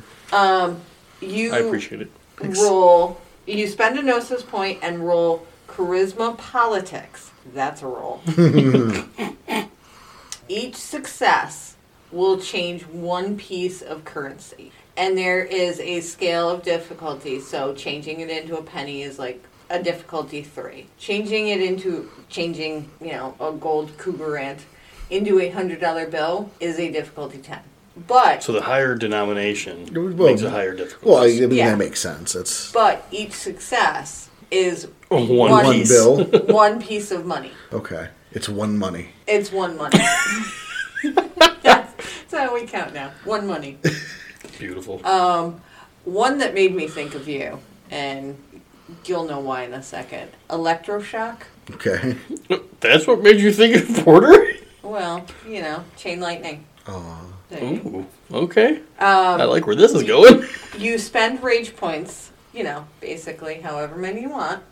[SPEAKER 2] You
[SPEAKER 3] I appreciate it.
[SPEAKER 2] roll. You spend a gnosis point and roll charisma politics. That's a roll. Each success will change one piece of currency, and there is a scale of difficulty. So changing it into a penny is like a difficulty three. Changing it into changing, you know, a gold cougar ant into a hundred dollar bill is a difficulty ten. But
[SPEAKER 3] So the higher denomination
[SPEAKER 1] Well,
[SPEAKER 3] makes a higher difficulty.
[SPEAKER 1] Well, I, I mean,
[SPEAKER 2] Yeah.
[SPEAKER 1] that makes sense. That's
[SPEAKER 2] but each success is
[SPEAKER 3] Oh, one
[SPEAKER 1] one
[SPEAKER 3] piece.
[SPEAKER 1] bill.
[SPEAKER 2] one piece of money.
[SPEAKER 1] Okay. It's one money.
[SPEAKER 2] It's one money. that's, that's how we count now. One money.
[SPEAKER 3] Beautiful.
[SPEAKER 2] Uh, One that made me think of you, and you'll know why in a second. Electroshock.
[SPEAKER 1] Okay.
[SPEAKER 3] That's what made you think of Porter?
[SPEAKER 2] Well, you know, chain lightning.
[SPEAKER 1] Aw.
[SPEAKER 2] There you go.
[SPEAKER 3] Ooh, okay.
[SPEAKER 2] Um,
[SPEAKER 3] I like where this is going.
[SPEAKER 2] you spend rage points, you know, basically however many you want,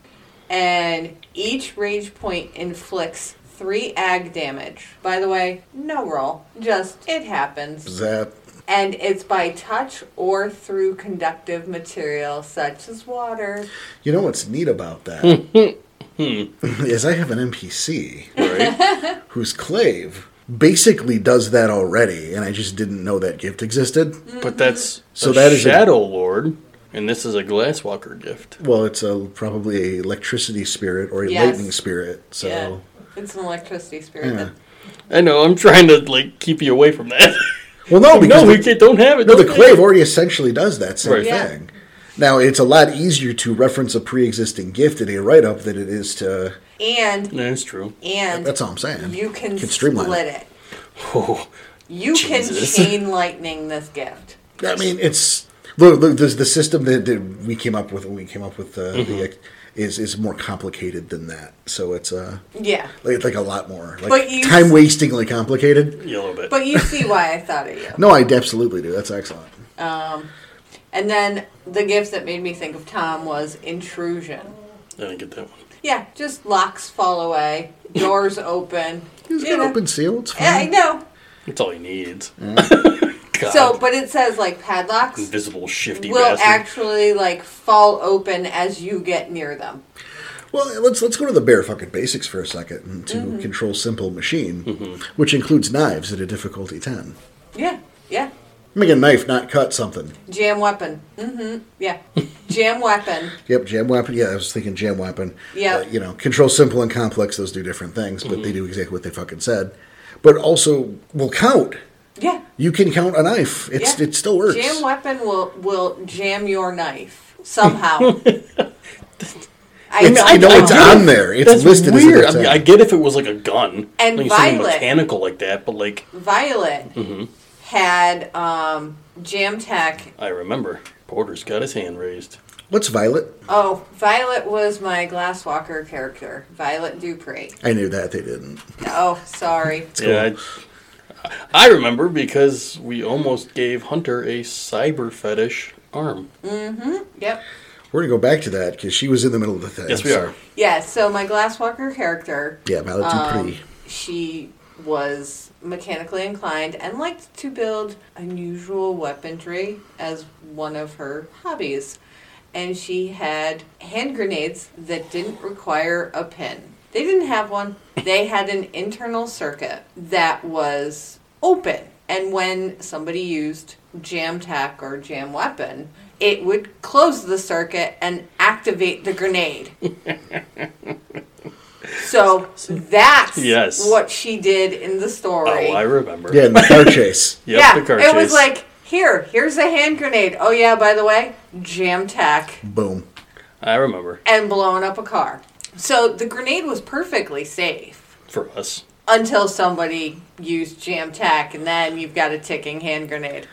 [SPEAKER 2] and each rage point inflicts three ag damage. By the way, no roll, just it happens.
[SPEAKER 1] Zap.
[SPEAKER 2] And it's by touch or through conductive material such as water.
[SPEAKER 1] You know what's neat about that is I have an NPC
[SPEAKER 3] Right?
[SPEAKER 1] whose clave basically does that already, and I just didn't know that gift existed.
[SPEAKER 3] but that's
[SPEAKER 1] So
[SPEAKER 3] so
[SPEAKER 1] that
[SPEAKER 3] that
[SPEAKER 1] is a-
[SPEAKER 3] Shadow Lord, and this is a Glasswalker gift.
[SPEAKER 1] Well, it's a probably a electricity spirit or a
[SPEAKER 2] Yes.
[SPEAKER 1] lightning spirit. So
[SPEAKER 2] Yeah. It's an electricity spirit.
[SPEAKER 1] Yeah.
[SPEAKER 3] I know. I'm trying to like keep you away from that.
[SPEAKER 1] well, no, because
[SPEAKER 3] Oh, no, we
[SPEAKER 1] the,
[SPEAKER 3] can't- don't have it.
[SPEAKER 1] no,
[SPEAKER 3] don't
[SPEAKER 1] the
[SPEAKER 3] have
[SPEAKER 1] clave
[SPEAKER 3] it.
[SPEAKER 1] already essentially does that same
[SPEAKER 3] Right.
[SPEAKER 2] Yeah.
[SPEAKER 1] thing. Now it's a lot easier to reference a pre-existing gift in a write-up than it is to.
[SPEAKER 2] And
[SPEAKER 3] That's true.
[SPEAKER 2] and
[SPEAKER 1] That's all I'm saying.
[SPEAKER 2] you can,
[SPEAKER 1] Can streamline
[SPEAKER 2] split it.
[SPEAKER 3] Oh,
[SPEAKER 2] You
[SPEAKER 3] Jesus.
[SPEAKER 2] can chain lightning this gift.
[SPEAKER 1] I mean, it's look, look there's the system that, that we came up with when we came up with uh, the is is more complicated than that. So it's uh
[SPEAKER 2] Yeah.
[SPEAKER 1] like, like a lot more
[SPEAKER 2] But
[SPEAKER 1] like
[SPEAKER 2] you-
[SPEAKER 1] time wastingly complicated.
[SPEAKER 3] yeah, a little bit.
[SPEAKER 2] But you see why I thought of you.
[SPEAKER 1] No, I absolutely do. That's excellent.
[SPEAKER 2] And then the gift that made me think of Tom was intrusion.
[SPEAKER 3] I didn't get that one.
[SPEAKER 2] Yeah, just locks fall away, doors open.
[SPEAKER 1] It's
[SPEAKER 2] you
[SPEAKER 1] got
[SPEAKER 2] know.
[SPEAKER 1] open seal. It's
[SPEAKER 2] Yeah, I
[SPEAKER 1] fine.
[SPEAKER 2] know.
[SPEAKER 3] That's all he needs.
[SPEAKER 1] Mm.
[SPEAKER 3] God,
[SPEAKER 2] So, but it says like padlocks
[SPEAKER 3] invisible shifty
[SPEAKER 2] will
[SPEAKER 3] bastard.
[SPEAKER 2] actually like fall open as you get near them.
[SPEAKER 1] Well, let's let's go to the bare fucking basics for a second and to
[SPEAKER 2] Mm-hmm.
[SPEAKER 1] control simple machine, which includes knives at a difficulty ten.
[SPEAKER 2] Yeah, yeah.
[SPEAKER 1] Make a knife, not cut something.
[SPEAKER 2] Jam weapon. Mm-hmm. Yeah. Jam weapon.
[SPEAKER 1] Yep, jam weapon. Yeah, I was thinking jam weapon.
[SPEAKER 2] Yeah. Mm-hmm.
[SPEAKER 1] Uh, you know, control simple and complex, those do different things, but they do exactly what they fucking said. But also will count.
[SPEAKER 2] Yeah.
[SPEAKER 1] You can count a knife. It's
[SPEAKER 2] yeah.
[SPEAKER 1] it still works.
[SPEAKER 2] Jam weapon will will jam your knife somehow. I
[SPEAKER 1] It's,
[SPEAKER 2] don't
[SPEAKER 1] you know,
[SPEAKER 2] know.
[SPEAKER 1] it's on there. It's
[SPEAKER 3] That's
[SPEAKER 1] listed
[SPEAKER 3] weird.
[SPEAKER 1] as
[SPEAKER 3] I,
[SPEAKER 1] a
[SPEAKER 3] mean, I
[SPEAKER 1] attack.
[SPEAKER 3] get if it was like a gun,
[SPEAKER 2] And
[SPEAKER 3] like something
[SPEAKER 2] Violet-
[SPEAKER 3] mechanical like that, but like
[SPEAKER 2] Violet had um, Jam Tech.
[SPEAKER 3] I remember, Porter's got his hand raised.
[SPEAKER 1] What's Violet?
[SPEAKER 2] Oh, Violet was my Glasswalker character, Violet Dupree.
[SPEAKER 1] I knew that they didn't.
[SPEAKER 2] Oh, sorry.
[SPEAKER 3] Yeah, I, I remember because we almost gave Hunter a cyber fetish arm.
[SPEAKER 2] Yep.
[SPEAKER 1] We're gonna go back to that because she was in the middle of the thing.
[SPEAKER 3] Yes, we
[SPEAKER 1] so-
[SPEAKER 3] are.
[SPEAKER 2] Yeah, so my Glasswalker character,
[SPEAKER 1] Yeah, Mallet Dupree.
[SPEAKER 2] Um, she was mechanically inclined and liked to build unusual weaponry as one of her hobbies. And she had hand grenades that didn't require a pin. They didn't have one. They had an internal circuit that was open. And when somebody used jam tack or jam weapon, it would close the circuit and activate the grenade. so that's
[SPEAKER 3] Yes.
[SPEAKER 2] what she did in the
[SPEAKER 3] Oh,
[SPEAKER 2] story.
[SPEAKER 3] I remember.
[SPEAKER 1] Yeah, in the car chase.
[SPEAKER 3] Yep,
[SPEAKER 2] yeah,
[SPEAKER 3] the car
[SPEAKER 2] it was
[SPEAKER 3] chase.
[SPEAKER 2] like here, here's a hand grenade. Oh yeah, by the way, jam tack
[SPEAKER 1] Boom.
[SPEAKER 3] I remember
[SPEAKER 2] and blowing up a car. So the grenade was perfectly safe
[SPEAKER 3] for us.
[SPEAKER 2] until somebody used jam tack, and then you've got a ticking hand grenade.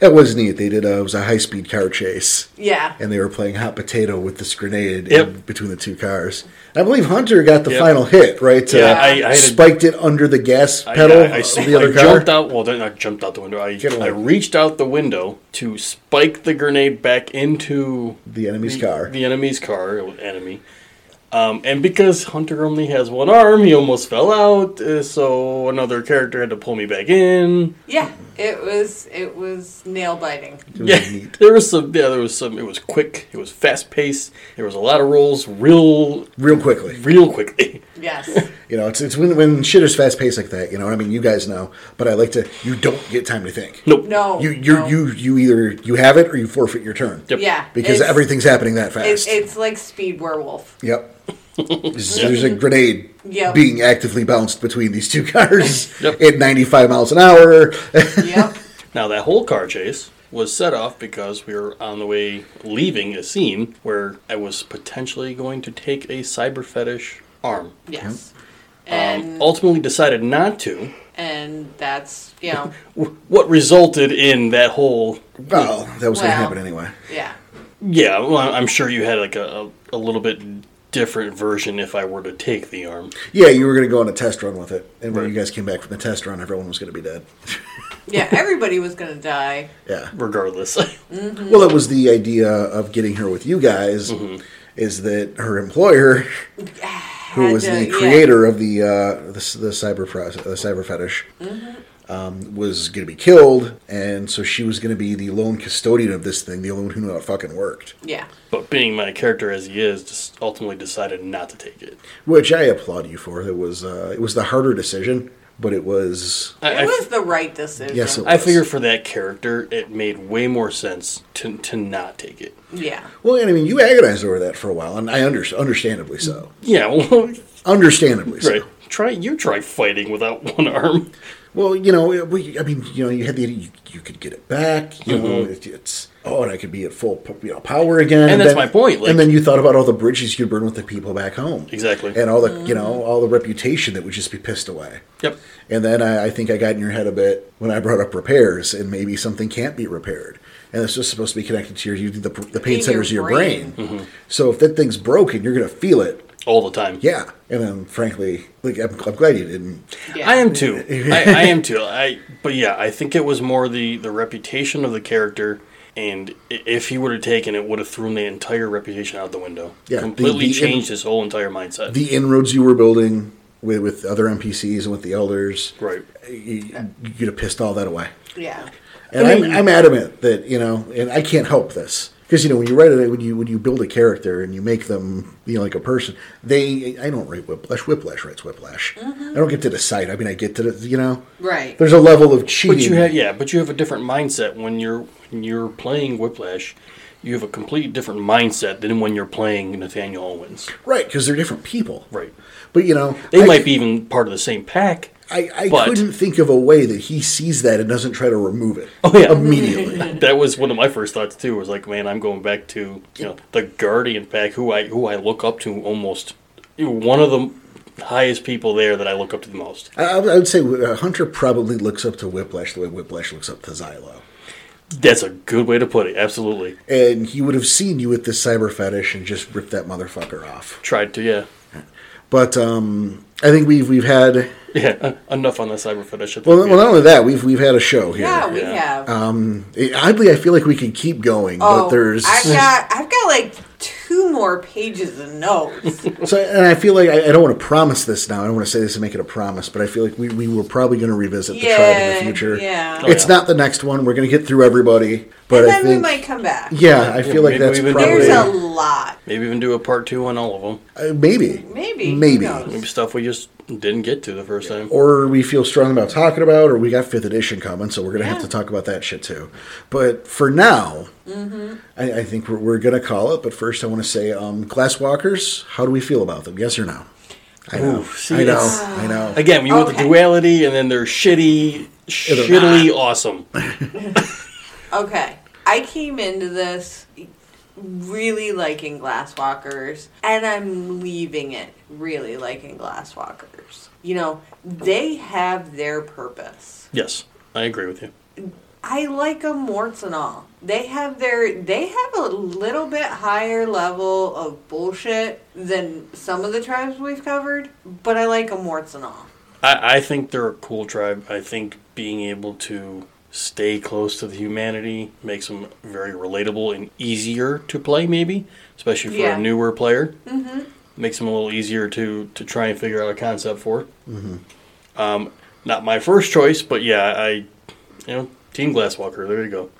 [SPEAKER 1] That was neat. They did. A, it was a high speed car chase,
[SPEAKER 2] Yeah,
[SPEAKER 1] and they were playing hot potato with this grenade
[SPEAKER 3] Yep.
[SPEAKER 1] in between the two cars. I believe Hunter got the
[SPEAKER 3] Yep.
[SPEAKER 1] final hit. Right? To,
[SPEAKER 3] Yeah, I- I had a-
[SPEAKER 1] spiked it under the gas
[SPEAKER 3] I-
[SPEAKER 1] pedal
[SPEAKER 3] I, I,
[SPEAKER 1] of the other
[SPEAKER 3] I
[SPEAKER 1] car.
[SPEAKER 3] jumped out. Well, then I jumped out the window. I,
[SPEAKER 1] Get away.
[SPEAKER 3] I reached out the window to spike the grenade back into
[SPEAKER 1] The enemy's car.
[SPEAKER 3] the enemy's car, it was enemy. Um, and because Hunter only has one arm, he almost fell out. Uh, so another character had to pull me back in.
[SPEAKER 2] yeah, it was it was nail biting.
[SPEAKER 1] It was
[SPEAKER 3] Yeah,
[SPEAKER 1] neat.
[SPEAKER 3] there was some. Yeah, there was some. It was quick. It was fast paced. There was a lot of rolls, real,
[SPEAKER 1] Real quickly.
[SPEAKER 3] real quickly.
[SPEAKER 2] Yes,
[SPEAKER 1] You know, it's it's when when shit is fast paced like that. You know what I mean? You guys know, but I like to. You don't get time to think.
[SPEAKER 3] Nope.
[SPEAKER 2] no,
[SPEAKER 1] You you
[SPEAKER 2] no.
[SPEAKER 1] you you either you have it or you forfeit your turn.
[SPEAKER 3] Yep.
[SPEAKER 2] yeah,
[SPEAKER 1] Because
[SPEAKER 2] it's-
[SPEAKER 1] everything's happening that
[SPEAKER 2] it,
[SPEAKER 1] fast.
[SPEAKER 2] it's like speed werewolf.
[SPEAKER 1] yep. There's there's a grenade
[SPEAKER 2] Yep.
[SPEAKER 1] being actively bounced between these two cars
[SPEAKER 3] Yep.
[SPEAKER 1] at 95 miles an hour.
[SPEAKER 2] Yep.
[SPEAKER 3] Now that whole car chase was set off because we were on the way leaving a scene where I was potentially going to take a cyber fetish arm.
[SPEAKER 2] Yes.
[SPEAKER 3] Um,
[SPEAKER 2] And
[SPEAKER 3] ultimately decided not to.
[SPEAKER 2] and that's you know
[SPEAKER 3] w- What resulted in that whole
[SPEAKER 1] well, that was going to
[SPEAKER 2] Wow.
[SPEAKER 1] happen anyway.
[SPEAKER 2] yeah
[SPEAKER 3] yeah. Well, I'm sure you had like a, a, a little bit different version if I were to take the arm.
[SPEAKER 1] Yeah, you were going to go on a test run with it, and when
[SPEAKER 3] Right.
[SPEAKER 1] you guys came back from the test run, everyone was going to be dead.
[SPEAKER 2] yeah everybody was gonna die.
[SPEAKER 1] Yeah.
[SPEAKER 3] Regardless,
[SPEAKER 1] Well, that was the idea of getting her with you guys. Is that her employer? who
[SPEAKER 2] Had
[SPEAKER 1] was
[SPEAKER 2] to-
[SPEAKER 1] the
[SPEAKER 2] yeah.
[SPEAKER 1] creator of the uh, the, the cyber process, the cyber fetish,
[SPEAKER 2] Mm-hmm.
[SPEAKER 1] um, was going to be killed, and so she was going to be the lone custodian of this thing, the only one who knew how it fucking worked.
[SPEAKER 2] Yeah.
[SPEAKER 3] but being my character as he is, just ultimately decided not to take it.
[SPEAKER 1] Which I applaud you for. It was uh, it was the harder decision, but it was
[SPEAKER 3] I, I
[SPEAKER 2] It
[SPEAKER 3] f-
[SPEAKER 2] was the right decision.
[SPEAKER 1] yes, it was.
[SPEAKER 3] I figure for that character, it made way more sense to to not take it.
[SPEAKER 2] Yeah.
[SPEAKER 1] Well, and I mean, you agonized over that for a while, and I under, understandably so.
[SPEAKER 3] Yeah, well,
[SPEAKER 1] Understandably so.
[SPEAKER 3] right. Try you try fighting without one arm.
[SPEAKER 1] Well, you know, it- we, I mean, you know, you had the you, you could get it back. You know, it, it's oh, and I could be at full you know power again.
[SPEAKER 3] Mm-hmm. And that's my point, like-
[SPEAKER 1] and then you thought about all the bridges you'd burn with the people back home,
[SPEAKER 3] Exactly.
[SPEAKER 1] and all the
[SPEAKER 2] Mm-hmm.
[SPEAKER 1] you know all the reputation that would just be pissed away.
[SPEAKER 3] Yep.
[SPEAKER 1] And then I, I think I got in your head a bit when I brought up repairs, and maybe something can't be repaired, and it's just supposed to be connected to your you, the, the pain
[SPEAKER 2] In
[SPEAKER 1] centers
[SPEAKER 2] your
[SPEAKER 1] of your brain.
[SPEAKER 3] Mm-hmm.
[SPEAKER 1] So if that thing's broken, you're gonna feel it.
[SPEAKER 3] All the time.
[SPEAKER 1] Yeah, and then frankly, like I'm, I'm glad you didn't.
[SPEAKER 2] Yeah.
[SPEAKER 3] I am too. I, I am too. I but yeah, I think it was more the the reputation of the character, and i- if he would have taken it, would have thrown the entire reputation out the window.
[SPEAKER 1] Yeah, the-
[SPEAKER 3] completely
[SPEAKER 1] the-
[SPEAKER 3] changed his whole entire mindset.
[SPEAKER 1] the inroads you were building with, with other NPCs and with the elders,
[SPEAKER 3] right.
[SPEAKER 1] you, you'd have pissed all that away.
[SPEAKER 2] Yeah.
[SPEAKER 1] And
[SPEAKER 3] I
[SPEAKER 1] I am
[SPEAKER 3] mean-
[SPEAKER 1] I'm adamant that you know, and I can't help this because you know when you write it, when you when you build a character and you make them you know like a person, they I don't write Whiplash. Whiplash writes Whiplash. I don't get to decide. I mean, I get to you know.
[SPEAKER 2] Right.
[SPEAKER 1] There's a level of cheating.
[SPEAKER 3] But you have yeah, but you have a different mindset when you're when you're playing Whiplash. You have a completely different mindset than when you're playing Nathaniel Owens.
[SPEAKER 1] right because they're different people.
[SPEAKER 3] Right.
[SPEAKER 1] But you know
[SPEAKER 3] They
[SPEAKER 1] I-
[SPEAKER 3] might be even part of the same pack.
[SPEAKER 1] I, I
[SPEAKER 3] but-
[SPEAKER 1] couldn't think of a way that he sees that and doesn't try to remove it
[SPEAKER 3] Oh yeah.
[SPEAKER 1] immediately.
[SPEAKER 3] that was one of my first thoughts too. Was like, man, I'm going back to you know the Guardian pack, who I who I look up to almost you know, one of the highest people there that I look up to the most.
[SPEAKER 1] I, I would say uh, Hunter probably looks up to Whiplash the way Whiplash looks up to Xylo.
[SPEAKER 3] That's a good way to put it. Absolutely
[SPEAKER 1] And he would have seen you with this cyber fetish and just ripped that motherfucker off.
[SPEAKER 3] tried to yeah
[SPEAKER 1] But um, I think we've we've had
[SPEAKER 3] yeah uh, enough on the cyber fetish. I think
[SPEAKER 1] well,
[SPEAKER 3] we-
[SPEAKER 1] well not only that we've we've had a show here.
[SPEAKER 2] Yeah, we
[SPEAKER 3] Yeah.
[SPEAKER 2] have.
[SPEAKER 1] It- oddly, I feel like we could keep going,
[SPEAKER 2] oh,
[SPEAKER 1] Uh, but there's
[SPEAKER 2] I've got I've got like two more pages of notes.
[SPEAKER 1] So, and I feel like I, I don't want to promise this now. I don't want to say this and make it a promise, but I feel like we, we were probably going to revisit the tribe in the
[SPEAKER 2] Yeah,
[SPEAKER 1] future.
[SPEAKER 2] yeah. Oh,
[SPEAKER 1] It's
[SPEAKER 3] yeah.
[SPEAKER 1] not the next one. We're going to get through everybody, but
[SPEAKER 2] and
[SPEAKER 1] I
[SPEAKER 2] then we
[SPEAKER 1] think
[SPEAKER 2] might come back.
[SPEAKER 1] yeah, I
[SPEAKER 3] Yeah,
[SPEAKER 1] feel like
[SPEAKER 3] maybe
[SPEAKER 1] that's
[SPEAKER 3] we've been
[SPEAKER 1] probably
[SPEAKER 2] There's a lot.
[SPEAKER 3] Maybe even do a part two on all of them.
[SPEAKER 1] uh, maybe
[SPEAKER 2] Maybe. who
[SPEAKER 1] Maybe.
[SPEAKER 2] knows?
[SPEAKER 3] Maybe stuff we just didn't get to the first time.
[SPEAKER 1] or we feel strong about talking about, or we got fifth edition coming, so we're gonna have
[SPEAKER 2] Yeah.
[SPEAKER 1] to talk about that shit too. But for now,
[SPEAKER 2] Mm-hmm.
[SPEAKER 1] I, I think we're, we're gonna call it. But first, I want to say, um, Glass Walkers, how do we feel about them? Yes or no? I know,
[SPEAKER 3] Ooh, see,
[SPEAKER 1] I know,
[SPEAKER 3] it's-
[SPEAKER 1] I know.
[SPEAKER 3] Again, you want the
[SPEAKER 2] Okay.
[SPEAKER 3] duality, and then they're shitty, shittily awesome.
[SPEAKER 2] Okay. I came into this really liking Glasswalkers, and I'm leaving it really liking Glasswalkers. You know, they have their purpose.
[SPEAKER 3] Yes, I agree with you.
[SPEAKER 2] I like them warts and all. They have their they have a little bit higher level of bullshit than some of the tribes we've covered, but I like them warts and all.
[SPEAKER 3] I, I think they're a cool tribe. I think being able to stay close to the humanity makes them very relatable and easier to play, maybe, especially for
[SPEAKER 2] Yeah.
[SPEAKER 3] a newer player. Mm-hmm. Makes them a little easier to, to try and figure out a concept for. Mm-hmm. Um, not my first choice, but yeah, I, you know, Team Glasswalker, there you go.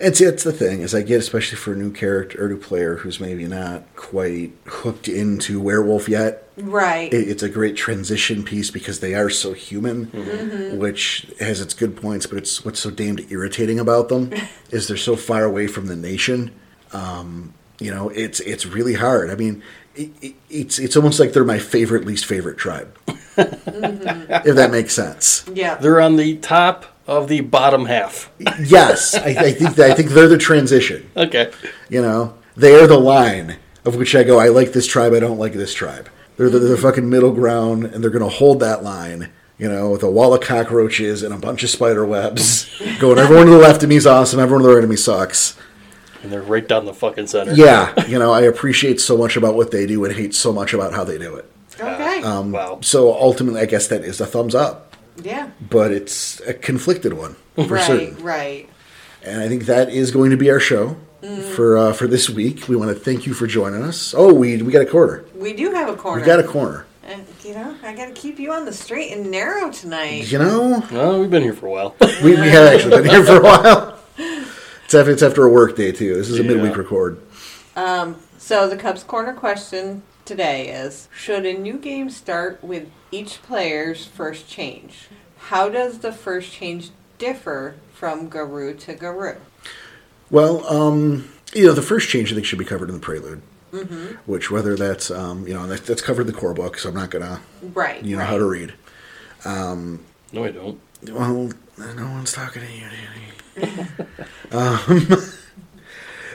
[SPEAKER 1] It's it's the thing is I get especially for a new character or new player who's maybe not quite hooked into werewolf yet.
[SPEAKER 2] Right.
[SPEAKER 1] It, it's a great transition piece because they are so human, which has its good points. But it's what's so damned irritating about them is they're so far away from the nation. Um, you know, it's it's really hard. I mean, it, it, it's it's almost like they're my favorite least favorite tribe, if that makes sense.
[SPEAKER 2] yeah.
[SPEAKER 3] They're on the top of the bottom half.
[SPEAKER 1] Yes, I, I think that, I think they're the transition.
[SPEAKER 3] Okay.
[SPEAKER 1] You know, they are the line of which I go, I like this tribe, I don't like this tribe. They're the, the fucking middle ground, and they're going to hold that line, you know, with a wall of cockroaches and a bunch of spider webs going, everyone to the left of me is awesome, everyone to the right of me sucks.
[SPEAKER 3] And they're right down the fucking center.
[SPEAKER 1] Yeah, you know, I appreciate so much about what they do and hate so much about how they do it.
[SPEAKER 2] Okay.
[SPEAKER 1] uh, um,
[SPEAKER 3] Wow.
[SPEAKER 1] So ultimately, I guess that is a thumbs up,
[SPEAKER 2] yeah.
[SPEAKER 1] but it's a conflicted one for
[SPEAKER 2] Right,
[SPEAKER 1] certain.
[SPEAKER 2] right.
[SPEAKER 1] And I think that is going to be our show for uh, for this week. We want to thank you for joining us. Oh, we we got a quarter.
[SPEAKER 2] We do have a corner.
[SPEAKER 1] We got a corner.
[SPEAKER 2] Uh, you know, I gotta keep you on the straight and narrow tonight.
[SPEAKER 1] You know,
[SPEAKER 3] Well, we've been here for a while.
[SPEAKER 1] we, we have actually been here for a while. It's after, it's after a work day, too. This is a
[SPEAKER 3] Yeah.
[SPEAKER 1] midweek record.
[SPEAKER 2] So the Cubs corner question today is: Should a new game start with each player's first change? How does the first change differ from Garou to Garou?
[SPEAKER 1] Well, um, you know, the first change I think should be covered in the prelude, which whether that's, um, you know, that, that's covered in the core book, so I'm not going to,
[SPEAKER 2] Right.
[SPEAKER 1] you know,
[SPEAKER 2] right.
[SPEAKER 1] how to read.
[SPEAKER 3] no, I don't.
[SPEAKER 1] Well, no one's talking to you, Danny. um,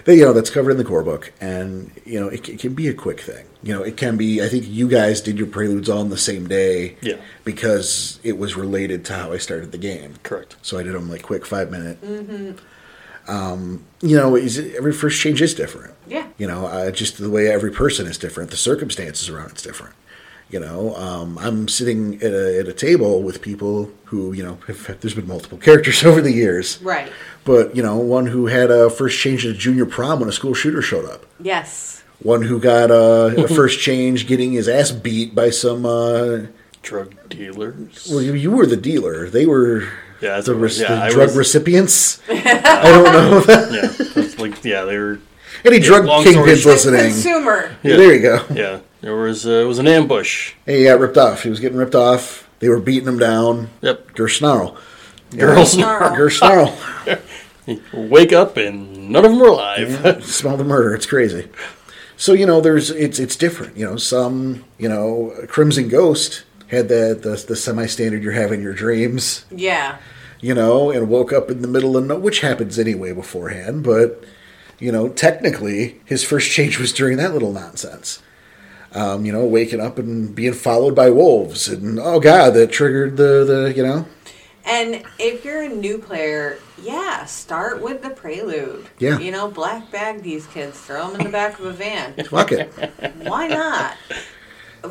[SPEAKER 1] but, you know, that's covered in the core book, and you know, it, c- it can be a quick thing. You know, it can be. I think you guys did your preludes all on the same day,
[SPEAKER 3] Yeah.
[SPEAKER 1] because it was related to how I started the game.
[SPEAKER 3] Correct.
[SPEAKER 1] So I did them like quick five minute. Mm-hmm. Um, you know, is it, every first change is different.
[SPEAKER 2] Yeah.
[SPEAKER 1] You know, uh, just the way every person is different, the circumstances around it's different. You know, um, I'm sitting at a, at a table with people who, you know, have, there's been multiple characters over the years,
[SPEAKER 2] Right.
[SPEAKER 1] but, you know, one who had a first change at a junior prom when a school shooter showed up,
[SPEAKER 2] Yes.
[SPEAKER 1] one who got a, a first change getting his ass beat by some. Uh,
[SPEAKER 3] Drug dealers.
[SPEAKER 1] well, you, you were the dealer. They were
[SPEAKER 3] Yeah, that's
[SPEAKER 1] the,
[SPEAKER 3] what it was.
[SPEAKER 1] res-
[SPEAKER 3] Yeah,
[SPEAKER 1] the
[SPEAKER 3] I
[SPEAKER 1] drug
[SPEAKER 3] was-
[SPEAKER 1] recipients. I don't know.
[SPEAKER 3] yeah, that's like yeah, they were.
[SPEAKER 1] Any drug
[SPEAKER 3] long story
[SPEAKER 1] kingpins
[SPEAKER 3] short.
[SPEAKER 1] listening.
[SPEAKER 2] Consumer.
[SPEAKER 3] Yeah.
[SPEAKER 1] There you go.
[SPEAKER 3] Yeah, there was uh, it was an ambush.
[SPEAKER 1] Hey, he got ripped off. He was getting ripped off. They were beating him down.
[SPEAKER 3] Yep,
[SPEAKER 1] Gersnarl.
[SPEAKER 3] girls,
[SPEAKER 2] Snarl.
[SPEAKER 1] Gersnarl.
[SPEAKER 3] wake up and none of them were alive.
[SPEAKER 1] Smell the murder. It's crazy. So you know, there's it's it's different. You know, some you know, Crimson Ghost had the the, the semi standard. You're having your dreams.
[SPEAKER 2] Yeah.
[SPEAKER 1] You know, and woke up in the middle of no, which happens anyway beforehand. But you know, technically, his first change was during that little nonsense. Um, you know, waking up and being followed by wolves, and oh god, that triggered the the you know,
[SPEAKER 2] And if you're a new player, yeah, start with the prelude.
[SPEAKER 1] Yeah.
[SPEAKER 2] You know, black bag these kids, throw them in the back of a van.
[SPEAKER 1] fuck it.
[SPEAKER 2] Why not?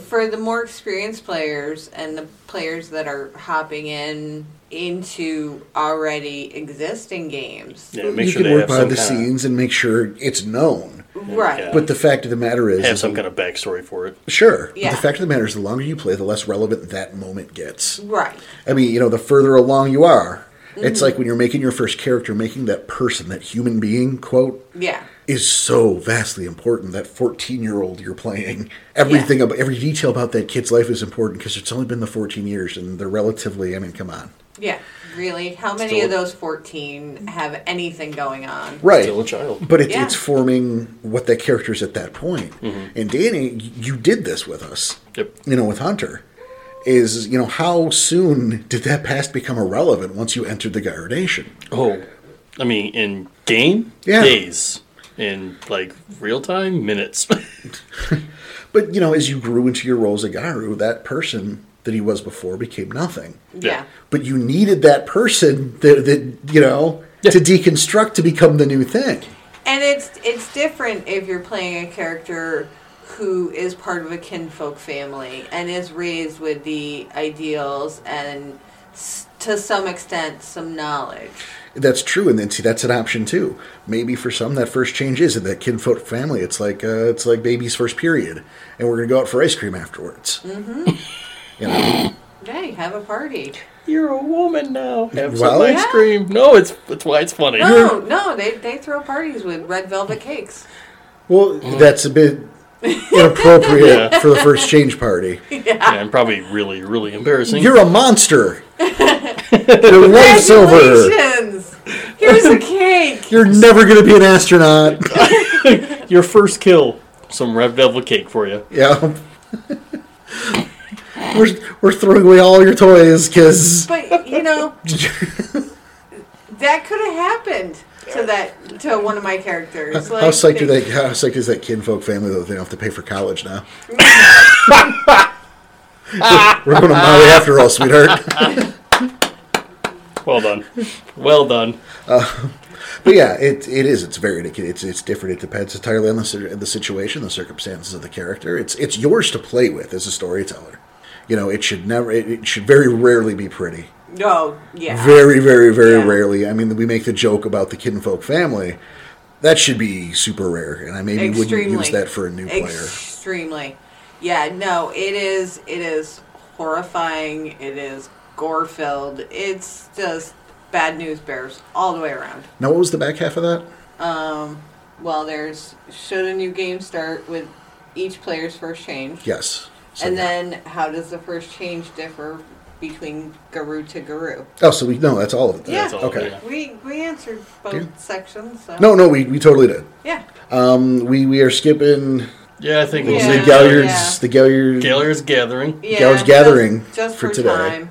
[SPEAKER 2] for the more experienced players and the players that are hopping in into already existing games,
[SPEAKER 3] Yeah, make
[SPEAKER 1] you
[SPEAKER 3] sure
[SPEAKER 1] can
[SPEAKER 3] they
[SPEAKER 1] work
[SPEAKER 3] have
[SPEAKER 1] behind
[SPEAKER 3] some
[SPEAKER 1] the
[SPEAKER 3] kind
[SPEAKER 1] scenes and make sure it's known.
[SPEAKER 2] right?
[SPEAKER 3] yeah.
[SPEAKER 1] But the fact of the matter is,
[SPEAKER 3] of, have some kind of backstory for it.
[SPEAKER 1] sure. But
[SPEAKER 2] Yeah.
[SPEAKER 1] the fact of the matter is, the longer you play, the less relevant that moment gets.
[SPEAKER 2] Right.
[SPEAKER 1] I mean, you know, the further along you are, it's like when you're making your first character, making that person, that human being, quote,
[SPEAKER 2] Yeah.
[SPEAKER 1] is so vastly important. That 14 year old you're playing, everything about every detail about that kid's life is important because it's only been the 14 years, and they're relatively. I mean, come on,
[SPEAKER 2] Yeah. Really? How many
[SPEAKER 3] Still-
[SPEAKER 2] of those 14 have anything going on?
[SPEAKER 1] right?
[SPEAKER 3] Still a child.
[SPEAKER 1] But it,
[SPEAKER 2] Yeah.
[SPEAKER 1] it's forming what that character is at that point. And Danny, y- you did this with us.
[SPEAKER 3] Yep.
[SPEAKER 1] You know, with Hunter, is you know how soon did that past become irrelevant once you entered the Guardation?
[SPEAKER 3] Oh, I mean, in game
[SPEAKER 1] Yeah.
[SPEAKER 3] days, in like real time minutes.
[SPEAKER 1] But you know, as you grew into your role as a Garu, that person that he was before became nothing.
[SPEAKER 2] Yeah.
[SPEAKER 1] But you needed that person that, that you know to deconstruct to become the new thing.
[SPEAKER 2] And it's it's different if you're playing a character who is part of a kinfolk family and is raised with the ideals and s- to some extent some knowledge.
[SPEAKER 1] That's true, and then see that's an option too. Maybe for some that first change is in that kinfolk family. It's like uh, it's like baby's first period, and we're gonna go out for ice cream afterwards. Mm-hmm. You know,
[SPEAKER 2] Yeah, you have a party.
[SPEAKER 3] You're a woman now. Have some
[SPEAKER 1] Well-
[SPEAKER 3] ice
[SPEAKER 2] Yeah.
[SPEAKER 3] cream. No, it's that's why it's funny.
[SPEAKER 2] No, no, they, they throw parties with red velvet cakes.
[SPEAKER 1] well, that's a bit inappropriate
[SPEAKER 3] Yeah.
[SPEAKER 1] for the first change party.
[SPEAKER 3] Yeah, and probably really, really embarrassing.
[SPEAKER 1] You're a monster. Your life's over.
[SPEAKER 2] Congratulations! Here's a cake.
[SPEAKER 1] You're never going to be an astronaut.
[SPEAKER 3] Your first kill. Some red devil cake for you.
[SPEAKER 1] yeah. we're, we're throwing away all your toys because.
[SPEAKER 2] But you know, that could have happened to that to one of my characters.
[SPEAKER 1] How psyched, are they, how psyched is that kinfolk family though? They don't have to pay for college now. We're going to Maui after all, sweetheart.
[SPEAKER 3] Well done. Well done.
[SPEAKER 1] But yeah, it it is. It's varied. It, it's it's different. It depends entirely on the cir- the situation, the circumstances of the character. It's it's yours to play with as a storyteller. You know, it should never. It, it should very rarely be pretty.
[SPEAKER 2] Oh yeah.
[SPEAKER 1] Very, very, very
[SPEAKER 2] Yeah.
[SPEAKER 1] rarely. I mean, we make the joke about the kinfolk family. That should be super rare, and I maybe wouldn't use that for a new player.
[SPEAKER 2] Extremely. Yeah, no, it is it is horrifying, it is gore filled, it's just bad news bears all the way around.
[SPEAKER 1] now, what was the back half of that?
[SPEAKER 2] Well there's should a new game start with each player's first change.
[SPEAKER 1] Yes. So-
[SPEAKER 2] and then how does the first change differ between guru to guru?
[SPEAKER 1] Oh, so we no, that's all of it. then.
[SPEAKER 2] Yeah.
[SPEAKER 3] That's all,
[SPEAKER 1] okay.
[SPEAKER 3] yeah.
[SPEAKER 2] We we answered both sections, so
[SPEAKER 1] No, no, we, we totally did.
[SPEAKER 2] yeah.
[SPEAKER 1] Um, we we are skipping
[SPEAKER 3] Yeah, I think we'll
[SPEAKER 2] Yeah.
[SPEAKER 1] the
[SPEAKER 3] see
[SPEAKER 1] Galliards.
[SPEAKER 2] Yeah.
[SPEAKER 1] The Galliards.
[SPEAKER 3] Gaillard's gathering.
[SPEAKER 2] Yeah,
[SPEAKER 1] Gals
[SPEAKER 2] just-
[SPEAKER 1] gathering
[SPEAKER 2] just,
[SPEAKER 1] for
[SPEAKER 2] for,
[SPEAKER 1] today.
[SPEAKER 2] time.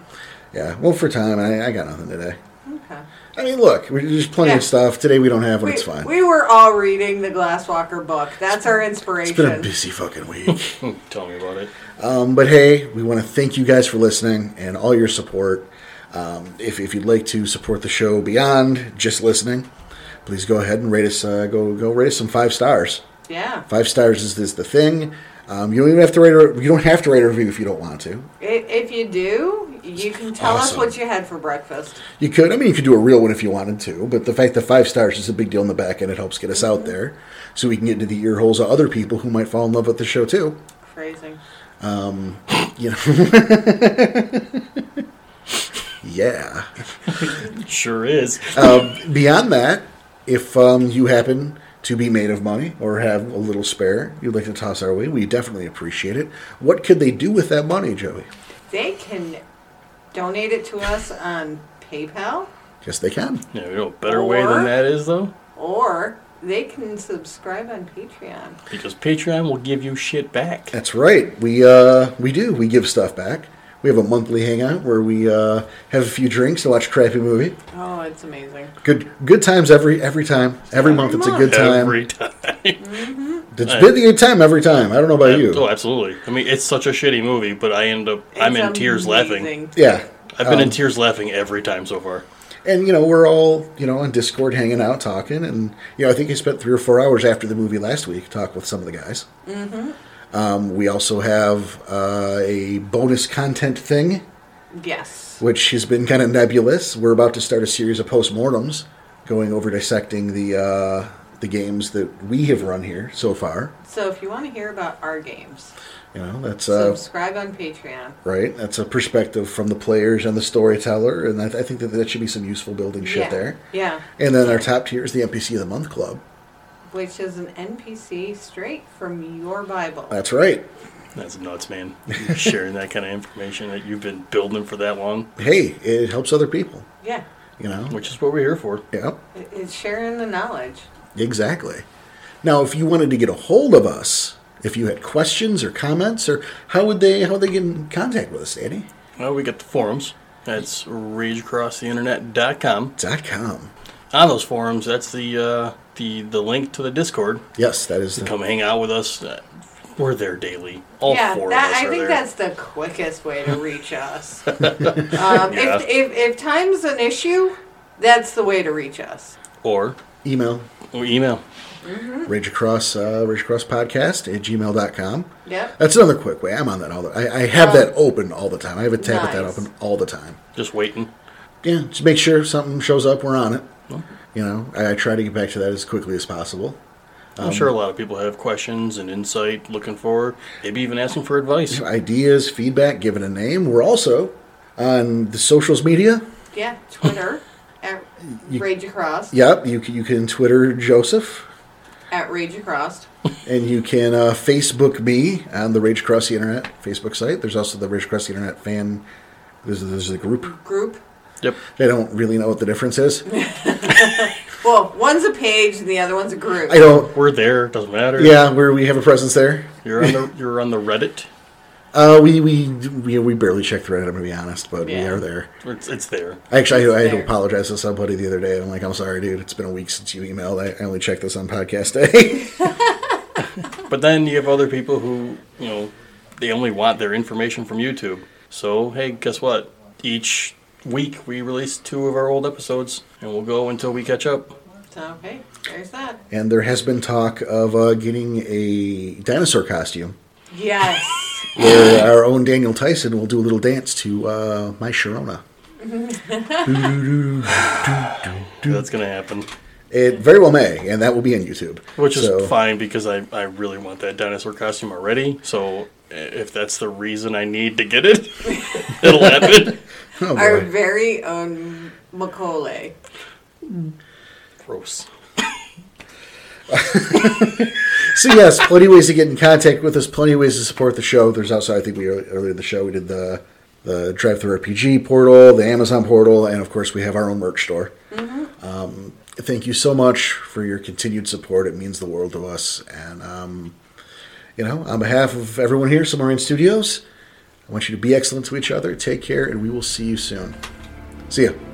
[SPEAKER 1] Yeah, well, for time, I, I got nothing today.
[SPEAKER 2] Okay.
[SPEAKER 1] I mean, look, we- there's plenty of
[SPEAKER 2] Yeah.
[SPEAKER 1] stuff today. We don't have one.
[SPEAKER 2] We,
[SPEAKER 1] It's fine.
[SPEAKER 2] we were all reading the Glasswalker book. That's our inspiration.
[SPEAKER 1] it's been a busy fucking week.
[SPEAKER 3] Hmm, Tell me about it.
[SPEAKER 1] um, but hey, we want to thank you guys for listening and all your support. Um, if, if you'd like to support the show beyond just listening, please go ahead and rate us. Uh, go go rate us some five stars.
[SPEAKER 2] Yeah.
[SPEAKER 1] Five stars is, is the thing. Um, you don't even have to rate. A, you don't have to rate a review if you don't want to.
[SPEAKER 2] I- If you do, you can tell
[SPEAKER 1] Awesome.
[SPEAKER 2] us what you had for breakfast.
[SPEAKER 1] You could. I mean, you could do a real one if you wanted to, but the fact that five stars is a big deal in the back end, it helps get us out there so we can get into the ear holes of other people who might fall in love with the show too.
[SPEAKER 2] Phrasing.
[SPEAKER 1] You know? yeah.
[SPEAKER 3] Sure is.
[SPEAKER 1] Um, beyond that, if um, you happen to be made of money or have a little spare you'd like to toss our way, we definitely appreciate it. What could they do with that money, Joey?
[SPEAKER 2] They can donate it to us on PayPal,
[SPEAKER 1] Yes, they can.
[SPEAKER 3] Yeah, you know, a better way
[SPEAKER 2] Or-
[SPEAKER 3] than that is though,
[SPEAKER 2] or they can subscribe on Patreon.
[SPEAKER 3] because Patreon will give you shit back.
[SPEAKER 1] That's right. We uh, we do. We give stuff back. We have a monthly hangout where we uh, have a few drinks and watch a crappy movie.
[SPEAKER 2] Oh, it's amazing.
[SPEAKER 1] Good good times every every time. Every month it's a good time.
[SPEAKER 3] Every time.
[SPEAKER 1] It's been a good time every time. I don't know about
[SPEAKER 3] Oh,
[SPEAKER 1] you.
[SPEAKER 3] absolutely. I mean, it's such a shitty movie, but I end up I'm in
[SPEAKER 2] It's
[SPEAKER 3] tears laughing.
[SPEAKER 2] amazing.
[SPEAKER 1] Yeah.
[SPEAKER 3] I've been in tears laughing every time so far.
[SPEAKER 1] And you know, we're all, you know, on Discord hanging out talking and you know, I think I spent 3 or 4 hours after the movie last week talking with some of the guys. Um, we also have uh, a bonus content thing,
[SPEAKER 2] Yes.
[SPEAKER 1] which has been kind of nebulous. We're about to start a series of postmortems, going over dissecting the uh, the games that we have run here so far.
[SPEAKER 2] So if you want to hear about our games,
[SPEAKER 1] You know, that's uh,
[SPEAKER 2] subscribe on Patreon.
[SPEAKER 1] right. That's a perspective from the players and the storyteller, and I, I think that that should be some useful building shit
[SPEAKER 2] yeah.
[SPEAKER 1] there.
[SPEAKER 2] Yeah.
[SPEAKER 1] And then our top tier is the NPC of the Month Club.
[SPEAKER 2] Which is an NPC straight from your Bible.
[SPEAKER 1] That's right.
[SPEAKER 3] That's nuts, man. Sharing that kind of information that you've been building for that long,
[SPEAKER 1] Hey, it helps other people.
[SPEAKER 2] yeah.
[SPEAKER 1] You know.
[SPEAKER 3] which is what we're here for.
[SPEAKER 1] yeah.
[SPEAKER 2] It- It's sharing the knowledge.
[SPEAKER 1] Exactly. Now, if you wanted to get a hold of us, if you had questions or comments, or how would they how would they get in contact with us, Danny?
[SPEAKER 3] Well, we got the forums. That's rageacrosstheinternet.com.
[SPEAKER 1] Dot com.
[SPEAKER 3] On those forums, that's the uh, the the link to the Discord.
[SPEAKER 1] Yes, that is the
[SPEAKER 3] Come hang out with us. Uh, We're there daily. All
[SPEAKER 2] yeah,
[SPEAKER 3] four
[SPEAKER 2] that,
[SPEAKER 3] of us
[SPEAKER 2] I
[SPEAKER 3] are
[SPEAKER 2] think
[SPEAKER 3] there.
[SPEAKER 2] that's the quickest way to reach us. um,
[SPEAKER 3] Yeah.
[SPEAKER 2] if, if, if time's an issue, that's the way to reach us.
[SPEAKER 3] Or
[SPEAKER 1] email.
[SPEAKER 3] or email.
[SPEAKER 2] Mm-hmm.
[SPEAKER 1] Rage Across uh, Rage Across Podcast at gmail.com.
[SPEAKER 2] Yep.
[SPEAKER 1] That's another quick way. I'm on that all the I, I have that open all the time. I have a tab at that
[SPEAKER 2] Nice.
[SPEAKER 1] open all the time.
[SPEAKER 3] Just waiting.
[SPEAKER 1] Yeah, just make sure something shows up, we're on it. You know, I, I try to get back to that as quickly as possible.
[SPEAKER 3] I'm sure a lot of people have questions and insight looking forward. Maybe even asking for advice.
[SPEAKER 1] Ideas, feedback, give it a name. We're also on the socials media.
[SPEAKER 2] Yeah, Twitter at Rage Across.
[SPEAKER 1] Yep, you can, you can Twitter Joseph,
[SPEAKER 2] At Rage Across.
[SPEAKER 1] and you can uh, Facebook me on the Rage Across the Internet Facebook site. There's also the Rage Across the Internet fan. There's there's a group.
[SPEAKER 2] Group.
[SPEAKER 3] Yep.
[SPEAKER 1] I don't really know what the difference is.
[SPEAKER 2] Well, one's a page and the other one's a group.
[SPEAKER 1] I don't.
[SPEAKER 3] We're there. Doesn't matter.
[SPEAKER 1] Yeah, where we have a presence there.
[SPEAKER 3] You're on the you're on the Reddit.
[SPEAKER 1] Uh, we we we, we barely check the Reddit. I'm gonna be honest, but we
[SPEAKER 2] Yeah.
[SPEAKER 1] are there.
[SPEAKER 3] It's, it's there.
[SPEAKER 1] Actually, I, I had to
[SPEAKER 2] There.
[SPEAKER 1] apologize to somebody the other day. I'm like, I'm sorry, dude. It's been a week since you emailed. I, I only checked this on podcast day.
[SPEAKER 3] But then you have other people who, you know, they only want their information from YouTube. So, hey, guess what? Each week we release two of our old episodes and we'll go until we catch up.
[SPEAKER 2] So, hey, there's that.
[SPEAKER 1] and there has been talk of uh, getting a dinosaur costume.
[SPEAKER 2] Yes.
[SPEAKER 1] where our own Daniel Tyson will do a little dance to uh, My Sharona.
[SPEAKER 3] That's going to happen.
[SPEAKER 1] It very well may, and that will be on YouTube.
[SPEAKER 3] Which is
[SPEAKER 1] So,
[SPEAKER 3] fine because I, I really want that dinosaur costume already. So, i- if that's the reason I need to get it, it'll happen.
[SPEAKER 1] Oh
[SPEAKER 2] Our
[SPEAKER 1] boy.
[SPEAKER 2] very own Macaulay.
[SPEAKER 3] Gross.
[SPEAKER 1] So yes, plenty of ways to get in contact with us. Plenty of ways to support the show. There's also, I think we earlier in the show we did the the drive through RPG portal, the Amazon portal, and of course we have our own merch store. Um, thank you so much for your continued support. It means the world to us. And um, you know, on behalf of everyone here, somewhere in studios, I want you to be excellent to each other. Take care, and we will see you soon. See ya.